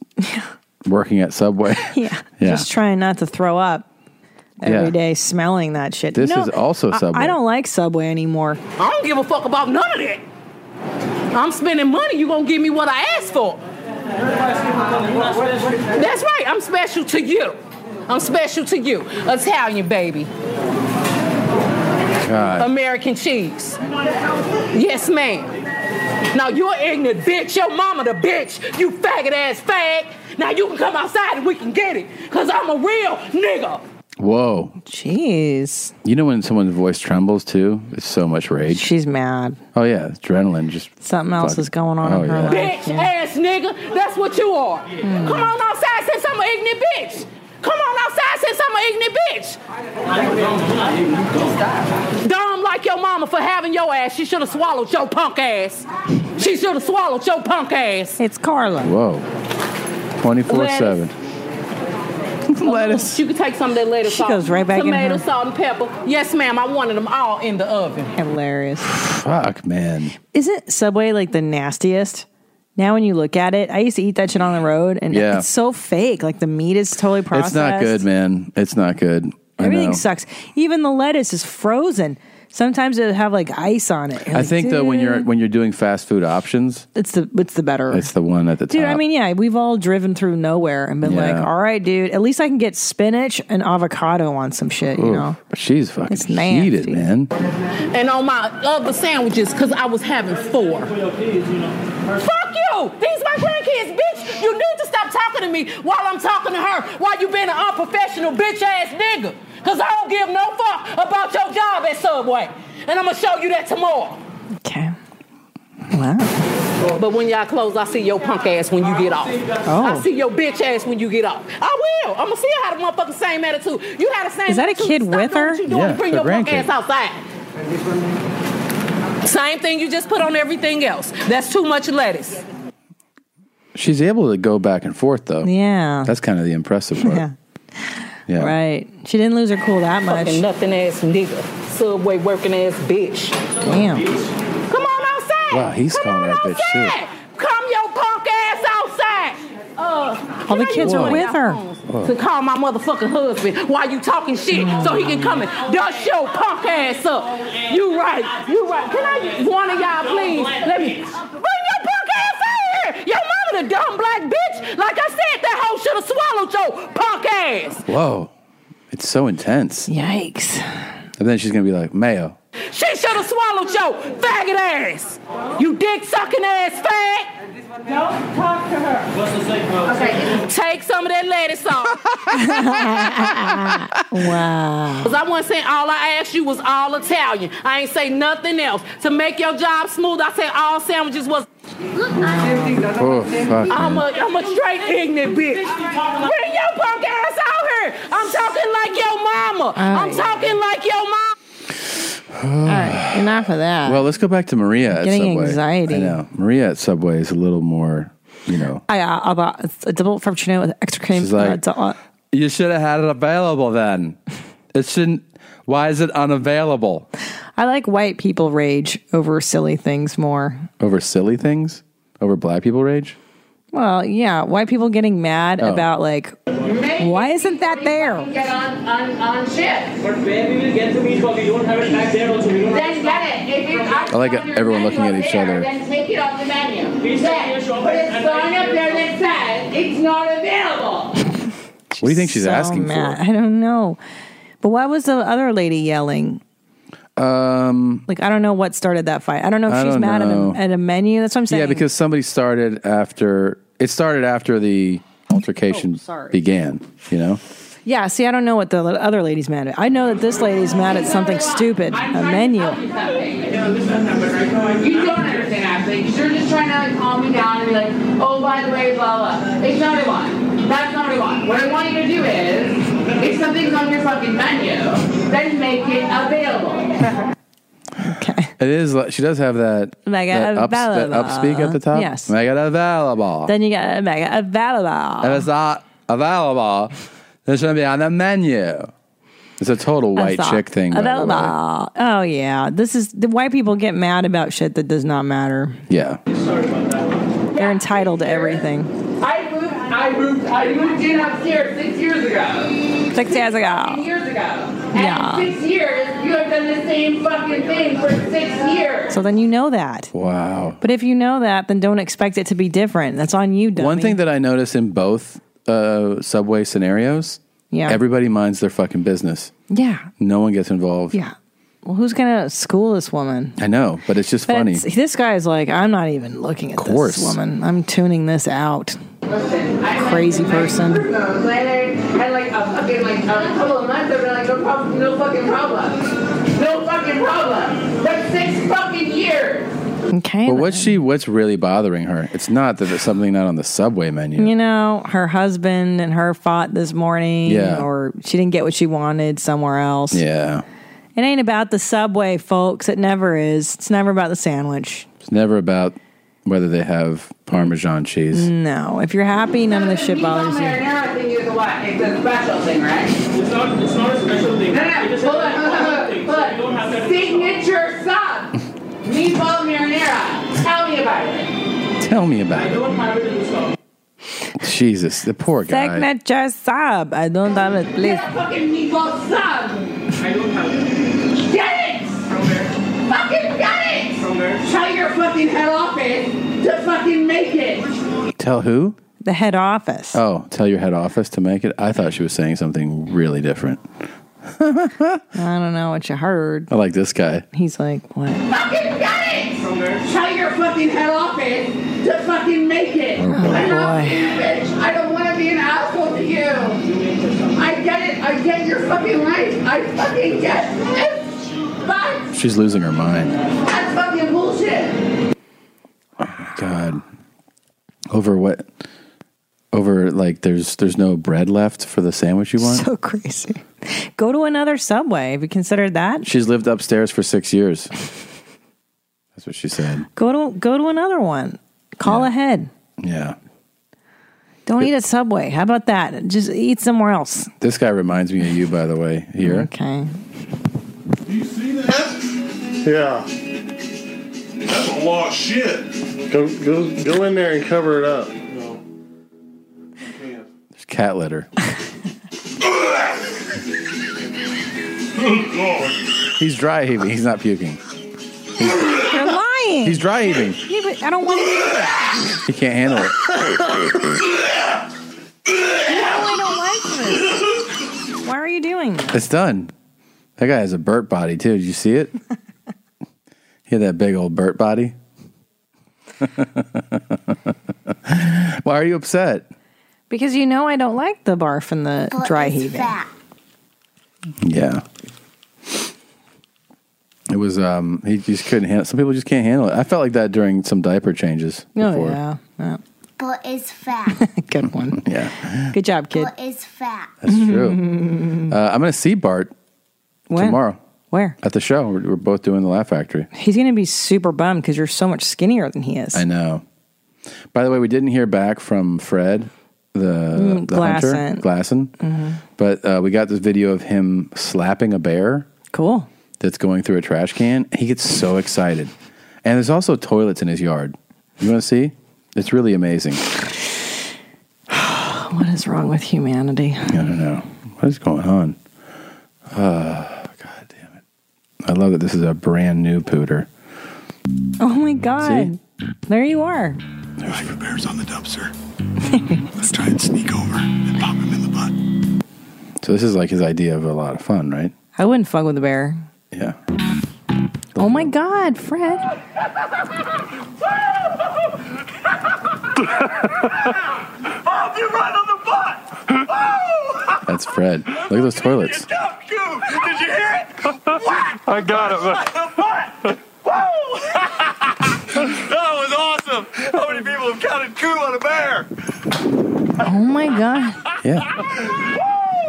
Speaker 2: working at Subway.
Speaker 3: Yeah.
Speaker 2: Yeah.
Speaker 3: Just trying not to throw up
Speaker 2: Yeah.
Speaker 3: every day smelling that shit.
Speaker 2: This is also
Speaker 3: I-
Speaker 2: Subway.
Speaker 3: I, don't like Subway anymore.
Speaker 20: I don't give a fuck about none of that. I'm spending money. You gonna give me what I asked for? That's right. I'm special to you. I'm special to you. Italian baby.
Speaker 2: God.
Speaker 20: American cheese. Yes, ma'am. Now you're ignorant, bitch. Your mama the bitch. You faggot ass fag. Now you can come outside and we can get it. Cause I'm a real nigga.
Speaker 2: Whoa.
Speaker 3: Jeez.
Speaker 2: You know when someone's voice trembles too? It's so much rage.
Speaker 3: She's mad.
Speaker 2: Oh yeah, adrenaline. Just
Speaker 3: Something else
Speaker 2: fucking-
Speaker 3: is going on
Speaker 2: Oh,
Speaker 3: in her
Speaker 2: yeah.
Speaker 20: Bitch ass nigga. That's what you are. Come on outside since I'm an ignorant bitch. Come on outside since I'm an ignorant bitch. Dumb like your mama for having your ass. She should have swallowed your punk ass. She should have swallowed your punk ass.
Speaker 3: It's Carla.
Speaker 2: Whoa. Twenty four seven.
Speaker 20: lettuce. You can take some of that lettuce
Speaker 3: She
Speaker 20: off.
Speaker 3: goes right back in
Speaker 20: Tomato,
Speaker 3: her-
Speaker 20: salt, and pepper. Yes, ma'am. I wanted them all in the oven.
Speaker 3: Hilarious.
Speaker 2: Fuck man.
Speaker 3: Isn't Subway like the nastiest? Now when you look at it, I used to eat that shit on the road, and
Speaker 2: Yeah.
Speaker 3: it's so fake. Like the meat is totally processed.
Speaker 2: It's not good, man. It's not good. I know.
Speaker 3: Everything sucks. Even the lettuce is frozen. Sometimes it'll have like ice on it. You're
Speaker 2: I
Speaker 3: like,
Speaker 2: think though when you're
Speaker 3: "Dude."
Speaker 2: when you're doing fast food options,
Speaker 3: it's the it's the better.
Speaker 2: It's the one at the
Speaker 3: Dude,
Speaker 2: top.
Speaker 3: I mean, yeah, we've all driven through nowhere and been
Speaker 2: Yeah.
Speaker 3: like, all right, dude, at least I can get spinach and avocado on some shit, you
Speaker 2: Oof.
Speaker 3: know?
Speaker 2: But she's fucking
Speaker 3: It's nasty.
Speaker 2: heated, man.
Speaker 20: and on my other sandwiches because I was having four. Fuck you! These my grandkids, bitch! You need to stop talking to me while I'm talking to her, while you being an unprofessional bitch ass nigga. Cause I don't give no fuck about your job at Subway. And I'm gonna show you that tomorrow.
Speaker 3: Okay. Wow.
Speaker 20: But when y'all close, I see your punk ass when you get off.
Speaker 3: Oh.
Speaker 20: I see your bitch ass when you get off. I will. I'm gonna see her how the motherfucking same attitude. You had the same.
Speaker 3: Is that a
Speaker 20: attitude.
Speaker 3: kid
Speaker 20: Stop
Speaker 3: with
Speaker 20: doing
Speaker 3: her?
Speaker 20: What you doing
Speaker 3: Yeah,
Speaker 20: to bring
Speaker 3: her
Speaker 20: your punk
Speaker 3: grandkid.
Speaker 20: ass outside. Same thing you just put on everything else. That's too much lettuce.
Speaker 2: She's able to go back and forth though.
Speaker 3: Yeah.
Speaker 2: That's kind of the impressive part.
Speaker 3: Yeah.
Speaker 2: Yeah.
Speaker 3: Right. She didn't lose her cool that much.
Speaker 20: Fucking nothing ass nigga. Subway working ass bitch.
Speaker 3: Damn.
Speaker 20: Come on outside.
Speaker 2: Wow, he's calling that bitch too.
Speaker 20: Come your punk ass outside. Uh,
Speaker 3: All the
Speaker 20: can I
Speaker 3: kids
Speaker 20: use
Speaker 3: are
Speaker 20: one
Speaker 3: with
Speaker 20: of
Speaker 3: her.
Speaker 20: y'all phones To call my motherfucking husband while you talking shit so he can come and dust your punk ass up. You right, you right. Can I use one of y'all please? Let me bring your punk ass out here. Your mama the dumb black bitch. Like I said, that hoe should have swallowed your punk ass.
Speaker 2: Whoa. It's so intense.
Speaker 3: Yikes.
Speaker 2: And then she's gonna be like, Mayo.
Speaker 20: She should have swallowed your faggot ass. You dick sucking ass fag. Don't talk to her. What's the safe Okay. Take some of that lettuce off.
Speaker 3: Wow.
Speaker 20: Because I wasn't saying all I asked you was all Italian. I ain't say nothing else. To make your job smooth, I said all sandwiches was.
Speaker 2: Oh fuck.
Speaker 20: I'm a,
Speaker 2: Man.
Speaker 20: I'm a straight ignorant bitch. Bring your punk ass out here. I'm talking like your mama. I'm talking like your mama.
Speaker 3: All right. Enough of that.
Speaker 2: Well, let's go back to Maria at
Speaker 3: Getting
Speaker 2: Subway.
Speaker 3: anxiety.
Speaker 2: I know. Maria at Subway is a little more you know.
Speaker 3: I uh, I bought a double frappuccino with extra cream.
Speaker 2: Oh. She's like,
Speaker 3: uh, do- uh,
Speaker 2: You should have had it available then. It shouldn't. Why is it unavailable?
Speaker 3: I like white people rage over silly things more.
Speaker 2: Over silly things? Over black people rage?
Speaker 3: Well, yeah, white people getting mad
Speaker 2: Oh.
Speaker 3: about like, why isn't that there?
Speaker 20: Get on, on, on shift.
Speaker 21: But where we will get the meat because we don't have it back there also. We don't have
Speaker 20: Then get it. If it's
Speaker 2: I like everyone looking at each
Speaker 20: there,
Speaker 2: other.
Speaker 20: then take it off the menu.
Speaker 21: Please
Speaker 20: Then
Speaker 21: take your shop
Speaker 20: put a
Speaker 21: and-
Speaker 20: sign up there that says it's not available.
Speaker 2: what do you think she's
Speaker 3: So
Speaker 2: asking
Speaker 3: mad. I don't know. But why was the other lady yelling?
Speaker 2: for? Um,
Speaker 3: Like, I don't know what started that fight. I don't know if
Speaker 2: I
Speaker 3: she's
Speaker 2: don't
Speaker 3: mad at
Speaker 2: know.
Speaker 3: a, at a menu. That's what I'm saying.
Speaker 2: yeah, because somebody started after. It started after the
Speaker 3: Oh,
Speaker 2: altercation
Speaker 3: sorry.
Speaker 2: began, you know?
Speaker 3: Yeah, see, I don't know what the other lady's mad at. I know that this lady's mad at something stupid, a menu.
Speaker 20: You don't understand, actually, 'cause you're just trying to like, calm me down and be like, oh, by the way, blah, blah. It's not what I want. That's not what I want. What I want you to do is, if something's on your fucking menu, then make it available.
Speaker 2: It is. like- She does have that,
Speaker 3: Mega
Speaker 2: that, ups, that
Speaker 3: available.
Speaker 2: upspeak at the top.
Speaker 3: Yes.
Speaker 2: Mega available.
Speaker 3: Then you got a mega available.
Speaker 2: if it's not available, it shouldn't be on the menu. It's a total white
Speaker 3: That's all.
Speaker 2: chick thing. by the
Speaker 3: Available.
Speaker 2: way.
Speaker 3: Oh yeah, this is the white people get mad about shit that does not matter.
Speaker 2: Yeah.
Speaker 3: They're entitled to everything.
Speaker 20: I moved, I moved, I moved in upstairs six years ago.
Speaker 3: Six years ago.
Speaker 20: Six years ago. And
Speaker 3: Yeah.
Speaker 20: in six years, you have done the same fucking thing for six years.
Speaker 3: So then you know that.
Speaker 2: Wow.
Speaker 3: But if you know that, then don't expect it to be different. That's on you, dummy.
Speaker 2: One thing that I notice in both uh, subway scenarios,
Speaker 3: Yeah.
Speaker 2: everybody minds their fucking business.
Speaker 3: Yeah.
Speaker 2: No one gets involved.
Speaker 3: Yeah. Well, who's gonna school this woman?
Speaker 2: I know, but it's just
Speaker 3: But
Speaker 2: funny.
Speaker 3: it's- this guy's like, I'm not even looking at
Speaker 2: course.
Speaker 3: this woman. I'm tuning this out. Crazy person.
Speaker 20: Later, and like a fucking like a couple of months, I've been like, no problem, no fucking problem, no fucking problem for six fucking years.
Speaker 3: Okay.
Speaker 2: But what's she? What's really bothering her? It's not that there's something not on the subway menu.
Speaker 3: You know, her husband and her fought this morning,
Speaker 2: Yeah.
Speaker 3: or she didn't get what she wanted somewhere else.
Speaker 2: Yeah,
Speaker 3: It ain't about the subway, folks. It never is. It's never about the sandwich.
Speaker 2: it's never about whether they have Parmesan cheese.
Speaker 3: No. If you're happy, none of this shit
Speaker 20: Oh,
Speaker 3: bothers you.
Speaker 20: Marinara thing is a what? It's a special thing, right? It's not. It's not a special thing. No, no. Hold on, hold on, hold on, hold on. Signature sub, meatball marinara. Tell me about it.
Speaker 2: Tell me about it.
Speaker 20: Don't have it in the store.
Speaker 2: Jesus, the poor guy.
Speaker 3: Signature sub. I don't have it, please.
Speaker 20: Get a fucking meatball sub. I don't have it. Get it. Fucking get it. Try your fucking head off it to fucking make it.
Speaker 2: Tell who?
Speaker 3: The head office.
Speaker 2: Oh, tell your head office to make it. I thought she was saying something really different.
Speaker 3: I don't know what you heard.
Speaker 2: I like this guy.
Speaker 3: He's like, what?
Speaker 20: Fucking get it. Try your fucking head off it to fucking make it. I'm not
Speaker 3: Oh, boy.
Speaker 20: you, bitch. I don't want to be an asshole to you. I get it. I get your fucking life. I fucking get it. But
Speaker 2: She's losing her mind.
Speaker 20: that's fucking bullshit.
Speaker 2: God. Over what? Over like there's there's no bread left for the sandwich you want.
Speaker 3: So crazy. Go to another subway. Have you considered that?
Speaker 2: She's lived upstairs for six years. That's what she said.
Speaker 3: Go to go to another one. Call ahead.
Speaker 2: Yeah.
Speaker 3: Don't eat at Subway. How about that? Just eat somewhere else.
Speaker 2: This guy reminds me of you, by the way. Here.
Speaker 3: Okay.
Speaker 1: Yeah. That's a lot of shit. Go go go in there and cover it up.
Speaker 2: There's cat litter. He's dry heaving. He's not puking.
Speaker 3: You're lying.
Speaker 2: He's dry heaving.
Speaker 3: Yeah, but I don't want to do that.
Speaker 2: He can't handle it.
Speaker 3: Why are you doing that?
Speaker 2: It's done. That guy has a burp body too. Did you see it? he had that big old burp body. Why are you upset?
Speaker 3: Because you know I don't like the barf and the dry heaving.
Speaker 2: Yeah. It was um he just couldn't handle some people just can't handle it. I felt like that during some diaper changes
Speaker 3: Oh
Speaker 2: before.
Speaker 3: yeah. yeah.
Speaker 22: But it's fat.
Speaker 3: Good one.
Speaker 2: yeah.
Speaker 3: Good job, kid.
Speaker 22: But it's fat.
Speaker 2: That's true. uh, I'm gonna see Bart
Speaker 3: When?
Speaker 2: tomorrow.
Speaker 3: Mm-hmm. Where?
Speaker 2: At the show. We're, we're both doing the Laugh Factory.
Speaker 3: He's gonna be super bummed because you're so much skinnier than he is.
Speaker 2: I know. By the way, we didn't hear back from Fred, the,
Speaker 3: Mm,
Speaker 2: the hunter,
Speaker 3: Glasson.
Speaker 2: Glasson.
Speaker 3: Mhm.
Speaker 2: But uh, we got this video of him slapping a bear.
Speaker 3: Cool.
Speaker 2: That's going through a trash can. He gets so excited. And there's also toilets in his yard. You want to see? It's really amazing.
Speaker 3: What is wrong with humanity? I
Speaker 2: don't know. What is going on? Uh, God damn it. I love that this is a brand new pooter.
Speaker 3: Oh my God. There you are.
Speaker 1: Live bear's on the dumpster. Let's try and sneak over and pop him in the butt.
Speaker 2: So this is like his idea of a lot of fun, right?
Speaker 3: I wouldn't fuck with a bear.
Speaker 2: Yeah.
Speaker 3: Oh my God, Fred.
Speaker 14: Bob, you're right on the butt! Oh!
Speaker 2: That's Fred. Look at those toilets.
Speaker 14: Did you hear it? I got it. that was awesome. How many people have counted coo on a bear?
Speaker 3: Oh my God.
Speaker 2: Yeah.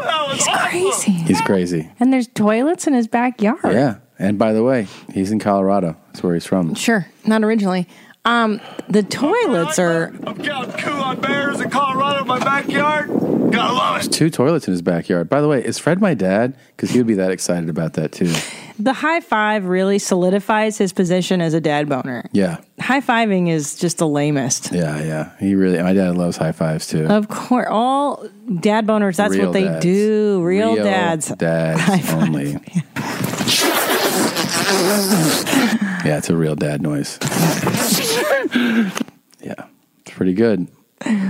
Speaker 14: That was
Speaker 3: He's crazy.
Speaker 2: He's crazy.
Speaker 3: And there's toilets in his backyard.
Speaker 2: Yeah. And by the way, he's in Colorado. That's where he's from.
Speaker 3: Sure. Not originally. Um, the toilets are.
Speaker 14: bears in Colorado in my backyard. Gotta love it.
Speaker 2: Two toilets in his backyard. By the way, is Fred my dad? Because he would be that excited about that too.
Speaker 3: The high five really solidifies his position as a dad boner.
Speaker 2: Yeah.
Speaker 3: High fiving is just the lamest.
Speaker 2: Yeah. Yeah. He really, my dad loves high fives too.
Speaker 3: Of course, all dad boners, that's
Speaker 2: Real
Speaker 3: what they
Speaker 2: dads.
Speaker 3: do. Real, dads.
Speaker 2: Dads only. yeah, it's a real dad noise. yeah. It's pretty good.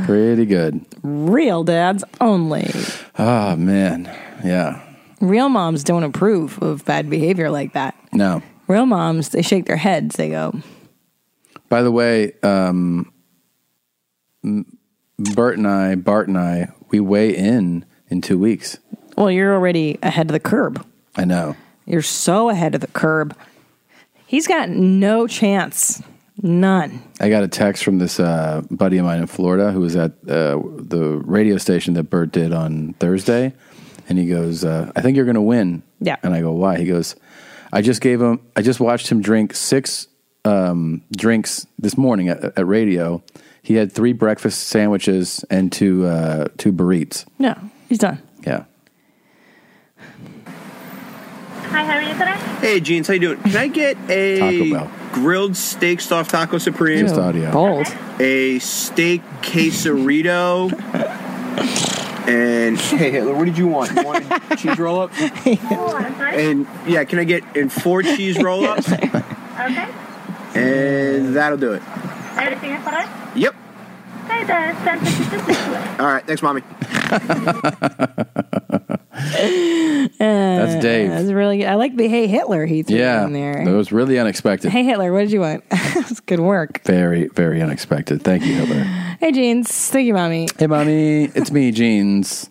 Speaker 2: Pretty good.
Speaker 3: Real dads only.
Speaker 2: Oh, man. Yeah.
Speaker 3: Real moms don't approve of bad behavior like that.
Speaker 2: No.
Speaker 3: Real moms, they shake their heads. They go,
Speaker 2: By the way, um, m- Bert and I, Bart and I, we weigh in in two weeks.
Speaker 3: Well, you're already ahead of the curb.
Speaker 2: I know.
Speaker 3: You're so ahead of the curb. He's got no chance. None.
Speaker 2: I got a text from this uh, buddy of mine in Florida who was at uh, the radio station that Bert did on Thursday, and he goes, uh, "I think you're going to win."
Speaker 3: Yeah.
Speaker 2: And I go, "Why?" He goes, "I just gave him. I just watched him drink six um, drinks this morning at, at radio. He had three breakfast sandwiches and two uh, two burritos.
Speaker 3: No, he's done.
Speaker 2: Yeah."
Speaker 4: Hi, how are you today?
Speaker 10: Hey, Jeans, how you doing? Can I get a
Speaker 2: Taco Bell.
Speaker 10: grilled steak stuffed taco supreme?
Speaker 2: Just audio.
Speaker 3: Bold.
Speaker 10: A steak quesarito. and hey, Hitler, what did you want? You wanted cheese roll up? And yeah, can I get and four cheese roll ups?
Speaker 4: Okay.
Speaker 10: and that'll do it.
Speaker 4: Everything is alright?
Speaker 10: Yep.
Speaker 4: Hey there, San Francisco.
Speaker 10: All right. Thanks, mommy.
Speaker 3: that's
Speaker 2: Dave.
Speaker 3: Uh, That's really good. I like the Hey Hitler he threw
Speaker 2: Yeah,
Speaker 3: in there.
Speaker 2: it was really unexpected.
Speaker 3: Hey Hitler, what did you want? That's good work.
Speaker 2: Very, very unexpected. Thank you, Hitler.
Speaker 3: Hey jeans, thank you, mommy.
Speaker 2: hey, mommy, it's me, Jeans.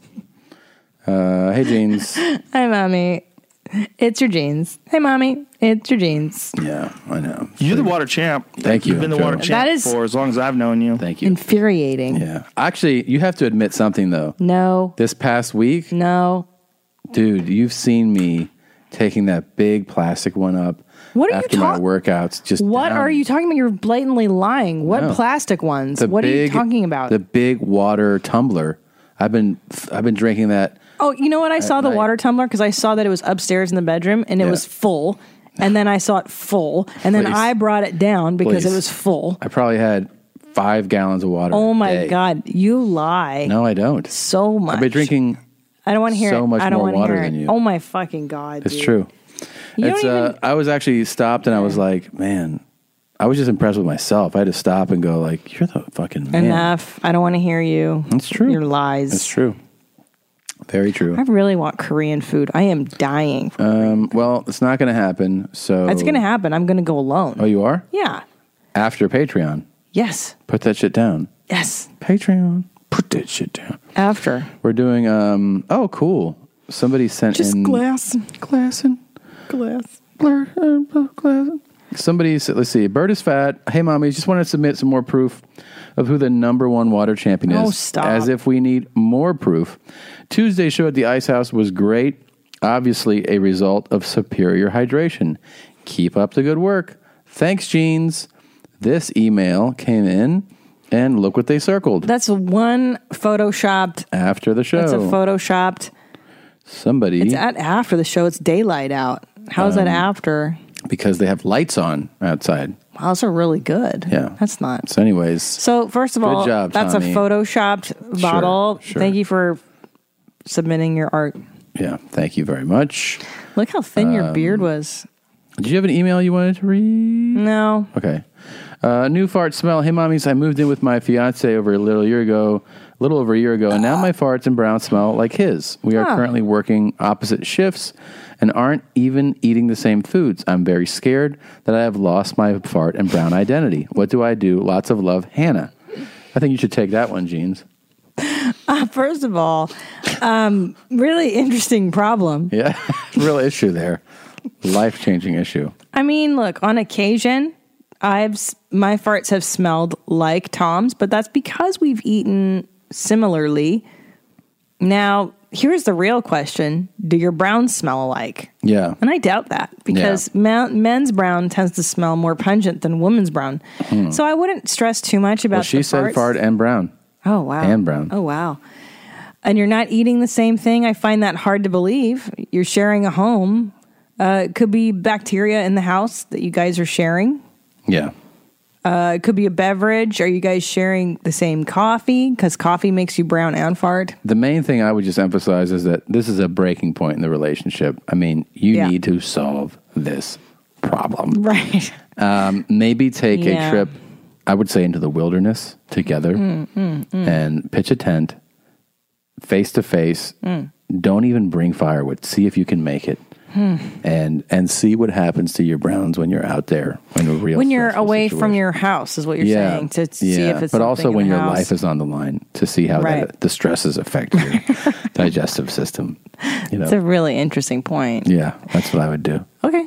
Speaker 2: Uh, hey, Jeans.
Speaker 3: Hi, mommy. It's your jeans. Hey, mommy. It's your jeans.
Speaker 2: Yeah, I know.
Speaker 17: You're the water champ.
Speaker 2: Thank you,
Speaker 17: You've been the
Speaker 2: Joe.
Speaker 17: water champ
Speaker 3: That is-
Speaker 17: for as long as I've known you.
Speaker 2: Thank
Speaker 3: Infuriating.
Speaker 2: Yeah. Actually, you have to admit something though.
Speaker 3: No.
Speaker 2: This past week,
Speaker 3: no,
Speaker 2: dude, you've seen me taking that big plastic one up
Speaker 3: What are you
Speaker 2: after my
Speaker 3: talk-
Speaker 2: workouts. Just
Speaker 3: What
Speaker 2: down.
Speaker 3: are you talking about? You're blatantly lying. What
Speaker 2: No.
Speaker 3: plastic ones?
Speaker 2: The
Speaker 3: what are you
Speaker 2: big-
Speaker 3: talking about?
Speaker 2: The big water tumbler. I've been I've been drinking that.
Speaker 3: oh, you know what? I
Speaker 2: At
Speaker 3: saw the
Speaker 2: night.
Speaker 3: water tumbler because I saw that it was upstairs in the bedroom and it
Speaker 2: Yeah.
Speaker 3: was full. And then I saw it full. And then
Speaker 2: Please.
Speaker 3: I brought it down because
Speaker 2: Please.
Speaker 3: it was full.
Speaker 2: I probably had five gallons of water.
Speaker 3: Oh
Speaker 2: a
Speaker 3: my
Speaker 2: day.
Speaker 3: God. You lie.
Speaker 2: No, I don't.
Speaker 3: So much.
Speaker 2: I've been drinking.
Speaker 3: I don't want to hear
Speaker 2: so
Speaker 3: it.
Speaker 2: much
Speaker 3: I don't
Speaker 2: more
Speaker 3: wanna
Speaker 2: water
Speaker 3: hear it.
Speaker 2: than you.
Speaker 3: Oh my fucking God.
Speaker 2: It's
Speaker 3: dude.
Speaker 2: true.
Speaker 3: You don't
Speaker 2: it's uh, I was actually stopped and I was like, man, I was just impressed with myself. I had to stop and go like, you're the fucking man.
Speaker 3: Enough. I don't want to hear you.
Speaker 2: That's true.
Speaker 3: Your lies.
Speaker 2: That's true. Very true.
Speaker 3: I really want Korean food. I am dying.
Speaker 2: Um, well, it's not going to happen. So
Speaker 3: That's going to happen. I'm going to go alone.
Speaker 2: Oh, you are
Speaker 3: Yeah.
Speaker 2: after Patreon.
Speaker 3: Yes.
Speaker 2: Put that shit down.
Speaker 3: Yes.
Speaker 2: Patreon. Put that shit down.
Speaker 3: After.
Speaker 2: We're doing. Um. Oh, cool. Somebody sent
Speaker 3: Just
Speaker 2: in.
Speaker 3: glass.
Speaker 2: Glass and
Speaker 3: glass.
Speaker 2: Blur, uh, glass. Somebody said, let's see, Bird is fat. Hey, mommy, just want to submit some more proof of who the number one water champion is.
Speaker 3: Oh, stop.
Speaker 2: As if we need more proof. Tuesday show at the Ice House was great. Obviously, a result of superior hydration. Keep up the good work. Thanks, Jeans. This email came in And look what they circled
Speaker 3: That's one photoshopped.
Speaker 2: after the show.
Speaker 3: That's a photoshopped.
Speaker 2: Somebody
Speaker 3: It's at after the show. It's daylight out. How's that
Speaker 2: Um,
Speaker 3: after?
Speaker 2: because they have lights on outside.
Speaker 3: Wow, those are really good.
Speaker 2: Yeah,
Speaker 3: that's not.
Speaker 2: So, anyways,
Speaker 3: So first of
Speaker 2: Good
Speaker 3: all,
Speaker 2: job,
Speaker 3: that's
Speaker 2: Tommy.
Speaker 3: a photoshopped
Speaker 2: Sure,
Speaker 3: bottle.
Speaker 2: sure.
Speaker 3: Thank you for submitting your art.
Speaker 2: yeah, thank you very much.
Speaker 3: Look how thin your
Speaker 2: Um,
Speaker 3: beard was.
Speaker 2: Did you have an email you wanted to read?
Speaker 3: No.
Speaker 2: Okay. Uh, new fart smell. Hey, mommies, I moved in with my fiance over a little year ago, a little over a year ago, and now my farts and brown smell like his. We are
Speaker 1: Ah.
Speaker 2: currently working opposite shifts and aren't even eating the same foods. I'm very scared that I have lost my fart and brown identity. What do I do? Lots of love, Hannah. I think you should take that one, Jeans.
Speaker 3: Uh, first of all, um, really interesting problem.
Speaker 2: Yeah, real issue there. Life changing issue.
Speaker 3: I mean, look, on occasion, I've s- my farts have smelled like Tom's, but that's because we've eaten similarly. Now, here's the real question: Do your browns smell alike?
Speaker 2: Yeah.
Speaker 3: And I doubt that because ma- men's brown tends to smell more pungent than women's brown.
Speaker 2: Hmm.
Speaker 3: So I wouldn't stress too much about.
Speaker 2: well, she
Speaker 3: the
Speaker 2: said
Speaker 3: farts.
Speaker 2: fart and brown.
Speaker 3: Oh wow.
Speaker 2: and brown.
Speaker 3: Oh wow. And you're not eating the same thing. I find that hard to believe. You're sharing a home. Uh, it could be bacteria in the house that you guys are sharing.
Speaker 2: Yeah.
Speaker 3: Uh, it could be a beverage. Are you guys sharing the same coffee? Because coffee makes you brown and fart.
Speaker 2: The main thing I would just emphasize is that this is a breaking point in the relationship. I mean, you
Speaker 3: Yeah.
Speaker 2: need to solve this problem.
Speaker 3: Right.
Speaker 2: Um, maybe take
Speaker 3: Yeah.
Speaker 2: a trip, I would say, into the wilderness together
Speaker 3: Mm, mm, mm.
Speaker 2: and pitch a tent face to face.
Speaker 3: Mm.
Speaker 2: Don't even bring firewood. See if you can make it.
Speaker 3: Hmm.
Speaker 2: And and see what happens to your browns when you're out there in a real
Speaker 3: when you're
Speaker 2: stressful
Speaker 3: away
Speaker 2: situation.
Speaker 3: from your house is what you're saying to see
Speaker 2: yeah.
Speaker 3: if it's
Speaker 2: but
Speaker 3: something
Speaker 2: also
Speaker 3: in
Speaker 2: when
Speaker 3: the
Speaker 2: your
Speaker 3: house.
Speaker 2: life is on the line to see how
Speaker 3: Right.
Speaker 2: that, the stresses affect your digestive system you know
Speaker 3: It's a really interesting point.
Speaker 2: yeah that's what i would do
Speaker 3: Okay.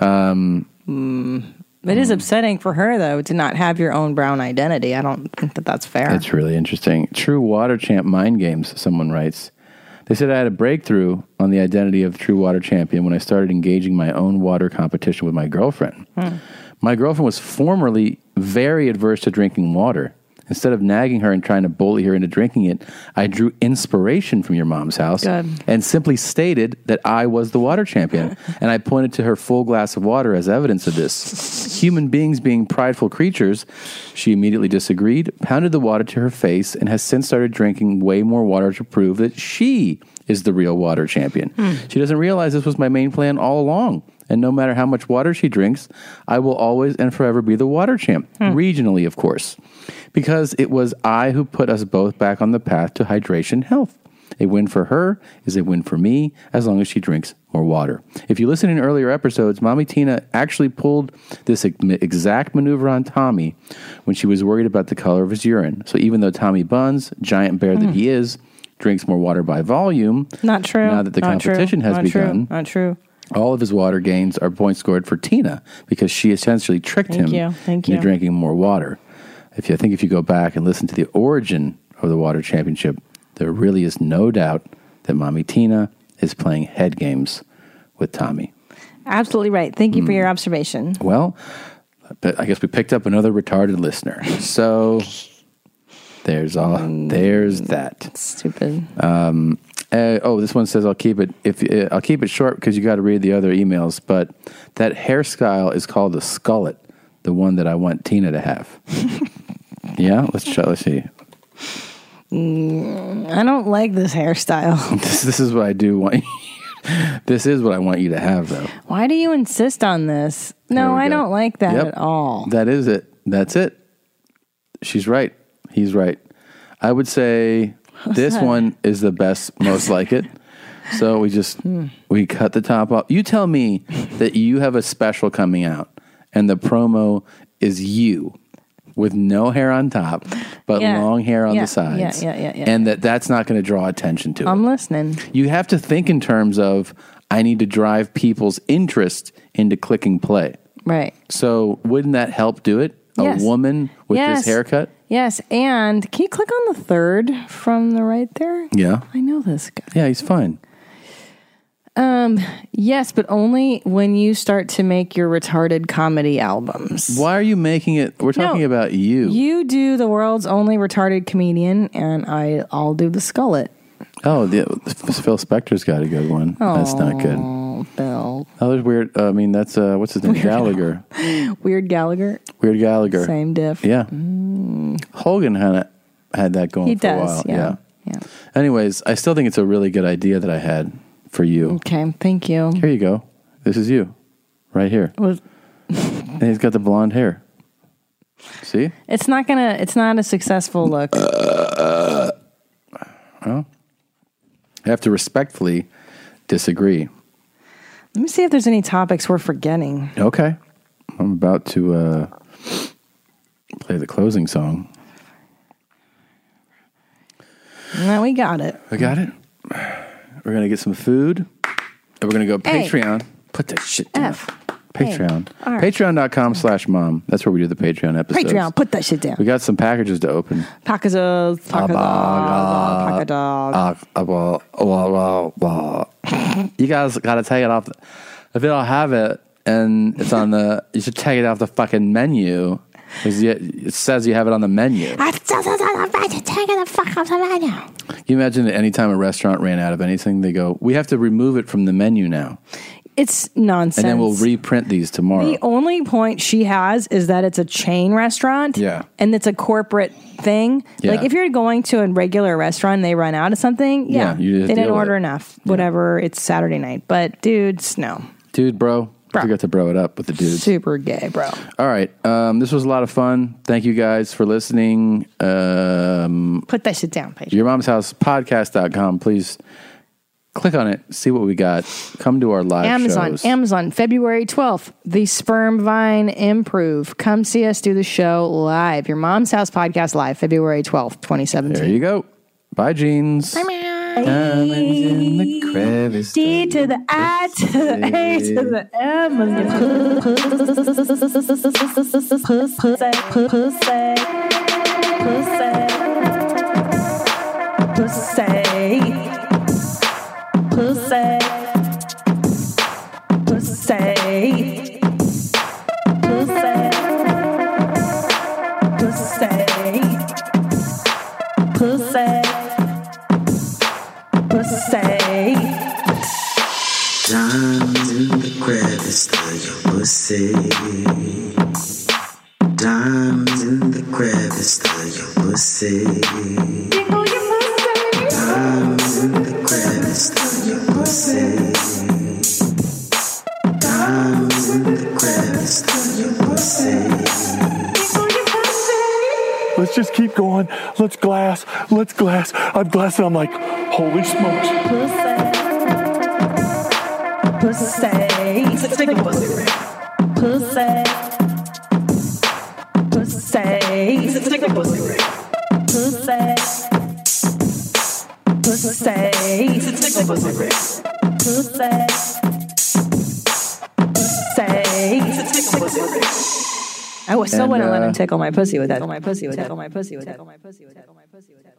Speaker 2: um
Speaker 3: Mm. It is upsetting for her though to not have your own brown identity. I don't think that that's fair.
Speaker 2: it's really interesting true water champ mind games someone writes they said i had a breakthrough on the identity of true water champion when i started engaging my own water competition with my girlfriend
Speaker 3: mm.
Speaker 2: My girlfriend was formerly very adverse to drinking water. Instead of nagging her and trying to bully her into drinking it, I drew inspiration from your mom's house and simply stated that I was the water champion. and I pointed to her full glass of water as evidence of this. Human beings being prideful creatures, she immediately disagreed, pounded the water to her face, and has since started drinking way more water to prove that she is the real water champion.
Speaker 1: Hmm.
Speaker 2: She doesn't realize this was my main plan all along. And no matter how much water she drinks, I will always and forever be the water champ, regionally, of course, because it was I who put us both back on the path to hydration health. A win for her is a win for me as long as she drinks more water. If you listen in earlier episodes, Mommy Tina actually pulled this ex- exact maneuver on Tommy when she was worried about the color of his urine. So even though Tommy Buns, giant bear that he is, drinks more water by volume,
Speaker 3: Not Hmm. true.
Speaker 2: Now that the
Speaker 3: Not true.
Speaker 2: competition has
Speaker 3: Not true.
Speaker 2: begun,
Speaker 3: Not true.
Speaker 2: all of his water gains are points scored for Tina because she essentially tricked
Speaker 3: Thank
Speaker 2: him
Speaker 3: you. Thank
Speaker 2: into
Speaker 3: you.
Speaker 2: drinking more water. If you I think if you go back and listen to the origin of the water championship, there really is no doubt that Mommy Tina is playing head games with Tommy.
Speaker 3: Absolutely right. Thank
Speaker 2: Mm.
Speaker 3: you for your observation.
Speaker 2: Well, but I guess we picked up another retarded listener. So there's all there's that.
Speaker 3: Stupid.
Speaker 2: Um, uh, oh, this one says I'll keep it if uh, I'll keep it short because you got to read the other emails. But that hairstyle is called a skullet, the one that I want Tina to have. yeah, let's try. Let's see.
Speaker 3: Mm, I don't like this hairstyle.
Speaker 2: This, this is what I do want. this is what I want you to have, though.
Speaker 3: Why do you insist on this? No,
Speaker 2: Here we
Speaker 3: I
Speaker 2: go.
Speaker 3: don't like that
Speaker 2: Yep.
Speaker 3: at all.
Speaker 2: That is it. That's it. She's right. He's right. I would say
Speaker 3: What's
Speaker 2: this
Speaker 3: that?
Speaker 2: one is the best, most like it. So we just
Speaker 3: Hmm.
Speaker 2: we cut the top off. You tell me that you have a special coming out and the promo is you with no hair on top but
Speaker 3: Yeah.
Speaker 2: long hair on
Speaker 3: Yeah.
Speaker 2: the sides.
Speaker 3: Yeah, yeah, yeah, yeah.
Speaker 2: And that that's not going to draw attention to it.
Speaker 3: I'm listening.
Speaker 2: You have to think in terms of I need to drive people's interest into clicking play.
Speaker 3: Right.
Speaker 2: So wouldn't that help do it? A
Speaker 3: Yes.
Speaker 2: woman with
Speaker 3: Yes.
Speaker 2: this haircut?
Speaker 3: Yes. And can you click on the third from the right there?
Speaker 2: Yeah.
Speaker 3: I know this guy.
Speaker 2: Yeah, he's fine.
Speaker 3: Um, yes, but only when you start to make your retarded comedy albums.
Speaker 2: Why are you making it? We're talking
Speaker 3: No.
Speaker 2: about you.
Speaker 3: You do the world's only retarded comedian, and I, I'll do the skullet.
Speaker 2: Oh, the, Phil Spector's got a good one. that's not good.
Speaker 3: Oh, Bill.
Speaker 2: That was weird. I mean, that's uh, what's his name? Gallagher.
Speaker 3: Weird Gallagher.
Speaker 2: Weird Gallagher.
Speaker 3: Same diff. Mm.
Speaker 2: Yeah. Hogan had had that going
Speaker 3: He
Speaker 2: for a
Speaker 3: does,
Speaker 2: while.
Speaker 3: yeah.
Speaker 2: yeah. Anyways, I still think it's a really good idea that I had for you.
Speaker 3: Okay, thank you.
Speaker 2: Here you go. This is you, right here.
Speaker 3: Was-
Speaker 2: and he's got the blonde hair. See?
Speaker 3: It's not gonna. It's not a successful look.
Speaker 2: Uh, Well, I have to respectfully disagree.
Speaker 3: Let me see if there's any topics we're forgetting.
Speaker 2: Okay. I'm about to uh, play the closing song.
Speaker 3: No, we got it.
Speaker 2: I got it. We're going to get some food. And we're going to go
Speaker 3: A.
Speaker 2: Patreon. Put that shit down.
Speaker 3: F.
Speaker 2: Patreon.
Speaker 3: A. R.
Speaker 2: Patreon.com slash mom. That's where we do the Patreon episodes.
Speaker 3: Patreon. Put that shit
Speaker 2: We
Speaker 3: down.
Speaker 2: got some packages to open.
Speaker 3: Pacazos. Pacadog. Pacadog.
Speaker 2: Uh, uh, well, well, well, well. You guys got to take it off. The, if you don't have it and it's on the, you should take it off the fucking menu because it says you have it on the menu.
Speaker 18: I said, I'm about to take the fuck off the menu.
Speaker 2: Can you imagine that any time a restaurant ran out of anything, they go, "We have to remove it from the menu now,"
Speaker 3: It's nonsense.
Speaker 2: and then we'll reprint these tomorrow.
Speaker 3: The only point she has is that it's a chain restaurant.
Speaker 2: Yeah.
Speaker 3: And it's a corporate thing.
Speaker 2: Yeah.
Speaker 3: Like if you're going to a regular restaurant and they run out of something, yeah.
Speaker 2: Yeah, you just
Speaker 3: they
Speaker 2: deal
Speaker 3: didn't
Speaker 2: with
Speaker 3: order enough. Whatever. It's Saturday night. But dudes, no.
Speaker 2: dude, bro, I forgot to bro it up with the dudes.
Speaker 3: Super gay, bro.
Speaker 2: All right, um, this was a lot of fun. Thank you guys for listening. Um,
Speaker 3: Put that shit down, Paige.
Speaker 2: your mom's house podcast.com. Please click on it, see what we got. Come to our live
Speaker 3: Amazon,
Speaker 2: shows.
Speaker 3: Amazon, February 12th, the sperm vine improve. Come see us do the show live. Your mom's house podcast live, February 12th, 2017.
Speaker 2: there you go. Bye, jeans. Diamonds in the crevice.
Speaker 3: D to the I to the A to the M and Pussy.
Speaker 7: Diamonds in the crevice of your pussy. Diamonds in the crevice of your pussy. Diamonds in the crevice of your pussy. Diamonds in the crevice of your
Speaker 23: Let's just keep going. Let's glass. Let's glass. I'm glassing. I'm like, holy smokes.
Speaker 3: Pussy. Take a pussy. Pussy. Pussy. Take a pussy. Pussy. Pussy. Take a pussy. Pussy. Pussy. I was so
Speaker 2: And,
Speaker 3: gonna let
Speaker 2: uh,
Speaker 3: him tickle my pussy with that. Tickle my pussy with that. Tickle my pussy with that. Tickle my pussy with that. Tickle my pussy with that.